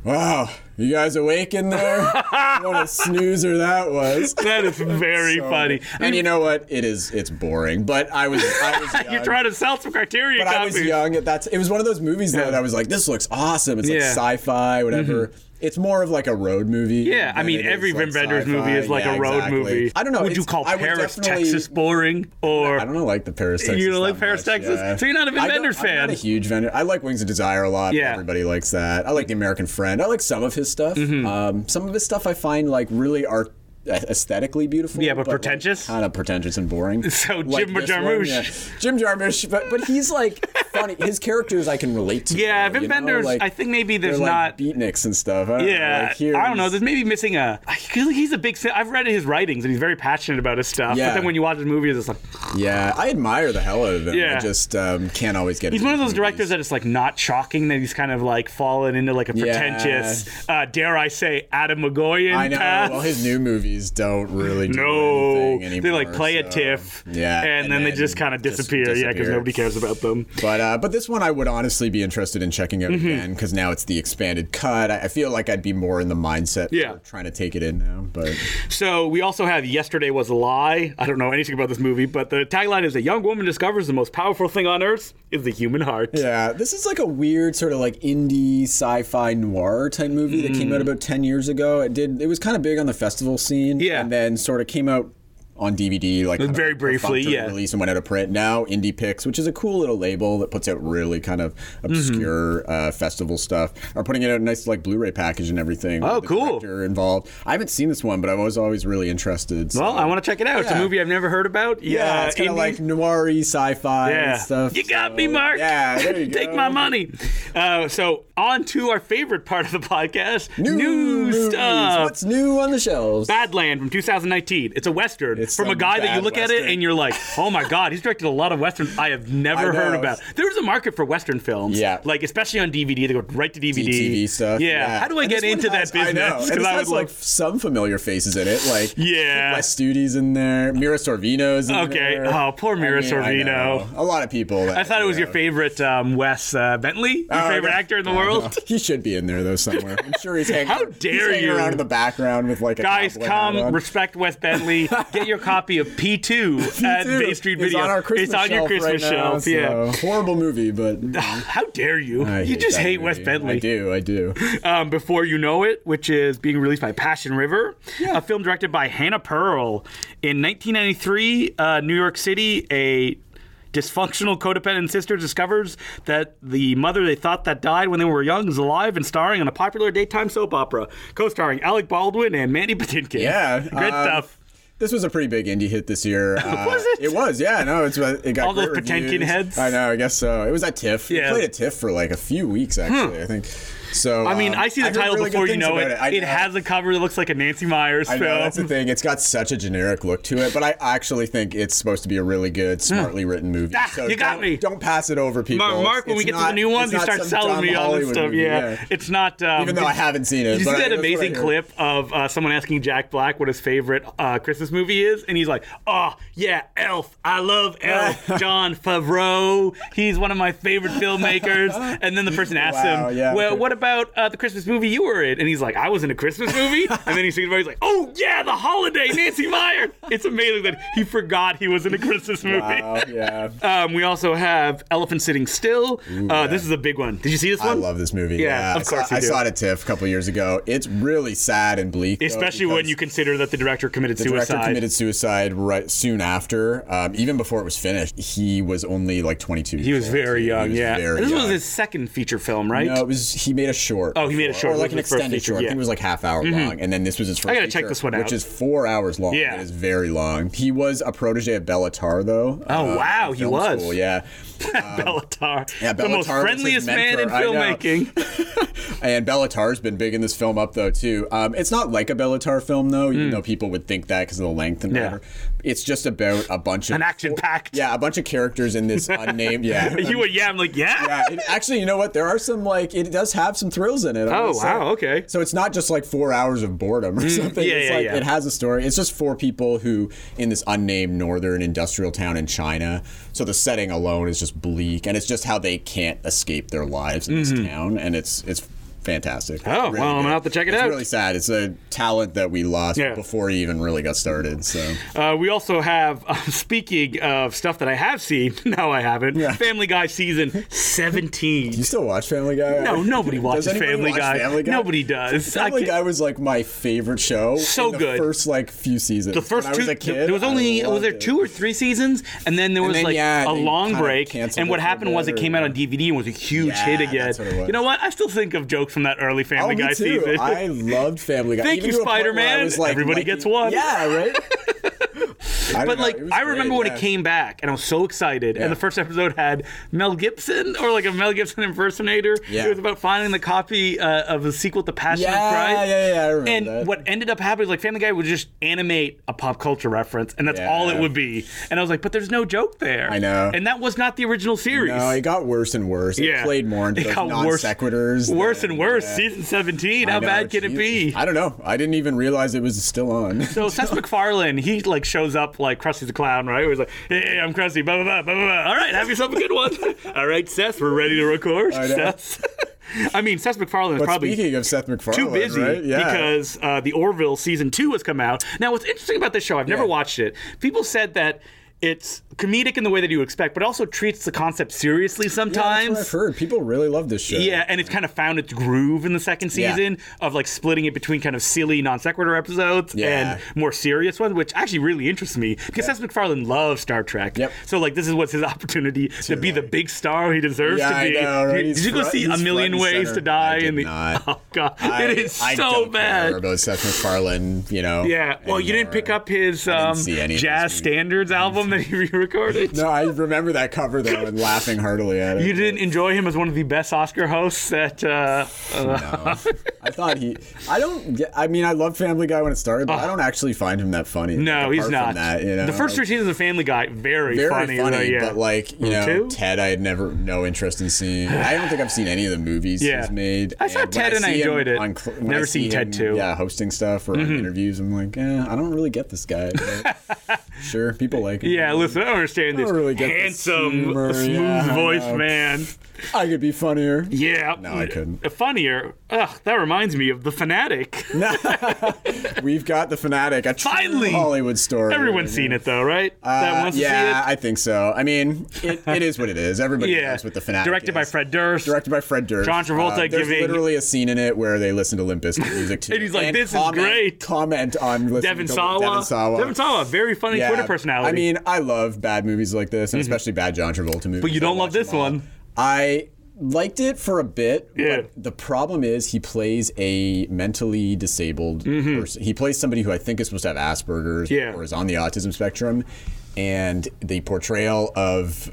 [SPEAKER 3] "Wow, you guys awake in
[SPEAKER 2] [laughs]
[SPEAKER 3] there? what a snoozer that was."
[SPEAKER 2] That is very
[SPEAKER 3] So-
[SPEAKER 2] funny.
[SPEAKER 3] And you know what? It is. It's boring. But I was. I was
[SPEAKER 2] [laughs]
[SPEAKER 3] young.
[SPEAKER 2] You're trying to sell some Criterion
[SPEAKER 3] But I was
[SPEAKER 2] copies.
[SPEAKER 3] young. At that, it was one of those movies though, that I was like, "This looks awesome." It's
[SPEAKER 2] Yeah. Mm-hmm.
[SPEAKER 3] like sci-fi, whatever. It's more of like a road movie.
[SPEAKER 2] Yeah, I
[SPEAKER 3] than
[SPEAKER 2] mean,
[SPEAKER 3] it is
[SPEAKER 2] every
[SPEAKER 3] like
[SPEAKER 2] Vim Vendors
[SPEAKER 3] sci-fi.
[SPEAKER 2] movie is like
[SPEAKER 3] Yeah,
[SPEAKER 2] a road
[SPEAKER 3] exactly.
[SPEAKER 2] movie.
[SPEAKER 3] I don't know.
[SPEAKER 2] Would you
[SPEAKER 3] it's-
[SPEAKER 2] call
[SPEAKER 3] I would
[SPEAKER 2] Paris,
[SPEAKER 3] definitely-
[SPEAKER 2] Texas boring? Or
[SPEAKER 3] I don't know, like the Paris, Texas.
[SPEAKER 2] don't like
[SPEAKER 3] that
[SPEAKER 2] Paris,
[SPEAKER 3] much,
[SPEAKER 2] Texas?
[SPEAKER 3] yeah.
[SPEAKER 2] So you're not a Vim
[SPEAKER 3] I don't-
[SPEAKER 2] Vendors
[SPEAKER 3] I'm
[SPEAKER 2] fan.
[SPEAKER 3] not a huge vendor. I like Wings of Desire a lot.
[SPEAKER 2] Yeah.
[SPEAKER 3] everybody likes that. I like The American Friend. I like some of his stuff.
[SPEAKER 2] Mm-hmm.
[SPEAKER 3] Um, some of his stuff I find like really art aesthetically beautiful.
[SPEAKER 2] Yeah, but pretentious?
[SPEAKER 3] kind of pretentious and boring.
[SPEAKER 2] [laughs] So Jim
[SPEAKER 3] this one,
[SPEAKER 2] Jarmusch.
[SPEAKER 3] yeah. Jim Jarmusch, but but he's like funny. His characters I can relate to.
[SPEAKER 2] Yeah,
[SPEAKER 3] though,
[SPEAKER 2] Vim
[SPEAKER 3] you know?
[SPEAKER 2] Vendors,
[SPEAKER 3] Like,
[SPEAKER 2] I think maybe
[SPEAKER 3] they're
[SPEAKER 2] there's
[SPEAKER 3] like
[SPEAKER 2] not.
[SPEAKER 3] beatniks and stuff. I don't
[SPEAKER 2] [laughs]
[SPEAKER 3] know,
[SPEAKER 2] yeah,
[SPEAKER 3] like here
[SPEAKER 2] I don't know.
[SPEAKER 3] he's-
[SPEAKER 2] There's maybe missing a. I feel like He's a big. I've read his writings and he's very passionate about his stuff. But
[SPEAKER 3] Yeah.
[SPEAKER 2] then when you watch his movies, it's like
[SPEAKER 3] Yeah, I admire the hell out of him.
[SPEAKER 2] Yeah.
[SPEAKER 3] I just um, can't always get.
[SPEAKER 2] he's
[SPEAKER 3] into
[SPEAKER 2] one of
[SPEAKER 3] his
[SPEAKER 2] those
[SPEAKER 3] movies.
[SPEAKER 2] directors that it's like not shocking that he's kind of like fallen into like a
[SPEAKER 3] Yeah.
[SPEAKER 2] pretentious, uh, dare I say, Adam McGoyan.
[SPEAKER 3] I know.
[SPEAKER 2] Path.
[SPEAKER 3] Well, his new movies don't really do
[SPEAKER 2] no,
[SPEAKER 3] anything anymore.
[SPEAKER 2] they like play a
[SPEAKER 3] so-
[SPEAKER 2] tiff,
[SPEAKER 3] Yeah,
[SPEAKER 2] and, then, they just kind of
[SPEAKER 3] just
[SPEAKER 2] disappear, yeah, because
[SPEAKER 3] disappear.
[SPEAKER 2] nobody cares about them.
[SPEAKER 3] But uh, but this one I would honestly be interested in checking out
[SPEAKER 2] Mm-hmm.
[SPEAKER 3] again because now it's the expanded cut. I, I feel like I'd be more in the mindset
[SPEAKER 2] Yeah.
[SPEAKER 3] for trying to take it in now. But
[SPEAKER 2] So we also have Yesterday Was a Lie. I don't know anything about this movie, but the tagline is a young woman discovers the most powerful thing on earth is the human heart.
[SPEAKER 3] yeah, this is like a weird sort of like indie sci-fi noir type movie that
[SPEAKER 2] Mm.
[SPEAKER 3] came out about ten years ago. It did. It was kind of big on the festival scene.
[SPEAKER 2] Yeah.
[SPEAKER 3] and then sort of came out. On DVD, like kind of
[SPEAKER 2] Very
[SPEAKER 3] a
[SPEAKER 2] briefly,
[SPEAKER 3] perfunctory
[SPEAKER 2] yeah.
[SPEAKER 3] release and went out of print. Now Indie Picks, which is a cool little label that puts out really kind of obscure
[SPEAKER 2] Mm-hmm.
[SPEAKER 3] uh, festival stuff, are putting it out in a nice like Blu-ray package and everything.
[SPEAKER 2] Oh,
[SPEAKER 3] with the
[SPEAKER 2] cool.
[SPEAKER 3] director involved. I haven't seen this one, but I was always really interested. so-
[SPEAKER 2] Well, I want to check it out. It's a
[SPEAKER 3] Yeah.
[SPEAKER 2] movie I've never heard about.
[SPEAKER 3] yeah, it's kind
[SPEAKER 2] indie-
[SPEAKER 3] of like noiry sci-fi
[SPEAKER 2] Yeah.
[SPEAKER 3] and stuff.
[SPEAKER 2] You got
[SPEAKER 3] so-
[SPEAKER 2] me, Mark.
[SPEAKER 3] Yeah, there you
[SPEAKER 2] [laughs] Take
[SPEAKER 3] go.
[SPEAKER 2] my money. Uh, so on to our favorite part of the podcast,
[SPEAKER 3] New
[SPEAKER 2] news
[SPEAKER 3] movies.
[SPEAKER 2] stuff.
[SPEAKER 3] What's new on the shelves?
[SPEAKER 2] Badland from 2019. It's a western
[SPEAKER 3] It's
[SPEAKER 2] from a
[SPEAKER 3] some
[SPEAKER 2] guy that you
[SPEAKER 3] bad
[SPEAKER 2] look at it
[SPEAKER 3] western.
[SPEAKER 2] and you're like, oh my god, he's directed a lot of westerns I have never
[SPEAKER 3] I
[SPEAKER 2] heard
[SPEAKER 3] know.
[SPEAKER 2] about. There's a market for western films,
[SPEAKER 3] Yeah.
[SPEAKER 2] like especially on DVD. They go right to DVD,
[SPEAKER 3] TV E stuff.
[SPEAKER 2] E Yeah. how do I
[SPEAKER 3] And
[SPEAKER 2] get
[SPEAKER 3] this one
[SPEAKER 2] into
[SPEAKER 3] has-
[SPEAKER 2] that business?
[SPEAKER 3] I know. And
[SPEAKER 2] Because
[SPEAKER 3] this
[SPEAKER 2] I would
[SPEAKER 3] has, like
[SPEAKER 2] love.
[SPEAKER 3] some familiar faces in it, like
[SPEAKER 2] Yeah.
[SPEAKER 3] Wes Studi's in there, Mira Sorvino's in
[SPEAKER 2] Okay.
[SPEAKER 3] there.
[SPEAKER 2] Oh, poor Mira Sorvino.
[SPEAKER 3] know. A lot of people. That,
[SPEAKER 2] I thought it was
[SPEAKER 3] you
[SPEAKER 2] your favorite um, Wes uh, Bentley, your
[SPEAKER 3] know. Oh,
[SPEAKER 2] favorite
[SPEAKER 3] no.
[SPEAKER 2] actor in the
[SPEAKER 3] No,
[SPEAKER 2] [laughs] world.
[SPEAKER 3] no. He should be in there though somewhere. I'm sure he's
[SPEAKER 2] [laughs]
[SPEAKER 3] hanging.
[SPEAKER 2] How
[SPEAKER 3] he's
[SPEAKER 2] dare
[SPEAKER 3] hanging
[SPEAKER 2] you.
[SPEAKER 3] around in the background with like a
[SPEAKER 2] Guys,
[SPEAKER 3] cowboy hat
[SPEAKER 2] come
[SPEAKER 3] on. [laughs]
[SPEAKER 2] respect Wes Bentley. Get your copy of P2, at
[SPEAKER 3] Dude,
[SPEAKER 2] Bay Street
[SPEAKER 3] it's
[SPEAKER 2] Video.
[SPEAKER 3] on our Christmas
[SPEAKER 2] it's on your
[SPEAKER 3] shelf
[SPEAKER 2] Christmas
[SPEAKER 3] right now,
[SPEAKER 2] shelf. yeah.
[SPEAKER 3] so- horrible
[SPEAKER 2] [laughs]
[SPEAKER 3] movie, but
[SPEAKER 2] How dare you?
[SPEAKER 3] I
[SPEAKER 2] you just
[SPEAKER 3] that
[SPEAKER 2] hate Wes
[SPEAKER 3] movie.
[SPEAKER 2] Bentley.
[SPEAKER 3] I do, I do.
[SPEAKER 2] um, Before You Know It, which is being released by Passion River, a film directed by Hannah Pearl in 1993, uh, New York City. A dysfunctional codependent sister discovers that the mother they thought that died when they were young is alive and starring on a popular daytime soap opera, co-starring Alec Baldwin and Mandy Patinkin.
[SPEAKER 3] Yeah,
[SPEAKER 2] great
[SPEAKER 3] um,
[SPEAKER 2] stuff.
[SPEAKER 3] This was a pretty big indie hit this year. Uh,
[SPEAKER 2] [laughs] Was it?
[SPEAKER 3] It was, yeah. No, it's uh, it got
[SPEAKER 2] All those
[SPEAKER 3] great
[SPEAKER 2] Potemkin
[SPEAKER 3] reviews.
[SPEAKER 2] heads?
[SPEAKER 3] I know, I guess so. It was at TIFF.
[SPEAKER 2] Yeah. Hmm.
[SPEAKER 3] It played at TIFF for like a few weeks actually, I think. So
[SPEAKER 2] I mean,
[SPEAKER 3] um,
[SPEAKER 2] I see the
[SPEAKER 3] heard
[SPEAKER 2] title
[SPEAKER 3] really good
[SPEAKER 2] before you
[SPEAKER 3] things
[SPEAKER 2] know it.
[SPEAKER 3] about I
[SPEAKER 2] It
[SPEAKER 3] know.
[SPEAKER 2] has a cover that looks like a Nancy Myers
[SPEAKER 3] I
[SPEAKER 2] film.
[SPEAKER 3] know that's the thing. It's got such a generic look to it, but I actually think it's supposed to be a really good, smartly written movie.
[SPEAKER 2] Hmm. Ah,
[SPEAKER 3] so
[SPEAKER 2] you got
[SPEAKER 3] don't,
[SPEAKER 2] me.
[SPEAKER 3] Don't pass it over, people.
[SPEAKER 2] Mark, Mark, when we
[SPEAKER 3] It's
[SPEAKER 2] get to the
[SPEAKER 3] not-
[SPEAKER 2] new
[SPEAKER 3] it's
[SPEAKER 2] ones, he
[SPEAKER 3] not
[SPEAKER 2] starts
[SPEAKER 3] some
[SPEAKER 2] selling
[SPEAKER 3] dumb
[SPEAKER 2] me all this
[SPEAKER 3] Hollywood
[SPEAKER 2] stuff.
[SPEAKER 3] movie,
[SPEAKER 2] yeah. it's not. Um,
[SPEAKER 3] even though I haven't seen it.
[SPEAKER 2] You see
[SPEAKER 3] but I-
[SPEAKER 2] that
[SPEAKER 3] that's what I
[SPEAKER 2] amazing
[SPEAKER 3] heard.
[SPEAKER 2] clip of uh, someone asking Jack Black what his favorite uh, Christmas movie is, and he's like, "Oh yeah, Elf. I love
[SPEAKER 3] [laughs]
[SPEAKER 2] Elf. John Favreau. He's one of my favorite filmmakers." And then the person asks
[SPEAKER 3] Wow,
[SPEAKER 2] him,
[SPEAKER 3] yeah,
[SPEAKER 2] "Well,
[SPEAKER 3] okay.
[SPEAKER 2] what about uh, the Christmas movie you were in?" And he's like, "I was in a Christmas
[SPEAKER 3] [laughs]
[SPEAKER 2] movie." and then he sees him, he's like, "Oh yeah, The Holiday, Nancy Meyer." It's amazing that he forgot he was in a Christmas movie.
[SPEAKER 3] Wow,
[SPEAKER 2] [laughs]
[SPEAKER 3] yeah.
[SPEAKER 2] Um, we also have Elephant Sitting Still. uh, This is a big one. Did you see this one?
[SPEAKER 3] I love this movie.
[SPEAKER 2] Yeah,
[SPEAKER 3] Yeah,
[SPEAKER 2] of
[SPEAKER 3] I saw-
[SPEAKER 2] course you
[SPEAKER 3] I
[SPEAKER 2] do.
[SPEAKER 3] saw it at TIFF a couple years ago. It's really sad and bleak, though,
[SPEAKER 2] Especially when
[SPEAKER 3] because
[SPEAKER 2] you consider that the director committed
[SPEAKER 3] the
[SPEAKER 2] suicide.
[SPEAKER 3] director committed suicide right soon after. Um, even before it was finished, he was only like 22.
[SPEAKER 2] he was very young,
[SPEAKER 3] was
[SPEAKER 2] yeah.
[SPEAKER 3] very
[SPEAKER 2] this was
[SPEAKER 3] young.
[SPEAKER 2] his second feature film, right?
[SPEAKER 3] No, it was he made a short.
[SPEAKER 2] Oh, he made a short.
[SPEAKER 3] or like
[SPEAKER 2] It
[SPEAKER 3] an
[SPEAKER 2] was his first
[SPEAKER 3] extended
[SPEAKER 2] feature,
[SPEAKER 3] short. I
[SPEAKER 2] yeah. Mm-hmm.
[SPEAKER 3] think it was like half hour long, and then this was his first.
[SPEAKER 2] gotta check
[SPEAKER 3] feature,
[SPEAKER 2] this one out.
[SPEAKER 3] which is four hours long.
[SPEAKER 2] Yeah.
[SPEAKER 3] it is very long. He was a protege of Bellatar, though.
[SPEAKER 2] Oh,
[SPEAKER 3] um,
[SPEAKER 2] wow,
[SPEAKER 3] in
[SPEAKER 2] he
[SPEAKER 3] film
[SPEAKER 2] was.
[SPEAKER 3] School. Yeah,
[SPEAKER 2] [laughs] Bellatar.
[SPEAKER 3] uh, Yeah,
[SPEAKER 2] the most
[SPEAKER 3] Bellatar was his
[SPEAKER 2] friendliest man in
[SPEAKER 3] mentor. I know. [laughs]
[SPEAKER 2] filmmaking.
[SPEAKER 3] and Bellatar's been big in this film up though too. Um, it's not like a Bellatar film though, even though people would think that because of the length and
[SPEAKER 2] Hmm. Yeah.
[SPEAKER 3] whatever. It's just about a bunch of
[SPEAKER 2] An action-packed.
[SPEAKER 3] Yeah, a bunch of characters in this unnamed. Yeah,
[SPEAKER 2] [laughs] you were, yeah, I'm like, yeah.
[SPEAKER 3] yeah, it, actually, you know what? There are some like it does have some thrills in it. I
[SPEAKER 2] Oh,
[SPEAKER 3] would say.
[SPEAKER 2] wow, okay. Mm,
[SPEAKER 3] So it's not just like four hours of boredom or something.
[SPEAKER 2] yeah,
[SPEAKER 3] it's
[SPEAKER 2] yeah,
[SPEAKER 3] like
[SPEAKER 2] yeah.
[SPEAKER 3] it has a story. It's just four people who in this unnamed northern industrial town in China. So the setting alone is just bleak, and it's just how they can't escape their lives in this town, and it's it's fantastic. It's
[SPEAKER 2] Mm-hmm. Oh, well, I'm
[SPEAKER 3] good.
[SPEAKER 2] gonna have to check it
[SPEAKER 3] it's
[SPEAKER 2] out.
[SPEAKER 3] Really sad. It's a talent that we lost
[SPEAKER 2] Yeah.
[SPEAKER 3] before he even really got started. So
[SPEAKER 2] Uh, we also have, [laughs] um, speaking of stuff that I have seen, [laughs] no, I haven't,
[SPEAKER 3] Yeah.
[SPEAKER 2] Family Guy
[SPEAKER 3] [laughs]
[SPEAKER 2] season 17.
[SPEAKER 3] you still watch Family Guy?
[SPEAKER 2] No, nobody
[SPEAKER 3] [laughs] Does
[SPEAKER 2] watches
[SPEAKER 3] anybody
[SPEAKER 2] Family
[SPEAKER 3] watch
[SPEAKER 2] Guy.
[SPEAKER 3] Family Guy.
[SPEAKER 2] Nobody does. I
[SPEAKER 3] Family
[SPEAKER 2] can't-
[SPEAKER 3] Guy was like my favorite show.
[SPEAKER 2] So
[SPEAKER 3] in the
[SPEAKER 2] good.
[SPEAKER 3] First like few seasons.
[SPEAKER 2] the first
[SPEAKER 3] when
[SPEAKER 2] two,
[SPEAKER 3] I was a kid,
[SPEAKER 2] there was
[SPEAKER 3] I
[SPEAKER 2] only was
[SPEAKER 3] loved
[SPEAKER 2] there
[SPEAKER 3] it.
[SPEAKER 2] two or three seasons, and then there was
[SPEAKER 3] then,
[SPEAKER 2] like
[SPEAKER 3] yeah,
[SPEAKER 2] a
[SPEAKER 3] they
[SPEAKER 2] long
[SPEAKER 3] kind of
[SPEAKER 2] break.
[SPEAKER 3] canceled
[SPEAKER 2] And
[SPEAKER 3] it
[SPEAKER 2] what
[SPEAKER 3] for a
[SPEAKER 2] happened was
[SPEAKER 3] bit
[SPEAKER 2] it
[SPEAKER 3] or-
[SPEAKER 2] came out on DVD and was a huge
[SPEAKER 3] Yeah,
[SPEAKER 2] hit again.
[SPEAKER 3] that's what it was.
[SPEAKER 2] You know what? I still think of jokes from that early
[SPEAKER 3] Oh,
[SPEAKER 2] Family
[SPEAKER 3] me
[SPEAKER 2] Guy
[SPEAKER 3] too.
[SPEAKER 2] season.
[SPEAKER 3] I loved Family Guy.
[SPEAKER 2] Thank
[SPEAKER 3] even
[SPEAKER 2] you,
[SPEAKER 3] to a point where I
[SPEAKER 2] Spider-Man.
[SPEAKER 3] was, like,
[SPEAKER 2] Everybody
[SPEAKER 3] liking-
[SPEAKER 2] gets one.
[SPEAKER 3] Yeah,
[SPEAKER 2] [laughs]
[SPEAKER 3] right. I don't
[SPEAKER 2] [laughs] But
[SPEAKER 3] know,
[SPEAKER 2] like
[SPEAKER 3] it was
[SPEAKER 2] I remember
[SPEAKER 3] great,
[SPEAKER 2] when
[SPEAKER 3] yeah.
[SPEAKER 2] it came back, and I was so excited.
[SPEAKER 3] Yeah.
[SPEAKER 2] And the first episode had Mel Gibson or like a Mel Gibson impersonator.
[SPEAKER 3] Yeah.
[SPEAKER 2] It was about finding the copy uh, of the sequel to Passion
[SPEAKER 3] Yeah,
[SPEAKER 2] of Christ.
[SPEAKER 3] yeah, yeah, I remember
[SPEAKER 2] And
[SPEAKER 3] that.
[SPEAKER 2] what ended up happening was like Family Guy would just animate a pop culture reference, and that's all it
[SPEAKER 3] Yeah.
[SPEAKER 2] would be. And I was like, but there's no joke there.
[SPEAKER 3] I know.
[SPEAKER 2] And that was not the original series.
[SPEAKER 3] No, it got worse and worse. It
[SPEAKER 2] Yeah.
[SPEAKER 3] played more into
[SPEAKER 2] It
[SPEAKER 3] those
[SPEAKER 2] got
[SPEAKER 3] non
[SPEAKER 2] worse-
[SPEAKER 3] sequiturs.
[SPEAKER 2] Worse
[SPEAKER 3] than-
[SPEAKER 2] and worse.
[SPEAKER 3] yeah.
[SPEAKER 2] Season 17. How
[SPEAKER 3] I know,
[SPEAKER 2] bad can it be?
[SPEAKER 3] Jesus. I don't know. I didn't even realize it was still
[SPEAKER 2] [laughs]
[SPEAKER 3] on.
[SPEAKER 2] So Seth MacFarlane, he like shows up like Krusty the Clown, right? Where he's like, "Hey, I'm Krusty, blah blah blah blah blah, blah. All right, have yourself a good one. [laughs] All right, Seth, we're ready to record.
[SPEAKER 3] I know.
[SPEAKER 2] Seth. [laughs] I mean, Seth MacFarlane is
[SPEAKER 3] But
[SPEAKER 2] probably
[SPEAKER 3] speaking of Seth MacFarlane,
[SPEAKER 2] too busy
[SPEAKER 3] right? yeah.
[SPEAKER 2] because uh, the Orville season two has come out. Now, what's interesting about this show, I've never
[SPEAKER 3] Yeah.
[SPEAKER 2] watched it. People said that. It's comedic in the way that you expect, but also treats the concept seriously
[SPEAKER 3] Yeah, that's
[SPEAKER 2] sometimes.
[SPEAKER 3] what I've heard. People really love this show.
[SPEAKER 2] Yeah, and it's kind of found its groove in the second
[SPEAKER 3] Yeah.
[SPEAKER 2] season of like splitting it between kind of silly non sequitur episodes
[SPEAKER 3] Yeah.
[SPEAKER 2] and more serious ones, which actually really interests me because Seth MacFarlane loves Star Trek.
[SPEAKER 3] Yep.
[SPEAKER 2] So like this is what's his [laughs] opportunity to be the big star he deserves
[SPEAKER 3] Yeah,
[SPEAKER 2] to
[SPEAKER 3] I
[SPEAKER 2] be.
[SPEAKER 3] know, right?
[SPEAKER 2] Did- Did
[SPEAKER 3] He's
[SPEAKER 2] you go
[SPEAKER 3] front-
[SPEAKER 2] see A
[SPEAKER 3] he's
[SPEAKER 2] Million
[SPEAKER 3] front and
[SPEAKER 2] Ways
[SPEAKER 3] center.
[SPEAKER 2] to Die
[SPEAKER 3] I did
[SPEAKER 2] in the
[SPEAKER 3] not.
[SPEAKER 2] [laughs] Oh god.
[SPEAKER 3] I-
[SPEAKER 2] it is
[SPEAKER 3] I
[SPEAKER 2] so
[SPEAKER 3] don't
[SPEAKER 2] bad.
[SPEAKER 3] Care about Seth MacFarlane, you know.
[SPEAKER 2] Yeah. Well, you didn't
[SPEAKER 3] anymore.
[SPEAKER 2] pick up his
[SPEAKER 3] didn't
[SPEAKER 2] um,
[SPEAKER 3] see any of
[SPEAKER 2] jazz
[SPEAKER 3] his movies.
[SPEAKER 2] standards album that he [laughs] re-recorded.
[SPEAKER 3] No, I remember that cover though, and laughing heartily at it.
[SPEAKER 2] You didn't enjoy him as one of the best Oscar hosts at uh,
[SPEAKER 3] No. I thought he. I don't. get- I mean, I love Family Guy when it started, but I don't actually find him that funny.
[SPEAKER 2] Oh. No,
[SPEAKER 3] Like,
[SPEAKER 2] he's
[SPEAKER 3] apart
[SPEAKER 2] not.
[SPEAKER 3] From that, you know,
[SPEAKER 2] the first three
[SPEAKER 3] like,
[SPEAKER 2] seasons of Family Guy, very,
[SPEAKER 3] very
[SPEAKER 2] funny.
[SPEAKER 3] funny,
[SPEAKER 2] though, yeah.
[SPEAKER 3] but like you know,
[SPEAKER 2] too?
[SPEAKER 3] Ted, I had never no interest in seeing. I don't think I've seen any of the movies
[SPEAKER 2] Yeah.
[SPEAKER 3] he's made.
[SPEAKER 2] I saw
[SPEAKER 3] when
[SPEAKER 2] Ted and I
[SPEAKER 3] see him
[SPEAKER 2] enjoyed it.
[SPEAKER 3] on cl- when I
[SPEAKER 2] Never
[SPEAKER 3] see
[SPEAKER 2] seen Ted Mm-hmm.
[SPEAKER 3] him,
[SPEAKER 2] too.
[SPEAKER 3] Yeah, hosting stuff or on interviews. I'm like, eh, I don't really get this guy. but
[SPEAKER 2] [laughs]
[SPEAKER 3] sure, people like him.
[SPEAKER 2] yeah, listen, I don't understand this
[SPEAKER 3] don't really get the
[SPEAKER 2] handsome,
[SPEAKER 3] humor,
[SPEAKER 2] smooth
[SPEAKER 3] yeah, I
[SPEAKER 2] voiced
[SPEAKER 3] know.
[SPEAKER 2] man.
[SPEAKER 3] I could be funnier.
[SPEAKER 2] Yeah. Uh,
[SPEAKER 3] No, I couldn't.
[SPEAKER 2] Funnier. Ugh, that reminds me of The Fanatic.
[SPEAKER 3] We've got the fanatic. A true
[SPEAKER 2] Finally!
[SPEAKER 3] Hollywood story.
[SPEAKER 2] Everyone's seen it though, right? that
[SPEAKER 3] Uh,
[SPEAKER 2] wants
[SPEAKER 3] yeah,
[SPEAKER 2] to see it.
[SPEAKER 3] I think so. I mean, it, it is what it is. Everybody
[SPEAKER 2] yeah.
[SPEAKER 3] knows what the fanatic
[SPEAKER 2] Directed by
[SPEAKER 3] is.
[SPEAKER 2] Fred Durst.
[SPEAKER 3] Directed by Fred Durst.
[SPEAKER 2] John Travolta
[SPEAKER 3] Uh, there's
[SPEAKER 2] giving-
[SPEAKER 3] literally a scene in it where they listen to Limp Bizkit music
[SPEAKER 2] [laughs]
[SPEAKER 3] too.
[SPEAKER 2] And he's like, "This is
[SPEAKER 3] comment,
[SPEAKER 2] great."
[SPEAKER 3] Comment on listening
[SPEAKER 2] Devin
[SPEAKER 3] to
[SPEAKER 2] Sawa.
[SPEAKER 3] Devin Sawa.
[SPEAKER 2] Devin Sawa, very funny
[SPEAKER 3] Yeah.
[SPEAKER 2] Twitter personality. Mm-hmm.
[SPEAKER 3] I mean, I love bad movies like this, and especially bad John Travolta movies.
[SPEAKER 2] But you
[SPEAKER 3] I
[SPEAKER 2] don't love
[SPEAKER 3] watch them
[SPEAKER 2] this
[SPEAKER 3] all.
[SPEAKER 2] one.
[SPEAKER 3] I liked it for a bit.
[SPEAKER 2] Yeah.
[SPEAKER 3] But the problem is he plays a mentally disabled person. He plays somebody who I think is supposed to have Asperger's
[SPEAKER 2] Mm-hmm. Yeah.
[SPEAKER 3] or is on the autism spectrum, and the portrayal of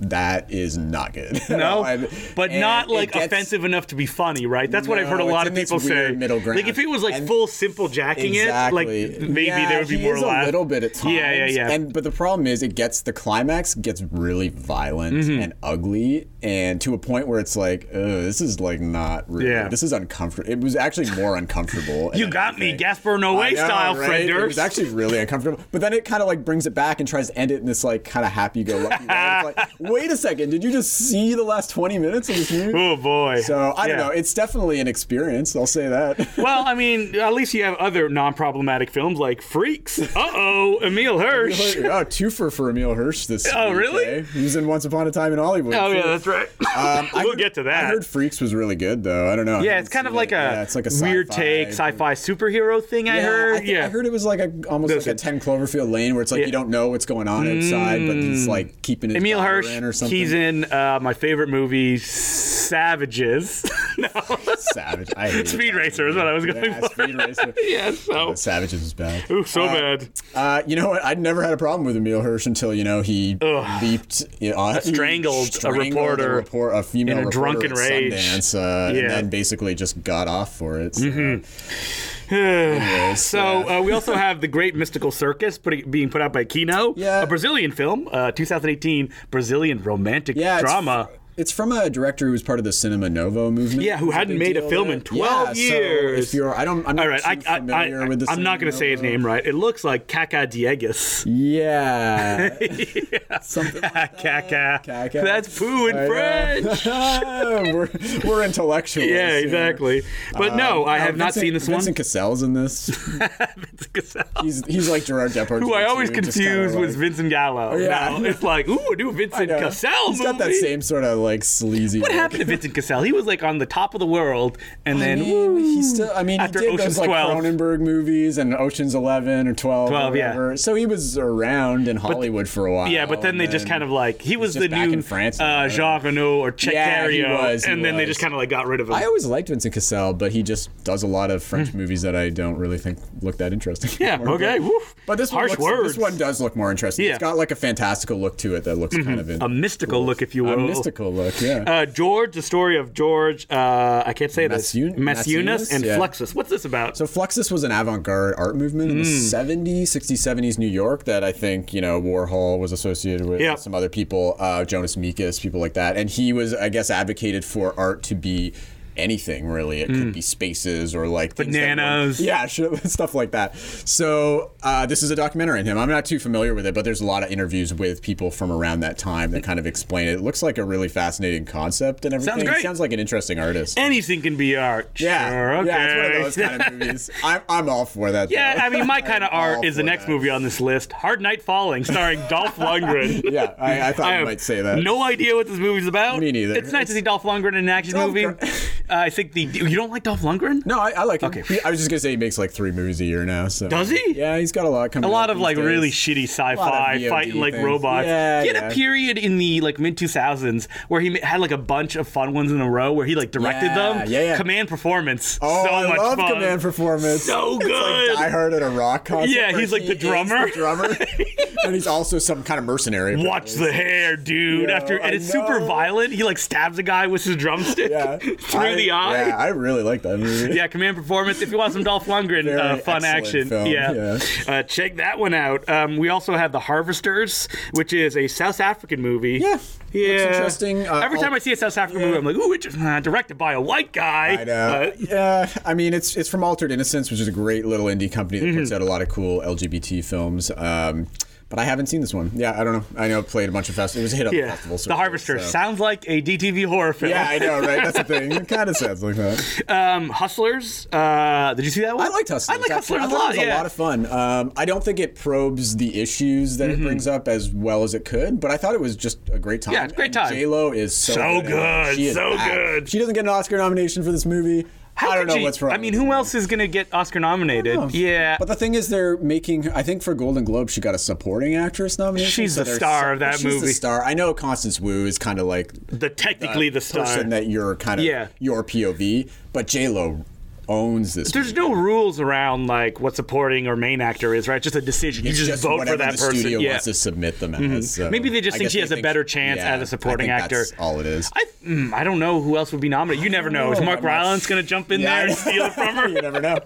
[SPEAKER 3] that is not good. [laughs] at
[SPEAKER 2] No,
[SPEAKER 3] all. And-
[SPEAKER 2] but
[SPEAKER 3] and
[SPEAKER 2] not
[SPEAKER 3] it
[SPEAKER 2] like
[SPEAKER 3] gets-
[SPEAKER 2] offensive enough to be funny, right? That's what I've heard a
[SPEAKER 3] No,
[SPEAKER 2] lot
[SPEAKER 3] it's
[SPEAKER 2] of
[SPEAKER 3] in this
[SPEAKER 2] people say.
[SPEAKER 3] weird middle ground.
[SPEAKER 2] Like if it was like
[SPEAKER 3] And-
[SPEAKER 2] full simple jacking
[SPEAKER 3] exactly.
[SPEAKER 2] it, like maybe
[SPEAKER 3] Yeah,
[SPEAKER 2] there would be
[SPEAKER 3] he
[SPEAKER 2] more
[SPEAKER 3] is
[SPEAKER 2] laugh.
[SPEAKER 3] a little bit at times.
[SPEAKER 2] Yeah, yeah, yeah.
[SPEAKER 3] And but the problem is, it gets the climax gets really violent
[SPEAKER 2] Mm-hmm.
[SPEAKER 3] and ugly, and to a point where it's like, oh, this is like not. Really,
[SPEAKER 2] Yeah.
[SPEAKER 3] this is uncomfortable. It was actually more uncomfortable.
[SPEAKER 2] You
[SPEAKER 3] than
[SPEAKER 2] got me,
[SPEAKER 3] anything.
[SPEAKER 2] Gaspar Noé
[SPEAKER 3] I know,
[SPEAKER 2] style,
[SPEAKER 3] right?
[SPEAKER 2] Fred
[SPEAKER 3] It
[SPEAKER 2] Durst. [laughs]
[SPEAKER 3] was actually really uncomfortable. But then it kind of like brings it back and tries to end it in this like kind of happy-go-lucky way. It's like, wait a second, did you just see the last 20 minutes of this movie?
[SPEAKER 2] Oh boy.
[SPEAKER 3] So I don't
[SPEAKER 2] Yeah.
[SPEAKER 3] know. [laughs] It's definitely an experience. I'll say that. [laughs]
[SPEAKER 2] well, I mean, at least you have other non-problematic films like Freaks. Uh
[SPEAKER 3] [laughs]
[SPEAKER 2] oh, Emil Hirsch.
[SPEAKER 3] oh, twofer for Emil Hirsch this.
[SPEAKER 2] Oh,
[SPEAKER 3] week,
[SPEAKER 2] really?
[SPEAKER 3] eh? He was in Once Upon a Time in Hollywood.
[SPEAKER 2] Oh
[SPEAKER 3] too.
[SPEAKER 2] yeah, that's right. [laughs]
[SPEAKER 3] Um, I
[SPEAKER 2] we'll
[SPEAKER 3] heard-
[SPEAKER 2] get to
[SPEAKER 3] I
[SPEAKER 2] that.
[SPEAKER 3] heard Freaks was really good though. I don't know. I
[SPEAKER 2] yeah,
[SPEAKER 3] haven't
[SPEAKER 2] it's kind of
[SPEAKER 3] seen
[SPEAKER 2] like a,
[SPEAKER 3] it. yeah, it's like a
[SPEAKER 2] weird
[SPEAKER 3] sci-fi.
[SPEAKER 2] take, sci-fi superhero thing. I
[SPEAKER 3] Yeah,
[SPEAKER 2] heard.
[SPEAKER 3] I, thi-
[SPEAKER 2] yeah,
[SPEAKER 3] I heard it was like a almost like a
[SPEAKER 2] Listen.
[SPEAKER 3] Ten Cloverfield Lane, where it's like
[SPEAKER 2] Yeah. Mm.
[SPEAKER 3] you don't know what's going on outside, but he's like keeping his
[SPEAKER 2] Emil
[SPEAKER 3] daughter
[SPEAKER 2] Hirsch.
[SPEAKER 3] in or something.
[SPEAKER 2] He's in uh, my favorite movie,
[SPEAKER 3] [laughs]
[SPEAKER 2] Savages. no,
[SPEAKER 3] Savage.
[SPEAKER 2] [laughs]
[SPEAKER 3] I hate
[SPEAKER 2] Speed
[SPEAKER 3] that
[SPEAKER 2] Racer
[SPEAKER 3] movie.
[SPEAKER 2] is what I was going
[SPEAKER 3] yeah,
[SPEAKER 2] for. [laughs]
[SPEAKER 3] Speed Racer.
[SPEAKER 2] yeah, so.
[SPEAKER 3] Savages was bad.
[SPEAKER 2] Ooh, so bad.
[SPEAKER 3] Uh, you know what? I'd never had a problem with Emil Hirsch until you know he leaped, you know, uh, he
[SPEAKER 2] Strangled a reporter
[SPEAKER 3] report- a female
[SPEAKER 2] in a
[SPEAKER 3] reporter
[SPEAKER 2] drunken
[SPEAKER 3] at
[SPEAKER 2] rage.
[SPEAKER 3] Sundance, uh,
[SPEAKER 2] Yeah.
[SPEAKER 3] and then basically just got off for it. So,
[SPEAKER 2] [sighs]
[SPEAKER 3] anyways,
[SPEAKER 2] Mm-hmm. So
[SPEAKER 3] uh,
[SPEAKER 2] uh, we also have the Great Mystical Circus putting, being put out by Kino,
[SPEAKER 3] Yeah.
[SPEAKER 2] a Brazilian film, uh, 2018 Brazilian romantic
[SPEAKER 3] yeah, it's-
[SPEAKER 2] drama.
[SPEAKER 3] It's from a director who was part of the Cinema Novo movement.
[SPEAKER 2] Yeah, who
[SPEAKER 3] It's a
[SPEAKER 2] hadn't
[SPEAKER 3] big
[SPEAKER 2] made a
[SPEAKER 3] deal
[SPEAKER 2] film
[SPEAKER 3] there.
[SPEAKER 2] in 12
[SPEAKER 3] Yeah, so
[SPEAKER 2] years.
[SPEAKER 3] if you're, I don't, I'm not
[SPEAKER 2] All right, I,
[SPEAKER 3] too
[SPEAKER 2] I,
[SPEAKER 3] familiar with the
[SPEAKER 2] I, am not going
[SPEAKER 3] Cinema
[SPEAKER 2] to say his
[SPEAKER 3] Novo.
[SPEAKER 2] name right. It looks like Kaka Diegas.
[SPEAKER 3] Yeah,
[SPEAKER 2] [laughs]
[SPEAKER 3] something. Like that.
[SPEAKER 2] Kaka.
[SPEAKER 3] Kaka.
[SPEAKER 2] That's poo in
[SPEAKER 3] I [laughs] know.
[SPEAKER 2] French.
[SPEAKER 3] we're, we're intellectuals.
[SPEAKER 2] Yeah,
[SPEAKER 3] here.
[SPEAKER 2] exactly. But no, I
[SPEAKER 3] No,
[SPEAKER 2] have not
[SPEAKER 3] Um, Uh, Vincent-
[SPEAKER 2] seen this
[SPEAKER 3] Vincent Cassell's in this.
[SPEAKER 2] one. [laughs] Vincent Cassel.
[SPEAKER 3] He's he's
[SPEAKER 2] [laughs]
[SPEAKER 3] like Gerard Depardieu.
[SPEAKER 2] Who I always
[SPEAKER 3] too, just
[SPEAKER 2] confuse
[SPEAKER 3] kinda
[SPEAKER 2] with
[SPEAKER 3] like- Oh,
[SPEAKER 2] Vincent Gallo.
[SPEAKER 3] yeah.
[SPEAKER 2] Now it's like, ooh, a
[SPEAKER 3] [laughs]
[SPEAKER 2] new Vincent
[SPEAKER 3] Yeah.
[SPEAKER 2] Cassell
[SPEAKER 3] He's
[SPEAKER 2] movie.
[SPEAKER 3] got that same sort of like sleazy.
[SPEAKER 2] What happened to Vincent Cassell? He was like on the top of the world, and
[SPEAKER 3] I
[SPEAKER 2] then
[SPEAKER 3] mean, he still. I mean, he
[SPEAKER 2] After
[SPEAKER 3] did
[SPEAKER 2] Ocean's
[SPEAKER 3] those like
[SPEAKER 2] 12.
[SPEAKER 3] Cronenberg movies and Ocean's Eleven or Twelve.
[SPEAKER 2] 12,
[SPEAKER 3] or
[SPEAKER 2] yeah.
[SPEAKER 3] whatever. So he was around in Hollywood for a while.
[SPEAKER 2] yeah, but then
[SPEAKER 3] and
[SPEAKER 2] they just kind of like he was
[SPEAKER 3] just
[SPEAKER 2] the
[SPEAKER 3] back
[SPEAKER 2] new
[SPEAKER 3] in France now,
[SPEAKER 2] uh,
[SPEAKER 3] right?
[SPEAKER 2] Jean Reno or Che
[SPEAKER 3] Yeah, he
[SPEAKER 2] Carrio,
[SPEAKER 3] was, he
[SPEAKER 2] and then they
[SPEAKER 3] was.
[SPEAKER 2] just kind of like got rid of him.
[SPEAKER 3] I always liked Vincent Cassell, but he just does a lot of French movies that I don't really think look that interesting.
[SPEAKER 2] Hmm. yeah,
[SPEAKER 3] anymore.
[SPEAKER 2] okay, woof.
[SPEAKER 3] But this one,
[SPEAKER 2] harsh
[SPEAKER 3] looks,
[SPEAKER 2] words.
[SPEAKER 3] this one does look more interesting.
[SPEAKER 2] Yeah. Mm-hmm.
[SPEAKER 3] It's got like a fantastical look to it that looks kind of in,
[SPEAKER 2] a mystical look, if you
[SPEAKER 3] a
[SPEAKER 2] will.
[SPEAKER 3] mystical look. Yeah.
[SPEAKER 2] Uh, George, the story of George. Uh, I can't say this.
[SPEAKER 3] Massun-
[SPEAKER 2] Massunas
[SPEAKER 3] Massunas?
[SPEAKER 2] and
[SPEAKER 3] Yeah.
[SPEAKER 2] Fluxus. What's this about?
[SPEAKER 3] So Fluxus was an avant-garde art movement in the
[SPEAKER 2] Hmm.
[SPEAKER 3] 70s, 60s, 70s New York that I think, you know, Warhol was associated with
[SPEAKER 2] Yeah.
[SPEAKER 3] some other people, uh, Jonas Mekas, people like that. And he was, I guess, advocated for art to be anything really. It could be spaces or like things that were-
[SPEAKER 2] Hmm. Bananas.
[SPEAKER 3] [laughs] yeah, shit, stuff like that. So uh, this is a documentary on him. I'm not too familiar with it, but there's a lot of interviews with people from around that time that kind of explain it. It looks like a really fascinating concept and everything.
[SPEAKER 2] great.
[SPEAKER 3] Sounds like an interesting artist.
[SPEAKER 2] Anything can be art.
[SPEAKER 3] Yeah,
[SPEAKER 2] Sure, okay.
[SPEAKER 3] yeah, it's one of those kind of movies. Oh, [laughs] I'm, I'm all for that.
[SPEAKER 2] [laughs] Yeah,
[SPEAKER 3] though.
[SPEAKER 2] I mean,
[SPEAKER 3] [laughs]
[SPEAKER 2] my kind of
[SPEAKER 3] I'm all
[SPEAKER 2] art is the
[SPEAKER 3] for
[SPEAKER 2] next
[SPEAKER 3] that.
[SPEAKER 2] movie on this list, Hard Night Falling,
[SPEAKER 3] [laughs]
[SPEAKER 2] starring Dolph Lundgren.
[SPEAKER 3] Yeah, I, I thought
[SPEAKER 2] I
[SPEAKER 3] you
[SPEAKER 2] have
[SPEAKER 3] might say that.
[SPEAKER 2] No idea what this movie's about.
[SPEAKER 3] Me neither.
[SPEAKER 2] It's nice to see Dolph Lundgren in an action
[SPEAKER 3] Dolph
[SPEAKER 2] movie. Uh,
[SPEAKER 3] Gr- [laughs]
[SPEAKER 2] I think the you don't like Dolph Lundgren.
[SPEAKER 3] no, I, I like him.
[SPEAKER 2] Okay.
[SPEAKER 3] He- I was just gonna say he makes like three movies a year now. So
[SPEAKER 2] Does he?
[SPEAKER 3] Yeah, he's got a lot coming.
[SPEAKER 2] A lot
[SPEAKER 3] up
[SPEAKER 2] of
[SPEAKER 3] these
[SPEAKER 2] like
[SPEAKER 3] days.
[SPEAKER 2] really shitty
[SPEAKER 3] lot of
[SPEAKER 2] sci-fi
[SPEAKER 3] VOD
[SPEAKER 2] fighting like
[SPEAKER 3] things.
[SPEAKER 2] robots.
[SPEAKER 3] Yeah,
[SPEAKER 2] he had
[SPEAKER 3] yeah.
[SPEAKER 2] a period in the like mid 2000s where he ma- had like a bunch of fun ones in a row where he like directed
[SPEAKER 3] Yeah,
[SPEAKER 2] them.
[SPEAKER 3] yeah, yeah.
[SPEAKER 2] Command Performance.
[SPEAKER 3] Oh,
[SPEAKER 2] so
[SPEAKER 3] I
[SPEAKER 2] much
[SPEAKER 3] love
[SPEAKER 2] fun.
[SPEAKER 3] Command Performance.
[SPEAKER 2] So good.
[SPEAKER 3] I heard at a rock concert.
[SPEAKER 2] Yeah,
[SPEAKER 3] where
[SPEAKER 2] he's like the
[SPEAKER 3] he is
[SPEAKER 2] drummer. [laughs]
[SPEAKER 3] drummer, and he's also some kind of mercenary.
[SPEAKER 2] Watch the hair, dude.
[SPEAKER 3] Yo,
[SPEAKER 2] After and
[SPEAKER 3] I
[SPEAKER 2] it's super
[SPEAKER 3] know.
[SPEAKER 2] violent. He like stabs a guy with his drumstick
[SPEAKER 3] Yeah,
[SPEAKER 2] through
[SPEAKER 3] I-
[SPEAKER 2] the eye.
[SPEAKER 3] Yeah, I really like that
[SPEAKER 2] [laughs]
[SPEAKER 3] movie.
[SPEAKER 2] yeah, Command Performance. If you want some Dolph Lundgren
[SPEAKER 3] Very
[SPEAKER 2] uh, fun
[SPEAKER 3] excellent
[SPEAKER 2] action,
[SPEAKER 3] film,
[SPEAKER 2] yeah,
[SPEAKER 3] yeah.
[SPEAKER 2] Uh, check that one out. Um, we also have The Harvesters, which is a South African movie.
[SPEAKER 3] Yeah.
[SPEAKER 2] yeah,
[SPEAKER 3] Looks interesting. Uh,
[SPEAKER 2] Every time
[SPEAKER 3] I'll-
[SPEAKER 2] I see a South African movie, I'm like, ooh, it's uh, directed by a white guy.
[SPEAKER 3] I know.
[SPEAKER 2] Uh,
[SPEAKER 3] yeah, I mean it's it's from Altered Innocence, which is a great little indie company that
[SPEAKER 2] Mm-hmm.
[SPEAKER 3] puts out a lot of cool LGBT films. Um, but I haven't seen this one. Yeah, I don't know. I know it played a bunch of festivals. It was a hit on
[SPEAKER 2] yeah,
[SPEAKER 3] festivals.
[SPEAKER 2] The Harvester sounds like a DTV horror film.
[SPEAKER 3] Yeah, I know, right? That's the thing. It kind of sounds like that.
[SPEAKER 2] Um, [laughs] Hustlers. Uh, did you see that one?
[SPEAKER 3] I liked Hustlers.
[SPEAKER 2] I like
[SPEAKER 3] actually.
[SPEAKER 2] Hustlers
[SPEAKER 3] I
[SPEAKER 2] a
[SPEAKER 3] thought
[SPEAKER 2] lot.
[SPEAKER 3] It was
[SPEAKER 2] yeah.
[SPEAKER 3] a lot of fun. Um, I don't think it probes the issues that it brings up as well as it could, but I thought it was just a great time.
[SPEAKER 2] Mm-hmm. Yeah, it's a great time.
[SPEAKER 3] J Lo is so,
[SPEAKER 2] So
[SPEAKER 3] in it.
[SPEAKER 2] good,
[SPEAKER 3] She is
[SPEAKER 2] so
[SPEAKER 3] back.
[SPEAKER 2] good.
[SPEAKER 3] She doesn't get an Oscar nomination for this movie.
[SPEAKER 2] How
[SPEAKER 3] I don't
[SPEAKER 2] could
[SPEAKER 3] know
[SPEAKER 2] you-
[SPEAKER 3] what's wrong.
[SPEAKER 2] I mean,
[SPEAKER 3] with it.
[SPEAKER 2] who else is gonna get Oscar nominated? Yeah,
[SPEAKER 3] But the thing is, they're making. I think for Golden Globe, she got a supporting actress nomination.
[SPEAKER 2] She's the
[SPEAKER 3] they're
[SPEAKER 2] star of that
[SPEAKER 3] she's
[SPEAKER 2] movie.
[SPEAKER 3] the star. I know Constance Wu is kind of like the
[SPEAKER 2] the technically the star.
[SPEAKER 3] person that you're kind of
[SPEAKER 2] Yeah.
[SPEAKER 3] your POV, but J Lo owns this.
[SPEAKER 2] There's
[SPEAKER 3] movie.
[SPEAKER 2] no rules around like what supporting or main actor is, right? It's just a decision. You
[SPEAKER 3] It's
[SPEAKER 2] just, vote for
[SPEAKER 3] whatever
[SPEAKER 2] that
[SPEAKER 3] the
[SPEAKER 2] person.
[SPEAKER 3] studio
[SPEAKER 2] yeah. Mm-hmm.
[SPEAKER 3] wants to submit them as. so
[SPEAKER 2] Maybe they just
[SPEAKER 3] I
[SPEAKER 2] think
[SPEAKER 3] guess
[SPEAKER 2] she
[SPEAKER 3] they
[SPEAKER 2] has a
[SPEAKER 3] think
[SPEAKER 2] better
[SPEAKER 3] she-
[SPEAKER 2] chance
[SPEAKER 3] yeah,
[SPEAKER 2] as a supporting
[SPEAKER 3] I think
[SPEAKER 2] actor.
[SPEAKER 3] That's all
[SPEAKER 2] [laughs]
[SPEAKER 3] it is.
[SPEAKER 2] I, mm, I don't know who else would be nominated. You never know. Is Mark
[SPEAKER 3] I'm not-
[SPEAKER 2] Rylance going to jump in there and steal it from her?
[SPEAKER 3] [laughs] you never know.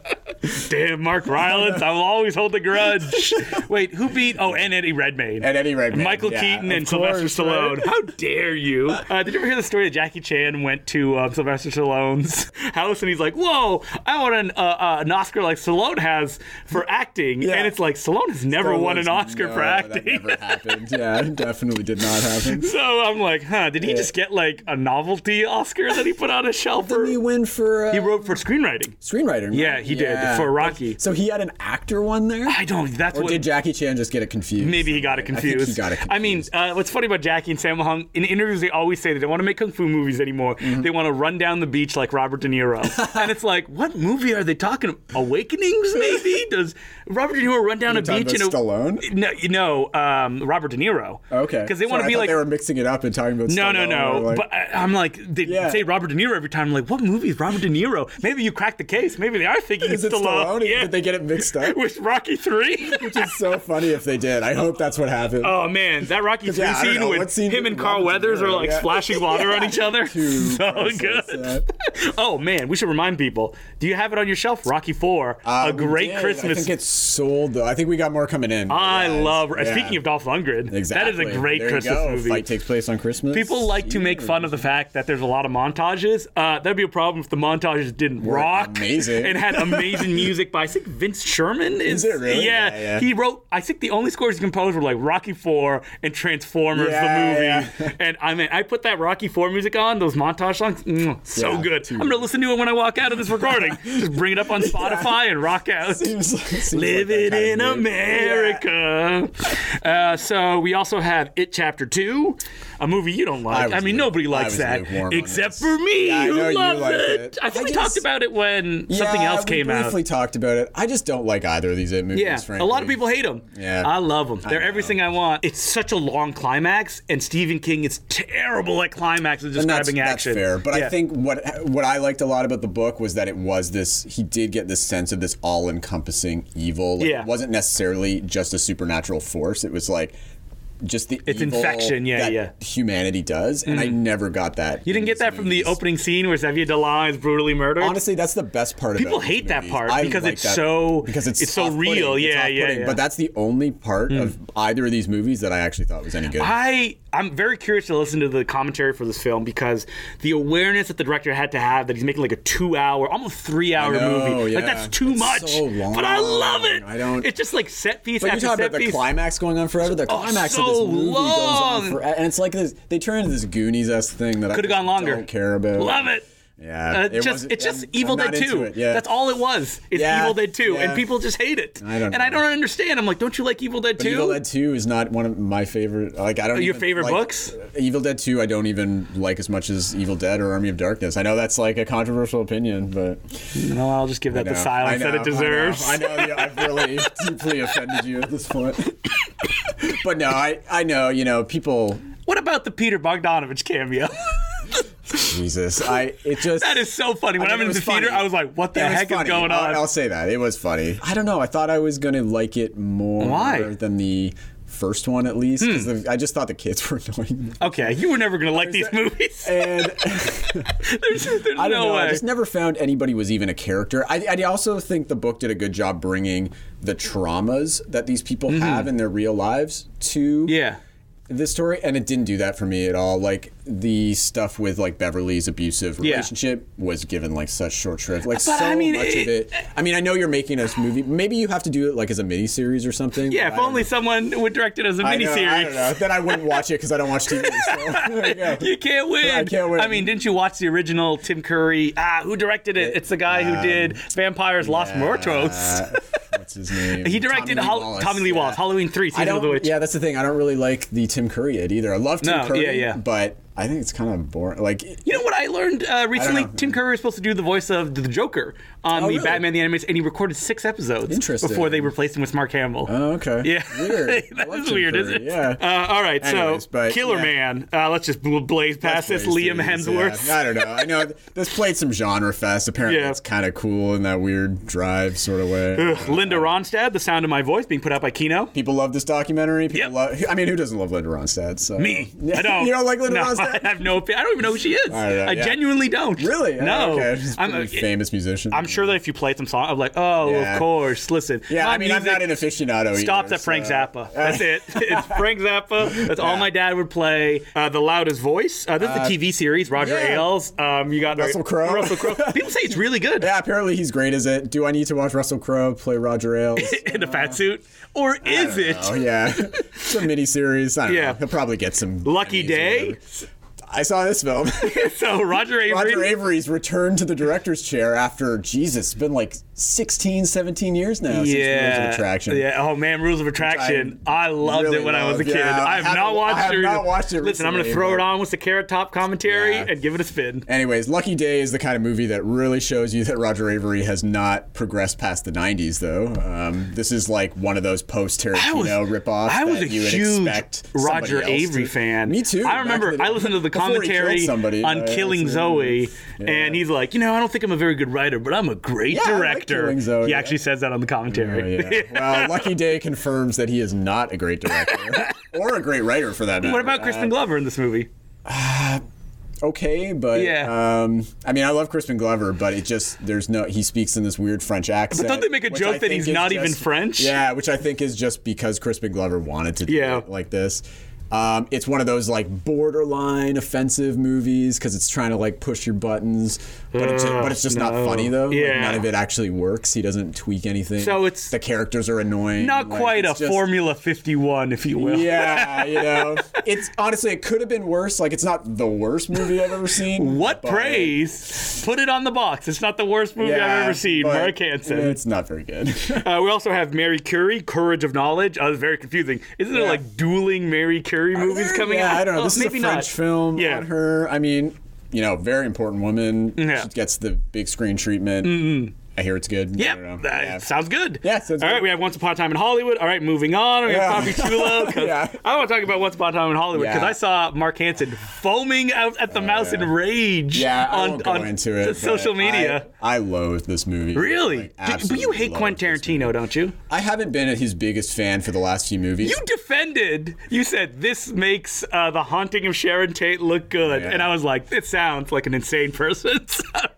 [SPEAKER 2] Damn Mark Rylance, I'll always hold a
[SPEAKER 3] [laughs]
[SPEAKER 2] grudge. Wait, who beat? Oh, and Eddie Redmayne.
[SPEAKER 3] And Eddie Redmayne,
[SPEAKER 2] Michael
[SPEAKER 3] yeah,
[SPEAKER 2] Keaton
[SPEAKER 3] of
[SPEAKER 2] and
[SPEAKER 3] course,
[SPEAKER 2] Sylvester Stallone. How dare
[SPEAKER 3] [laughs]
[SPEAKER 2] you? Uh, did you ever hear the story that Jackie Chan went to um, Sylvester Stallone's [laughs] house and he's like, "Whoa, I want an, uh, uh, an Oscar like Stallone has for acting,"
[SPEAKER 3] Yeah.
[SPEAKER 2] and it's like Stallone has never won an Oscar
[SPEAKER 3] No,
[SPEAKER 2] for acting. [laughs]
[SPEAKER 3] That never happened. Yeah, it definitely did not happen.
[SPEAKER 2] So I'm like, huh? Did he just get like a novelty Oscar that he put on a shelf? Or...
[SPEAKER 3] Didn't he win for uh,
[SPEAKER 2] He wrote for screenwriting.
[SPEAKER 3] screenwriting? right?
[SPEAKER 2] Yeah, he
[SPEAKER 3] Yeah.
[SPEAKER 2] did for Rocky.
[SPEAKER 3] So he had an actor one there,
[SPEAKER 2] I don't. That's
[SPEAKER 3] or
[SPEAKER 2] what.
[SPEAKER 3] did Jackie Chan just get it confused?
[SPEAKER 2] Maybe he got it
[SPEAKER 3] I think he
[SPEAKER 2] confused.
[SPEAKER 3] got it
[SPEAKER 2] I mean, uh, what's funny about Jackie and Sammo Hung in interviews, they always say they don't want to make kung fu movies anymore.
[SPEAKER 3] Mm-hmm.
[SPEAKER 2] They want to run down the beach like Robert De
[SPEAKER 3] [laughs]
[SPEAKER 2] Niro. and it's like, what movie are they talking? about? Awakenings,
[SPEAKER 3] [laughs]
[SPEAKER 2] maybe? Does Robert De Niro run down a
[SPEAKER 3] talking
[SPEAKER 2] beach in a
[SPEAKER 3] about Stallone? Oh,
[SPEAKER 2] No, you know, um, Robert De Niro.
[SPEAKER 3] Okay,
[SPEAKER 2] Because they want
[SPEAKER 3] Sorry, I
[SPEAKER 2] to be
[SPEAKER 3] thought
[SPEAKER 2] like
[SPEAKER 3] they were mixing it up and talking about
[SPEAKER 2] No, no,
[SPEAKER 3] Stallone
[SPEAKER 2] no.
[SPEAKER 3] or, like-
[SPEAKER 2] but I, I'm like, they
[SPEAKER 3] Yeah.
[SPEAKER 2] say Robert De Niro every time. I'm like, what movie is Robert De Niro? Maybe you cracked the case. Maybe they are thinking
[SPEAKER 3] is it
[SPEAKER 2] it's
[SPEAKER 3] Stallone?
[SPEAKER 2] Yeah.
[SPEAKER 3] Did they get it mixed
[SPEAKER 2] [laughs]
[SPEAKER 3] up?
[SPEAKER 2] With Rocky
[SPEAKER 3] [laughs]
[SPEAKER 2] Three.
[SPEAKER 3] It's so funny if they did. I hope that's what happened. [laughs]
[SPEAKER 2] Oh man, that Rocky Three
[SPEAKER 3] yeah, I don't
[SPEAKER 2] scene
[SPEAKER 3] know,
[SPEAKER 2] with
[SPEAKER 3] what scene
[SPEAKER 2] him
[SPEAKER 3] did
[SPEAKER 2] and Carl
[SPEAKER 3] Robert De
[SPEAKER 2] Weathers are
[SPEAKER 3] Niro,
[SPEAKER 2] like
[SPEAKER 3] yeah.
[SPEAKER 2] splashing water on
[SPEAKER 3] [laughs]
[SPEAKER 2] each other.
[SPEAKER 3] Too
[SPEAKER 2] so
[SPEAKER 3] priceless, yeah.
[SPEAKER 2] good. oh man, we should remind people. Do you have it on your shelf? Rocky Four,
[SPEAKER 3] Uh,
[SPEAKER 2] a
[SPEAKER 3] we
[SPEAKER 2] great
[SPEAKER 3] did. I
[SPEAKER 2] Christmas.
[SPEAKER 3] think it's sold though. I think we got more coming in.
[SPEAKER 2] I
[SPEAKER 3] Yeah,
[SPEAKER 2] love.
[SPEAKER 3] yeah.
[SPEAKER 2] Speaking of Dolph Lundgren,
[SPEAKER 3] exactly.
[SPEAKER 2] that is a great
[SPEAKER 3] There you
[SPEAKER 2] Christmas
[SPEAKER 3] go.
[SPEAKER 2] movie.
[SPEAKER 3] Fight takes place on Christmas.
[SPEAKER 2] People like to make
[SPEAKER 3] Eve.
[SPEAKER 2] fun of the fact that there's a lot of montages. Uh, that'd be a problem if the montages didn't rock
[SPEAKER 3] amazing.
[SPEAKER 2] and had amazing music by I think Vince Sherman. Is,
[SPEAKER 3] it really?
[SPEAKER 2] Yeah,
[SPEAKER 3] Yeah, yeah.
[SPEAKER 2] he wrote. I think the only scores he composed were like Rocky Four and Transformers
[SPEAKER 3] Yeah,
[SPEAKER 2] the movie. [laughs] and I mean, I put that Rocky Four music on those montage songs. mm, so
[SPEAKER 3] Yeah,
[SPEAKER 2] good.
[SPEAKER 3] too
[SPEAKER 2] I'm gonna listen to it when I walk out of this
[SPEAKER 3] [laughs]
[SPEAKER 2] recording. Just bring it up on Spotify and rock out.
[SPEAKER 3] [laughs] Seems like- seems like
[SPEAKER 2] Live
[SPEAKER 3] that
[SPEAKER 2] it
[SPEAKER 3] kind of
[SPEAKER 2] in
[SPEAKER 3] movie.
[SPEAKER 2] America. Uh, so we also have It Chapter Two, a movie you don't
[SPEAKER 3] I
[SPEAKER 2] like.
[SPEAKER 3] was
[SPEAKER 2] I, mean,
[SPEAKER 3] lu-
[SPEAKER 2] nobody
[SPEAKER 3] I
[SPEAKER 2] likes
[SPEAKER 3] was
[SPEAKER 2] that
[SPEAKER 3] lukewarm on
[SPEAKER 2] except
[SPEAKER 3] this.
[SPEAKER 2] for me,
[SPEAKER 3] Yeah, I know
[SPEAKER 2] who
[SPEAKER 3] you
[SPEAKER 2] loves
[SPEAKER 3] liked
[SPEAKER 2] it.
[SPEAKER 3] it.
[SPEAKER 2] I think
[SPEAKER 3] I
[SPEAKER 2] we
[SPEAKER 3] just-
[SPEAKER 2] talked about it when
[SPEAKER 3] Yeah,
[SPEAKER 2] something else
[SPEAKER 3] we
[SPEAKER 2] came out.
[SPEAKER 3] briefly talked about it. I just don't like either of these it movies.
[SPEAKER 2] Yeah,
[SPEAKER 3] frankly.
[SPEAKER 2] a lot of people hate them.
[SPEAKER 3] Yeah.
[SPEAKER 2] I love them. They're
[SPEAKER 3] know.
[SPEAKER 2] everything I want. It's such a long climax, and Stephen King is terrible at climaxes
[SPEAKER 3] And that's,
[SPEAKER 2] describing
[SPEAKER 3] that's
[SPEAKER 2] action.
[SPEAKER 3] fair, but
[SPEAKER 2] Yeah.
[SPEAKER 3] I think what what I liked a lot about the book was that it was this. He did get this sense of this all-encompassing evil. Like,
[SPEAKER 2] Yeah.
[SPEAKER 3] it wasn't necessarily just a supernatural force. It was like just the
[SPEAKER 2] It's
[SPEAKER 3] evil
[SPEAKER 2] infection, yeah,
[SPEAKER 3] that
[SPEAKER 2] yeah. Mm.
[SPEAKER 3] humanity does, and I never got that.
[SPEAKER 2] you didn't get that from the opening scene where Xavier Dolan is brutally murdered.
[SPEAKER 3] Honestly, that's the best part.
[SPEAKER 2] People
[SPEAKER 3] about these
[SPEAKER 2] hate that
[SPEAKER 3] movies.
[SPEAKER 2] part
[SPEAKER 3] I
[SPEAKER 2] because
[SPEAKER 3] like
[SPEAKER 2] it's
[SPEAKER 3] that-
[SPEAKER 2] so-
[SPEAKER 3] because it's,
[SPEAKER 2] it's so
[SPEAKER 3] off-putting,
[SPEAKER 2] real.
[SPEAKER 3] it's
[SPEAKER 2] Yeah, yeah,
[SPEAKER 3] off-putting,
[SPEAKER 2] yeah. Mm.
[SPEAKER 3] But that's the only part of either of these movies that I actually thought was any good.
[SPEAKER 2] I I'm very curious to listen to the commentary for this film because the awareness that the director had to have that he's making like a two hour, almost three hour
[SPEAKER 3] know,
[SPEAKER 2] movie, like
[SPEAKER 3] yeah.
[SPEAKER 2] that's too
[SPEAKER 3] It's
[SPEAKER 2] much.
[SPEAKER 3] so long.
[SPEAKER 2] But I love it.
[SPEAKER 3] I don't-
[SPEAKER 2] It's just like set piece
[SPEAKER 3] But you're
[SPEAKER 2] after
[SPEAKER 3] talking
[SPEAKER 2] set
[SPEAKER 3] about the
[SPEAKER 2] piece.
[SPEAKER 3] climax going on forever. The climax of
[SPEAKER 2] Oh, so
[SPEAKER 3] this movie
[SPEAKER 2] long.
[SPEAKER 3] goes on forever, and it's like this. They turn into this Goonies esque thing that
[SPEAKER 2] Could
[SPEAKER 3] I
[SPEAKER 2] have gone
[SPEAKER 3] just
[SPEAKER 2] longer.
[SPEAKER 3] Don't care about.
[SPEAKER 2] Love it.
[SPEAKER 3] Yeah,
[SPEAKER 2] Uh,
[SPEAKER 3] it
[SPEAKER 2] just
[SPEAKER 3] wasn't-
[SPEAKER 2] it's just
[SPEAKER 3] I'm-
[SPEAKER 2] Evil
[SPEAKER 3] I'm
[SPEAKER 2] Dead
[SPEAKER 3] not into
[SPEAKER 2] 2.
[SPEAKER 3] it, yeah.
[SPEAKER 2] That's all it was. It's
[SPEAKER 3] Yeah,
[SPEAKER 2] Evil Dead 2, and
[SPEAKER 3] yeah.
[SPEAKER 2] people just hate it.
[SPEAKER 3] I don't
[SPEAKER 2] and I
[SPEAKER 3] know.
[SPEAKER 2] don't understand. I'm like, don't you like Evil Dead 2?
[SPEAKER 3] Evil Dead Two is not one of my favorite. Like I don't.
[SPEAKER 2] Your
[SPEAKER 3] even
[SPEAKER 2] favorite
[SPEAKER 3] like- uh,
[SPEAKER 2] books?
[SPEAKER 3] Evil Dead Two, I don't even like as much as Evil Dead or Army of Darkness. I know that's like a controversial opinion, but
[SPEAKER 2] No, I'll just give that the
[SPEAKER 3] No,
[SPEAKER 2] silence
[SPEAKER 3] I know,
[SPEAKER 2] that it deserves.
[SPEAKER 3] I know, I know yeah, I've
[SPEAKER 2] [laughs]
[SPEAKER 3] really deeply offended you at this point. [coughs] but no, I I know you know people.
[SPEAKER 2] What about the Peter Bogdanovich cameo? [laughs]
[SPEAKER 3] Jesus, I it just
[SPEAKER 2] that is so funny. When
[SPEAKER 3] I
[SPEAKER 2] I am
[SPEAKER 3] mean, it
[SPEAKER 2] in the
[SPEAKER 3] was
[SPEAKER 2] theater,
[SPEAKER 3] funny.
[SPEAKER 2] I was like, what the
[SPEAKER 3] It was
[SPEAKER 2] heck is
[SPEAKER 3] funny.
[SPEAKER 2] going
[SPEAKER 3] I'll-
[SPEAKER 2] on?
[SPEAKER 3] I'll, say that it was funny. I don't know. I thought I was gonna like it more
[SPEAKER 2] Why? Hmm.
[SPEAKER 3] than the first one at least because I just thought the kids [laughs] were annoying.
[SPEAKER 2] Okay, you were never gonna like these movies. [laughs]
[SPEAKER 3] And
[SPEAKER 2] there's there's
[SPEAKER 3] I don't
[SPEAKER 2] no
[SPEAKER 3] know. I
[SPEAKER 2] way.
[SPEAKER 3] just never found anybody was even a character. I, I also think the book did a good job bringing the traumas that these people have in their real lives to
[SPEAKER 2] Mm-hmm. yeah.
[SPEAKER 3] this story and it didn't do that for me at all like the stuff with like beverly's abusive
[SPEAKER 2] Yeah.
[SPEAKER 3] relationship was given like such short shrift like
[SPEAKER 2] But,
[SPEAKER 3] so
[SPEAKER 2] I mean,
[SPEAKER 3] much
[SPEAKER 2] it-
[SPEAKER 3] of it i mean i know you're making this movie maybe you have to do it like as a mini series or something
[SPEAKER 2] Yeah,
[SPEAKER 3] but
[SPEAKER 2] if
[SPEAKER 3] I don't
[SPEAKER 2] only
[SPEAKER 3] know.
[SPEAKER 2] someone would direct it as a
[SPEAKER 3] I know, I don't know.
[SPEAKER 2] miniseries.
[SPEAKER 3] then i wouldn't watch it because i don't watch tv so [laughs] there you go.
[SPEAKER 2] You can't win.
[SPEAKER 3] I can't win.
[SPEAKER 2] I mean, didn't you watch the original Tim Curry? Ah, who directed it? It's the guy
[SPEAKER 3] um,
[SPEAKER 2] who did Vampires Lost Mortos.
[SPEAKER 3] Uh, what's his name
[SPEAKER 2] He directed
[SPEAKER 3] tommy
[SPEAKER 2] Hol-
[SPEAKER 3] Wallace,
[SPEAKER 2] Tommy Lee
[SPEAKER 3] yeah.
[SPEAKER 2] Wallace, Halloween 3,
[SPEAKER 3] I
[SPEAKER 2] Season of the
[SPEAKER 3] don't,
[SPEAKER 2] Witch.
[SPEAKER 3] yeah, that's the thing. I don't really like the Tim Curry it either. I love Tim
[SPEAKER 2] No,
[SPEAKER 3] Curry,
[SPEAKER 2] yeah, yeah.
[SPEAKER 3] but I think it's kind of boring. Like,
[SPEAKER 2] You know what I learned uh, recently?
[SPEAKER 3] know.
[SPEAKER 2] Tim Curry was supposed to do the voice of the Joker on
[SPEAKER 3] Oh,
[SPEAKER 2] the
[SPEAKER 3] really?
[SPEAKER 2] Batman the Animated, and he recorded six episodes
[SPEAKER 3] Interesting.
[SPEAKER 2] before they replaced him with Mark Hamill.
[SPEAKER 3] oh, okay,
[SPEAKER 2] Yeah,
[SPEAKER 3] weird. I
[SPEAKER 2] [laughs] that
[SPEAKER 3] love
[SPEAKER 2] is
[SPEAKER 3] Tim
[SPEAKER 2] weird,
[SPEAKER 3] Curry,
[SPEAKER 2] isn't it?
[SPEAKER 3] Yeah.
[SPEAKER 2] Uh, all right,
[SPEAKER 3] Anyways,
[SPEAKER 2] so
[SPEAKER 3] but,
[SPEAKER 2] Killer
[SPEAKER 3] yeah.
[SPEAKER 2] Man. Uh, let's just bl- blaze past this.
[SPEAKER 3] Place
[SPEAKER 2] Liam
[SPEAKER 3] these,
[SPEAKER 2] Hemsworth.
[SPEAKER 3] yeah. I don't know. I
[SPEAKER 2] [laughs]
[SPEAKER 3] know th- this played some genre fest. Apparently,
[SPEAKER 2] Yeah.
[SPEAKER 3] it's kind of cool in that weird drive sort of way.
[SPEAKER 2] Linda Ronstadt, The Sound of My Voice, being put out by Kino.
[SPEAKER 3] People love this documentary. People
[SPEAKER 2] Yep.
[SPEAKER 3] love. I mean, who doesn't love Linda Ronstadt? So
[SPEAKER 2] Me. I don't.
[SPEAKER 3] [laughs] [laughs] you don't like Linda
[SPEAKER 2] No, [laughs]
[SPEAKER 3] Ronstadt?
[SPEAKER 2] I have no opinion. I don't even know who she is.
[SPEAKER 3] I don't know,
[SPEAKER 2] I
[SPEAKER 3] yeah.
[SPEAKER 2] genuinely don't.
[SPEAKER 3] Really? Oh,
[SPEAKER 2] No.
[SPEAKER 3] Okay. She's a
[SPEAKER 2] I'm- uh,
[SPEAKER 3] pretty famous musician.
[SPEAKER 2] I'm sure that if you played some song, I'm like, oh,
[SPEAKER 3] Yeah.
[SPEAKER 2] of course. Listen,
[SPEAKER 3] Yeah,
[SPEAKER 2] my
[SPEAKER 3] I mean, I'm
[SPEAKER 2] music
[SPEAKER 3] not an aficionado.
[SPEAKER 2] Stopped
[SPEAKER 3] either,
[SPEAKER 2] at Frank
[SPEAKER 3] so-
[SPEAKER 2] Zappa. That's
[SPEAKER 3] [laughs]
[SPEAKER 2] it. [laughs] It's Frank Zappa. That's all my dad would play. Uh, the loudest voice. Uh, this is the TV series. Roger
[SPEAKER 3] yeah.
[SPEAKER 2] Ailes. Um, you got
[SPEAKER 3] Russell Crowe.
[SPEAKER 2] Russell Crowe. People say it's really good
[SPEAKER 3] [laughs] Yeah, apparently he's great as it. Do I need to watch Russell Crowe play
[SPEAKER 2] [laughs]
[SPEAKER 3] Roger Ailes?
[SPEAKER 2] in a fat suit, or is it?
[SPEAKER 3] oh yeah, [laughs] it's a miniseries. I don't
[SPEAKER 2] Yeah.
[SPEAKER 3] know. He'll probably get some.
[SPEAKER 2] [laughs] Lucky
[SPEAKER 3] Emmys or
[SPEAKER 2] Day.
[SPEAKER 3] whatever. I saw this film.
[SPEAKER 2] [laughs]
[SPEAKER 3] [laughs]
[SPEAKER 2] So Roger Avery.
[SPEAKER 3] Roger Avery's returned to the director's chair after Jesus, it's been like 16, 17 years now. Since Rules
[SPEAKER 2] yeah.
[SPEAKER 3] of Attraction.
[SPEAKER 2] Yeah. Oh man, Rules of Attraction. I, loved
[SPEAKER 3] really
[SPEAKER 2] it when I was a
[SPEAKER 3] loved.
[SPEAKER 2] kid.
[SPEAKER 3] Yeah, I
[SPEAKER 2] I have
[SPEAKER 3] haven't-
[SPEAKER 2] not watched
[SPEAKER 3] I have
[SPEAKER 2] it.
[SPEAKER 3] not watched it
[SPEAKER 2] Listen, I'm gonna
[SPEAKER 3] recently,
[SPEAKER 2] throw it
[SPEAKER 3] but-
[SPEAKER 2] on with the carrot top commentary
[SPEAKER 3] Yeah.
[SPEAKER 2] and give it a spin.
[SPEAKER 3] Anyways, Lucky Day is the kind of movie that really shows you that Roger Avery has not progressed past the 90s, though. Um, this is like one of those post Tarantino ripoffs.
[SPEAKER 2] I was
[SPEAKER 3] that
[SPEAKER 2] a
[SPEAKER 3] you would
[SPEAKER 2] huge
[SPEAKER 3] expect somebody
[SPEAKER 2] Roger
[SPEAKER 3] else
[SPEAKER 2] Avery
[SPEAKER 3] to-
[SPEAKER 2] fan.
[SPEAKER 3] Me too. back
[SPEAKER 2] I
[SPEAKER 3] in
[SPEAKER 2] remember
[SPEAKER 3] the-
[SPEAKER 2] I listened to the
[SPEAKER 3] before he killed
[SPEAKER 2] commentary
[SPEAKER 3] somebody,
[SPEAKER 2] on
[SPEAKER 3] uh,
[SPEAKER 2] Killing
[SPEAKER 3] it's, uh,
[SPEAKER 2] Zoe, and he's like, you know, I don't think I'm a very good writer, but I'm a great
[SPEAKER 3] I like
[SPEAKER 2] director.
[SPEAKER 3] Killing Zoe,
[SPEAKER 2] he
[SPEAKER 3] yeah.
[SPEAKER 2] actually says that on the
[SPEAKER 3] Oh,
[SPEAKER 2] commentary.
[SPEAKER 3] yeah. Well, Lucky Day confirms that he is not a great director or a great writer for that
[SPEAKER 2] [laughs]
[SPEAKER 3] matter.
[SPEAKER 2] What about Crispin Glover in this movie?
[SPEAKER 3] okay, but
[SPEAKER 2] Yeah.
[SPEAKER 3] um, I mean, I love Crispin Glover, but it just there's no he speaks in this weird French accent.
[SPEAKER 2] don't they make a
[SPEAKER 3] which
[SPEAKER 2] joke
[SPEAKER 3] I
[SPEAKER 2] that
[SPEAKER 3] think
[SPEAKER 2] he's
[SPEAKER 3] is
[SPEAKER 2] not even
[SPEAKER 3] just-
[SPEAKER 2] French?
[SPEAKER 3] Yeah, which I think is just because Crispin Glover wanted to do
[SPEAKER 2] Yeah.
[SPEAKER 3] it like this. Um, it's one of those like borderline offensive movies because it's trying to like push your buttons, but it's just,
[SPEAKER 2] Ugh,
[SPEAKER 3] but it's just not
[SPEAKER 2] no.
[SPEAKER 3] funny though. Like,
[SPEAKER 2] Yeah.
[SPEAKER 3] none of it actually works. He doesn't tweak anything.
[SPEAKER 2] So it's-
[SPEAKER 3] the characters are annoying.
[SPEAKER 2] Not
[SPEAKER 3] Like,
[SPEAKER 2] quite a
[SPEAKER 3] it's just-
[SPEAKER 2] Formula 51, if you will. [laughs]
[SPEAKER 3] yeah, you know, it's honestly it could have been worse. Like it's not the worst movie I've ever
[SPEAKER 2] [laughs]
[SPEAKER 3] seen.
[SPEAKER 2] What
[SPEAKER 3] but-
[SPEAKER 2] praise? Put it on the box. It's not the worst movie I've
[SPEAKER 3] Yeah,
[SPEAKER 2] ever seen.
[SPEAKER 3] but
[SPEAKER 2] Mark Hansen.
[SPEAKER 3] It's not very good.
[SPEAKER 2] Uh, we also have Mary Curie, Courage of Knowledge. I was very confusing. Isn't there
[SPEAKER 3] Yeah. Uh,
[SPEAKER 2] like dueling Mary Curie [laughs] movies coming
[SPEAKER 3] yeah,
[SPEAKER 2] out?
[SPEAKER 3] I don't know.
[SPEAKER 2] Oh,
[SPEAKER 3] this is a
[SPEAKER 2] maybe
[SPEAKER 3] French
[SPEAKER 2] not.
[SPEAKER 3] film
[SPEAKER 2] Yeah.
[SPEAKER 3] on her. I mean, you know, very important woman.
[SPEAKER 2] Yeah. Mm-hmm.
[SPEAKER 3] She gets the big screen treatment. I hear it's good. I
[SPEAKER 2] Yep.
[SPEAKER 3] don't know.
[SPEAKER 2] Uh, Sounds good.
[SPEAKER 3] Yeah, sounds
[SPEAKER 2] All right,
[SPEAKER 3] good.
[SPEAKER 2] we have Once Upon a Time in Hollywood. All right, moving on. We have Poppy
[SPEAKER 3] Yeah.
[SPEAKER 2] Chulo. 'cause
[SPEAKER 3] [laughs] Yeah.
[SPEAKER 2] I want to talk about Once Upon a Time in Hollywood because
[SPEAKER 3] Yeah. Oh,
[SPEAKER 2] I saw Mark Hansen foaming out at the mouse in rage
[SPEAKER 3] Yeah, I
[SPEAKER 2] on,
[SPEAKER 3] won't go
[SPEAKER 2] on
[SPEAKER 3] into it. but
[SPEAKER 2] social media.
[SPEAKER 3] I, I loathe this movie.
[SPEAKER 2] really?
[SPEAKER 3] Like,
[SPEAKER 2] Do- but you
[SPEAKER 3] absolutely
[SPEAKER 2] hate
[SPEAKER 3] loathe
[SPEAKER 2] Quentin
[SPEAKER 3] this movie.
[SPEAKER 2] Tarantino, don't you?
[SPEAKER 3] I haven't been his biggest fan for the last few movies.
[SPEAKER 2] You defended. You said this makes uh, the haunting of Sharon Tate look good,
[SPEAKER 3] Yeah.
[SPEAKER 2] and I was like, it sounds like an insane person. [laughs]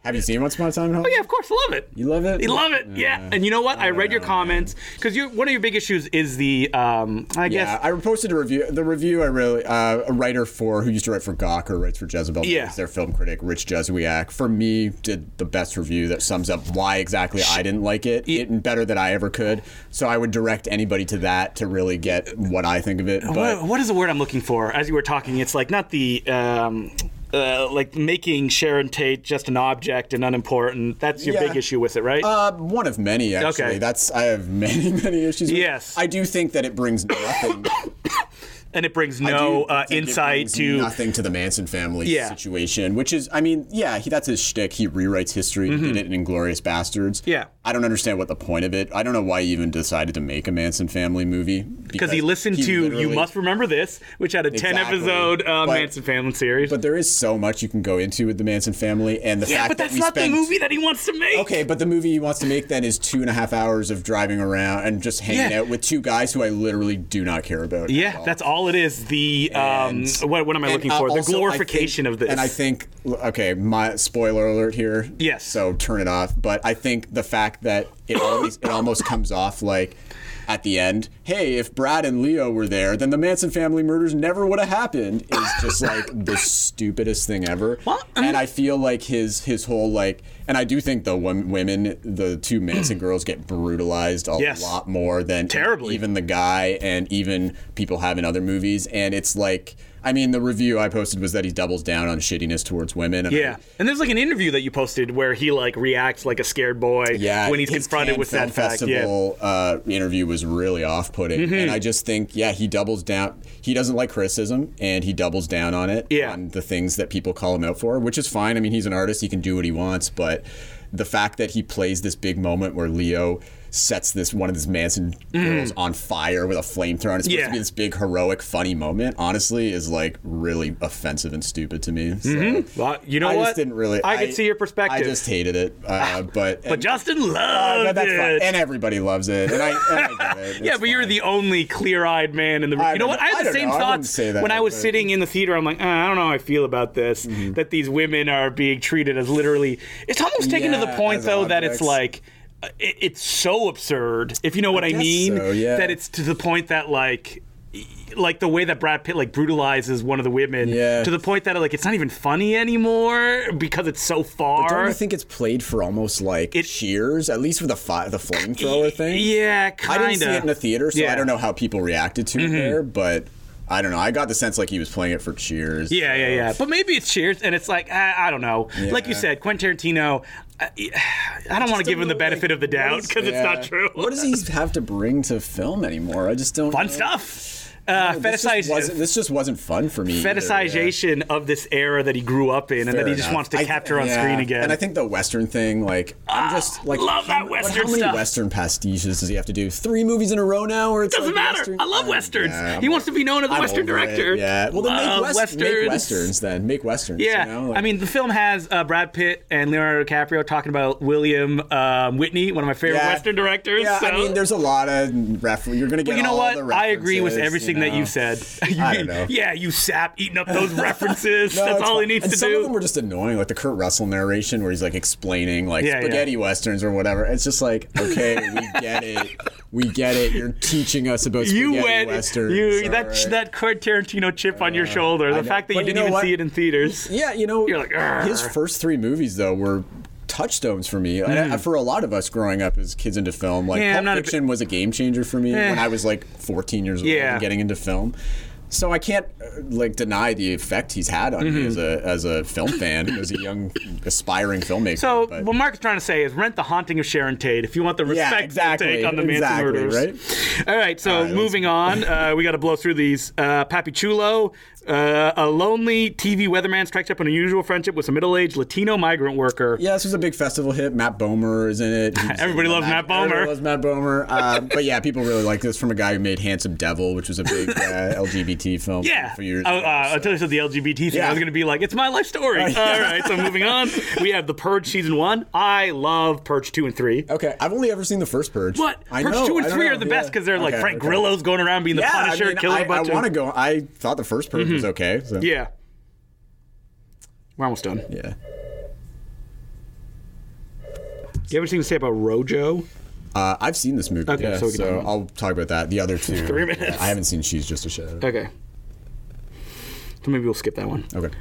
[SPEAKER 2] So,
[SPEAKER 3] Have you seen Once Upon a Time in Hollywood?
[SPEAKER 2] Oh, yeah, of course, I love it.
[SPEAKER 3] You love it?
[SPEAKER 2] You love it, yeah. And you know what? I, read your comments because you one of your big issues is the um, I
[SPEAKER 3] Yeah,
[SPEAKER 2] guess
[SPEAKER 3] I posted a review. The review I really, uh, a writer for who used to write for Gawker, writes for Jezebel.
[SPEAKER 2] Yeah.
[SPEAKER 3] is their film critic Rich Jesuiak. For me, did the best review that sums up why exactly I didn't like it, it better than I ever could. So I would direct anybody to that to really get what I think of it. But
[SPEAKER 2] what, what is the word I'm looking for? As you were talking, it's like not the. Um, uh, like making Sharon Tate just an object and unimportant. That's your
[SPEAKER 3] Yeah.
[SPEAKER 2] big issue with it, right?
[SPEAKER 3] Uh, one of many, actually.
[SPEAKER 2] Okay.
[SPEAKER 3] That's I have many, [laughs] many issues. With.
[SPEAKER 2] Yes.
[SPEAKER 3] I do think that it brings nothing.
[SPEAKER 2] and it brings
[SPEAKER 3] I do
[SPEAKER 2] no uh,
[SPEAKER 3] think it
[SPEAKER 2] insight
[SPEAKER 3] brings
[SPEAKER 2] to.
[SPEAKER 3] nothing to the Manson family
[SPEAKER 2] Yeah.
[SPEAKER 3] situation, which is, I mean, yeah, he, that's his shtick. He rewrites history. He did it in Inglorious Bastards.
[SPEAKER 2] Mm-hmm. Yeah.
[SPEAKER 3] I don't understand what the point of it. I don't know why he even decided to make a Manson family movie
[SPEAKER 2] because he listened to "You
[SPEAKER 3] literally-
[SPEAKER 2] Must Remember This," which had a ten
[SPEAKER 3] Exactly.
[SPEAKER 2] episode uh,
[SPEAKER 3] But-
[SPEAKER 2] Manson family series.
[SPEAKER 3] But there is so much you can go into with the Manson family, and the
[SPEAKER 2] yeah,
[SPEAKER 3] fact
[SPEAKER 2] but
[SPEAKER 3] that
[SPEAKER 2] that's
[SPEAKER 3] we
[SPEAKER 2] not
[SPEAKER 3] spent
[SPEAKER 2] the movie that he wants to make.
[SPEAKER 3] Okay, but the movie he wants to make then is two and a half hours of driving around and just hanging
[SPEAKER 2] Yeah.
[SPEAKER 3] out with two guys who I literally do not care about. at
[SPEAKER 2] Yeah,
[SPEAKER 3] all.
[SPEAKER 2] that's all it is. The um,
[SPEAKER 3] And-
[SPEAKER 2] what, what am I
[SPEAKER 3] And,
[SPEAKER 2] looking
[SPEAKER 3] uh,
[SPEAKER 2] for? The
[SPEAKER 3] also, I
[SPEAKER 2] glorification
[SPEAKER 3] think-
[SPEAKER 2] of this.
[SPEAKER 3] And I think, okay, my spoiler alert here.
[SPEAKER 2] Yes.
[SPEAKER 3] So turn it off. But I think the fact that it always it almost comes off like at the end, hey, if Brad and Leo were there, then the Manson family murders never would have happened. Is just
[SPEAKER 2] [laughs]
[SPEAKER 3] like the stupidest thing ever.
[SPEAKER 2] Well, I mean-
[SPEAKER 3] and I feel like his his whole like, and I do think the wom- women, the
[SPEAKER 2] [clears throat]
[SPEAKER 3] two Manson girls, get brutalized a
[SPEAKER 2] Yes.
[SPEAKER 3] lot more than
[SPEAKER 2] Terribly.
[SPEAKER 3] even the guy and even people have in other movies. And it's like, I mean, the review I posted was that he doubles down on shittiness towards women. And I-
[SPEAKER 2] yeah, and there's like an interview that you posted where he like reacts like a scared boy
[SPEAKER 3] yeah,
[SPEAKER 2] when he's
[SPEAKER 3] his
[SPEAKER 2] confronted
[SPEAKER 3] Cannes
[SPEAKER 2] with
[SPEAKER 3] Film
[SPEAKER 2] that fact. Yeah. Mm-hmm.
[SPEAKER 3] festival uh, interview was really off-putting, and I just think, yeah, he doubles down. He doesn't like criticism, and he doubles down on it,
[SPEAKER 2] Yeah.
[SPEAKER 3] on the things that people call him out for, which is fine. I mean, he's an artist; he can do what he wants. But the fact that he plays this big moment where Leo sets this one of these Manson girls on fire with a flamethrower. And it's supposed
[SPEAKER 2] Mm-hmm. Yeah.
[SPEAKER 3] to be this big heroic, funny moment. Honestly, is like really offensive and stupid to me. So
[SPEAKER 2] Well, Mm-hmm. you know
[SPEAKER 3] I
[SPEAKER 2] what?
[SPEAKER 3] just didn't really.
[SPEAKER 2] I, could see your perspective.
[SPEAKER 3] I just hated it, uh,
[SPEAKER 2] [sighs]
[SPEAKER 3] but
[SPEAKER 2] but Justin loved
[SPEAKER 3] Uh, that's
[SPEAKER 2] it.
[SPEAKER 3] fine. And everybody loves it. And I,
[SPEAKER 2] [laughs]
[SPEAKER 3] and I get it.
[SPEAKER 2] yeah,
[SPEAKER 3] It's
[SPEAKER 2] but you're
[SPEAKER 3] fine.
[SPEAKER 2] the only clear-eyed man in the room.
[SPEAKER 3] I
[SPEAKER 2] You know
[SPEAKER 3] don't
[SPEAKER 2] what?
[SPEAKER 3] know.
[SPEAKER 2] I
[SPEAKER 3] I
[SPEAKER 2] had the
[SPEAKER 3] don't
[SPEAKER 2] same
[SPEAKER 3] know. I wouldn't
[SPEAKER 2] thoughts
[SPEAKER 3] say that,
[SPEAKER 2] when I was
[SPEAKER 3] but- Mm-hmm.
[SPEAKER 2] sitting in the theater. I'm like, "Uh, I don't know how I feel about this. That these women are being treated as literally. It's almost taken to the
[SPEAKER 3] Yeah,
[SPEAKER 2] point
[SPEAKER 3] as
[SPEAKER 2] though that it's
[SPEAKER 3] objects.
[SPEAKER 2] like. uh, It, it's so absurd, if you know what I,
[SPEAKER 3] guess
[SPEAKER 2] mean.
[SPEAKER 3] so, yeah.
[SPEAKER 2] That it's to the point that like, y- like the way that Brad Pitt like brutalizes one of the women
[SPEAKER 3] Yeah.
[SPEAKER 2] to the point that like it's not even funny anymore because it's so
[SPEAKER 3] Don't
[SPEAKER 2] far.
[SPEAKER 3] you think it's played for almost like
[SPEAKER 2] It-
[SPEAKER 3] cheers? At least with the fi- the flamethrower thing.
[SPEAKER 2] yeah, kind
[SPEAKER 3] I
[SPEAKER 2] of.
[SPEAKER 3] didn't see it in the theater, so
[SPEAKER 2] Yeah. Mm-hmm.
[SPEAKER 3] I don't know how people reacted to it there. But I don't know. I got the sense like he was playing it for cheers.
[SPEAKER 2] Yeah, yeah, yeah. But maybe it's Cheers, and it's like I, I don't know. Like you
[SPEAKER 3] Yeah.
[SPEAKER 2] said, Quentin Tarantino. I, I don't want to give him the benefit of the doubt because it's not true.
[SPEAKER 3] What does he have to bring to film anymore? I just don't.
[SPEAKER 2] Fun
[SPEAKER 3] know.
[SPEAKER 2] stuff. Uh,
[SPEAKER 3] This just, wasn't,
[SPEAKER 2] fetishize,
[SPEAKER 3] this just wasn't fun for me. either, yeah.
[SPEAKER 2] fetishization of this era that he grew up in, and
[SPEAKER 3] Fair
[SPEAKER 2] that he just
[SPEAKER 3] enough.
[SPEAKER 2] wants to
[SPEAKER 3] I-
[SPEAKER 2] capture on
[SPEAKER 3] yeah.
[SPEAKER 2] screen again. Ah,
[SPEAKER 3] And I think the Western thing, like I'm just like
[SPEAKER 2] love that
[SPEAKER 3] how,
[SPEAKER 2] Western
[SPEAKER 3] How many
[SPEAKER 2] stuff.
[SPEAKER 3] Western pastiches does he have to do? Three movies in a row now, or it
[SPEAKER 2] doesn't matter. I love westerns. he wants to be known as a Western director.
[SPEAKER 3] Yeah. Well, then
[SPEAKER 2] Love
[SPEAKER 3] make, West, make westerns then. Make westerns.
[SPEAKER 2] Yeah,
[SPEAKER 3] You know?
[SPEAKER 2] I mean, the film has uh, Brad Pitt and Leonardo DiCaprio talking about William um, Whitney, one of my favorite
[SPEAKER 3] Yeah.
[SPEAKER 2] Western directors.
[SPEAKER 3] Yeah,
[SPEAKER 2] so.
[SPEAKER 3] I mean, there's a lot of ref. You're gonna get.
[SPEAKER 2] But you know
[SPEAKER 3] all
[SPEAKER 2] what?
[SPEAKER 3] the
[SPEAKER 2] I agree with
[SPEAKER 3] references,
[SPEAKER 2] everything that
[SPEAKER 3] know?
[SPEAKER 2] you said.
[SPEAKER 3] I [laughs]
[SPEAKER 2] You-
[SPEAKER 3] don't know.
[SPEAKER 2] Yeah, you sap eating up
[SPEAKER 3] [laughs]
[SPEAKER 2] those references.
[SPEAKER 3] No,
[SPEAKER 2] That's
[SPEAKER 3] it's
[SPEAKER 2] all he
[SPEAKER 3] fine.
[SPEAKER 2] needs
[SPEAKER 3] and
[SPEAKER 2] to
[SPEAKER 3] some of them
[SPEAKER 2] do.
[SPEAKER 3] were just annoying, like the Kurt Russell narration where he's like explaining like
[SPEAKER 2] Yeah, yeah.
[SPEAKER 3] spaghetti westerns or whatever. It's just like, okay, we get it, we get it. You're teaching us about spaghetti
[SPEAKER 2] You went
[SPEAKER 3] westerns.
[SPEAKER 2] you
[SPEAKER 3] all
[SPEAKER 2] that
[SPEAKER 3] right.
[SPEAKER 2] that Quentin Tarantino chip on your shoulder. The
[SPEAKER 3] know.
[SPEAKER 2] fact that
[SPEAKER 3] But
[SPEAKER 2] you
[SPEAKER 3] you
[SPEAKER 2] didn't
[SPEAKER 3] know
[SPEAKER 2] even
[SPEAKER 3] what?
[SPEAKER 2] see it in theaters.
[SPEAKER 3] yeah, you know,
[SPEAKER 2] You're like, "Arr."
[SPEAKER 3] his first three movies though were touchstones for me, and I- for a lot of us growing up as kids into film. Like,
[SPEAKER 2] Mm. Yeah, I'm
[SPEAKER 3] Pulp
[SPEAKER 2] not a
[SPEAKER 3] Fiction was a game changer for me
[SPEAKER 2] Eh.
[SPEAKER 3] when I was like 14 years old
[SPEAKER 2] Yeah.
[SPEAKER 3] and getting into film. So I can't uh, like deny the effect he's had on
[SPEAKER 2] Mm-hmm.
[SPEAKER 3] me as a as a film fan, as a young aspiring filmmaker.
[SPEAKER 2] So
[SPEAKER 3] but-
[SPEAKER 2] what Mark's trying to say is rent the haunting of Sharon Tate if you want the
[SPEAKER 3] Yeah,
[SPEAKER 2] respect
[SPEAKER 3] exactly,
[SPEAKER 2] take on the Manson
[SPEAKER 3] exactly,
[SPEAKER 2] murders.
[SPEAKER 3] right?
[SPEAKER 2] All right, so moving on, uh, we got to blow through these. Uh, Papi Chulo, uh, a lonely TV weatherman strikes up an unusual friendship with a middle-aged Latino migrant worker.
[SPEAKER 3] Yeah, this was a big festival hit. Matt Bomer is
[SPEAKER 2] [laughs]
[SPEAKER 3] in it. He's-
[SPEAKER 2] Everybody loves Matt Bomer.
[SPEAKER 3] Everybody loves Matt Bomer. Uh, but yeah, people really like this from a guy who made Handsome Devil, which was a
[SPEAKER 2] [laughs]
[SPEAKER 3] big uh, LGBT film
[SPEAKER 2] Yeah.
[SPEAKER 3] for years.
[SPEAKER 2] Oh,
[SPEAKER 3] ago,
[SPEAKER 2] uh,
[SPEAKER 3] so.
[SPEAKER 2] Until you said the LGBT thing, I
[SPEAKER 3] Yeah.
[SPEAKER 2] was going to be like, it's my life
[SPEAKER 3] [laughs]
[SPEAKER 2] story. All right, so moving on, we have The Purge Season 1. I love Purge 2 and 3.
[SPEAKER 3] Okay, I've only ever seen the first Purge.
[SPEAKER 2] What?
[SPEAKER 3] I
[SPEAKER 2] Purge
[SPEAKER 3] know,
[SPEAKER 2] 2
[SPEAKER 3] I
[SPEAKER 2] and
[SPEAKER 3] don't
[SPEAKER 2] 3
[SPEAKER 3] know,
[SPEAKER 2] are the best
[SPEAKER 3] yeah.
[SPEAKER 2] because they're like
[SPEAKER 3] Okay,
[SPEAKER 2] Frank
[SPEAKER 3] okay.
[SPEAKER 2] Grillo's going around being the
[SPEAKER 3] Yeah,
[SPEAKER 2] Punisher,
[SPEAKER 3] I mean,
[SPEAKER 2] killing
[SPEAKER 3] I,
[SPEAKER 2] a bunch
[SPEAKER 3] I
[SPEAKER 2] of.
[SPEAKER 3] want to go. I thought the first Purge
[SPEAKER 2] Mhm.
[SPEAKER 3] was okay. So.
[SPEAKER 2] Yeah. We're almost done. Do
[SPEAKER 3] Yeah.
[SPEAKER 2] you have anything to say about Rojo?
[SPEAKER 3] Uh, I've seen this movie.
[SPEAKER 2] Okay,
[SPEAKER 3] yeah,
[SPEAKER 2] so
[SPEAKER 3] so
[SPEAKER 2] we can talk about-
[SPEAKER 3] I'll talk about that.
[SPEAKER 2] [laughs]
[SPEAKER 3] The other two.
[SPEAKER 2] Three minutes.
[SPEAKER 3] I haven't seen She's Just a Shadow.
[SPEAKER 2] Okay. So maybe we'll skip that one.
[SPEAKER 3] Okay.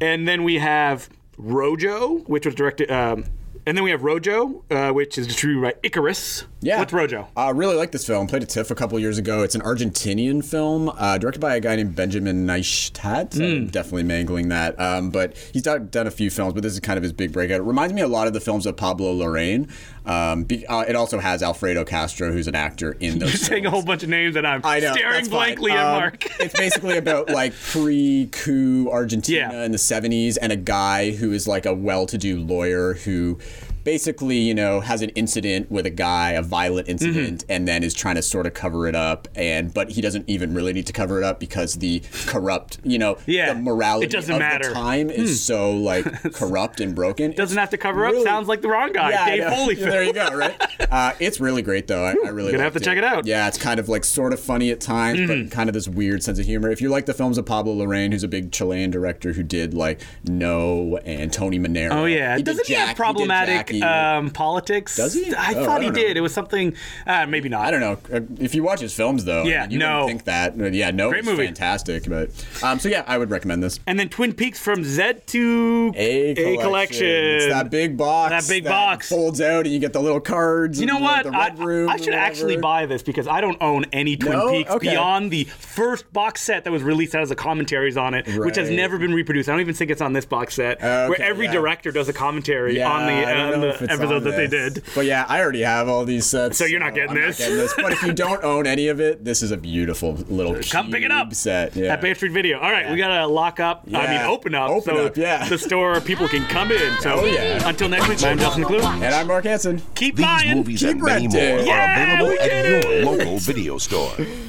[SPEAKER 2] And then we have Rojo, which was directed. Um, and then we have Rojo, uh, which is distributed by Icarus.
[SPEAKER 3] Yeah.
[SPEAKER 2] What's Rojo?
[SPEAKER 3] I really like this film. Played at TIFF a couple years ago. It's an Argentinian film uh, directed by a guy named Benjamin Neistat.
[SPEAKER 2] Hmm.
[SPEAKER 3] I'm definitely mangling that. Um, but he's done, done a few films, but this is kind of his big breakout. It reminds me a lot of the films of Pablo Lorraine. Um, be, uh, it also has Alfredo Castro, who's an actor in
[SPEAKER 2] [laughs]
[SPEAKER 3] those
[SPEAKER 2] You're saying a
[SPEAKER 3] films.
[SPEAKER 2] whole bunch of names, and I'm
[SPEAKER 3] I know,
[SPEAKER 2] staring
[SPEAKER 3] that's fine.
[SPEAKER 2] blankly at
[SPEAKER 3] Um,
[SPEAKER 2] Mark. [laughs]
[SPEAKER 3] [laughs] it's basically about like pre-coup Argentina
[SPEAKER 2] Yeah.
[SPEAKER 3] in the 70s and a guy who is like a well-to-do lawyer who basically, you know, has an incident with a guy, a violent
[SPEAKER 2] Mm-hmm.
[SPEAKER 3] incident, and then is trying to sort of cover it up and but he doesn't even really need to cover it up because the corrupt, you know,
[SPEAKER 2] Yeah.
[SPEAKER 3] the morality
[SPEAKER 2] It doesn't
[SPEAKER 3] of
[SPEAKER 2] matter. Hmm.
[SPEAKER 3] the time is
[SPEAKER 2] [laughs]
[SPEAKER 3] so like corrupt and broken. It's
[SPEAKER 2] Doesn't have to cover up.
[SPEAKER 3] really-
[SPEAKER 2] Sounds like the wrong [laughs] guy.
[SPEAKER 3] yeah, I
[SPEAKER 2] Dave
[SPEAKER 3] know. [laughs]
[SPEAKER 2] Foley.
[SPEAKER 3] Yeah,
[SPEAKER 2] film.
[SPEAKER 3] There you go, right? Uh, it's really great, though. I, I really
[SPEAKER 2] Gonna have
[SPEAKER 3] liked
[SPEAKER 2] to check it out. Mm-hmm.
[SPEAKER 3] Yeah, it's kind of like sort of funny at times, but kind of this weird sense of humor. If you like the films of Pablo Lorraine, who's a big Chilean director who did like No and Tony Manero.
[SPEAKER 2] Oh yeah,
[SPEAKER 3] he did
[SPEAKER 2] doesn't he
[SPEAKER 3] Jack-
[SPEAKER 2] have
[SPEAKER 3] did
[SPEAKER 2] problematic
[SPEAKER 3] Jackie.
[SPEAKER 2] um, politics?
[SPEAKER 3] Does he?
[SPEAKER 2] I
[SPEAKER 3] Oh,
[SPEAKER 2] thought
[SPEAKER 3] I
[SPEAKER 2] he
[SPEAKER 3] don't
[SPEAKER 2] did.
[SPEAKER 3] know.
[SPEAKER 2] It was something. Uh, maybe not.
[SPEAKER 3] I don't know. Uh, If you watch his films, though, I
[SPEAKER 2] Yeah,
[SPEAKER 3] mean, you
[SPEAKER 2] no.
[SPEAKER 3] wouldn't think that. Uh, Yeah, no,
[SPEAKER 2] Great
[SPEAKER 3] it's
[SPEAKER 2] movie.
[SPEAKER 3] fantastic. But um, so yeah, I would recommend this.
[SPEAKER 2] And then Twin Peaks from Z to
[SPEAKER 3] A collection. It's that big box.
[SPEAKER 2] That big box.
[SPEAKER 3] folds out, and you get the little cards.
[SPEAKER 2] you know
[SPEAKER 3] and the-
[SPEAKER 2] what?
[SPEAKER 3] The
[SPEAKER 2] I,
[SPEAKER 3] red room.
[SPEAKER 2] I should
[SPEAKER 3] or
[SPEAKER 2] actually
[SPEAKER 3] whatever.
[SPEAKER 2] buy this because I don't own any Twin
[SPEAKER 3] No?
[SPEAKER 2] Peaks
[SPEAKER 3] Okay.
[SPEAKER 2] beyond the first box set that was released that has the commentaries on it, which has
[SPEAKER 3] Right.
[SPEAKER 2] never been reproduced. I don't even think it's on this box set, where
[SPEAKER 3] Okay,
[SPEAKER 2] every
[SPEAKER 3] yeah.
[SPEAKER 2] director does a commentary
[SPEAKER 3] Yeah,
[SPEAKER 2] on
[SPEAKER 3] I don't
[SPEAKER 2] the, uh,
[SPEAKER 3] know
[SPEAKER 2] on the
[SPEAKER 3] if it's
[SPEAKER 2] episode
[SPEAKER 3] on
[SPEAKER 2] that they
[SPEAKER 3] this.
[SPEAKER 2] did.
[SPEAKER 3] But yeah, I already have all these sets. uh,
[SPEAKER 2] So you're not getting
[SPEAKER 3] I'm
[SPEAKER 2] this.
[SPEAKER 3] getting this. But if
[SPEAKER 2] [laughs]
[SPEAKER 3] you don't own any of it, this is a beautiful little
[SPEAKER 2] Come pick it up
[SPEAKER 3] cube set. Yeah.
[SPEAKER 2] at Bay Street Video. All right, we gotta lock up. I mean,
[SPEAKER 3] Yeah.
[SPEAKER 2] open up.
[SPEAKER 3] Open
[SPEAKER 2] so
[SPEAKER 3] up, yeah.
[SPEAKER 2] The store people can come in. So
[SPEAKER 3] Oh, yeah.
[SPEAKER 2] until next week, I'm Justin McClure.
[SPEAKER 3] and I'm Mark Hansen.
[SPEAKER 2] Keep
[SPEAKER 1] These
[SPEAKER 2] buying.
[SPEAKER 1] movies
[SPEAKER 3] keep
[SPEAKER 1] and many
[SPEAKER 3] renting.
[SPEAKER 1] more are
[SPEAKER 2] Yeah,
[SPEAKER 1] available
[SPEAKER 2] we
[SPEAKER 1] at
[SPEAKER 2] did
[SPEAKER 1] your local video store.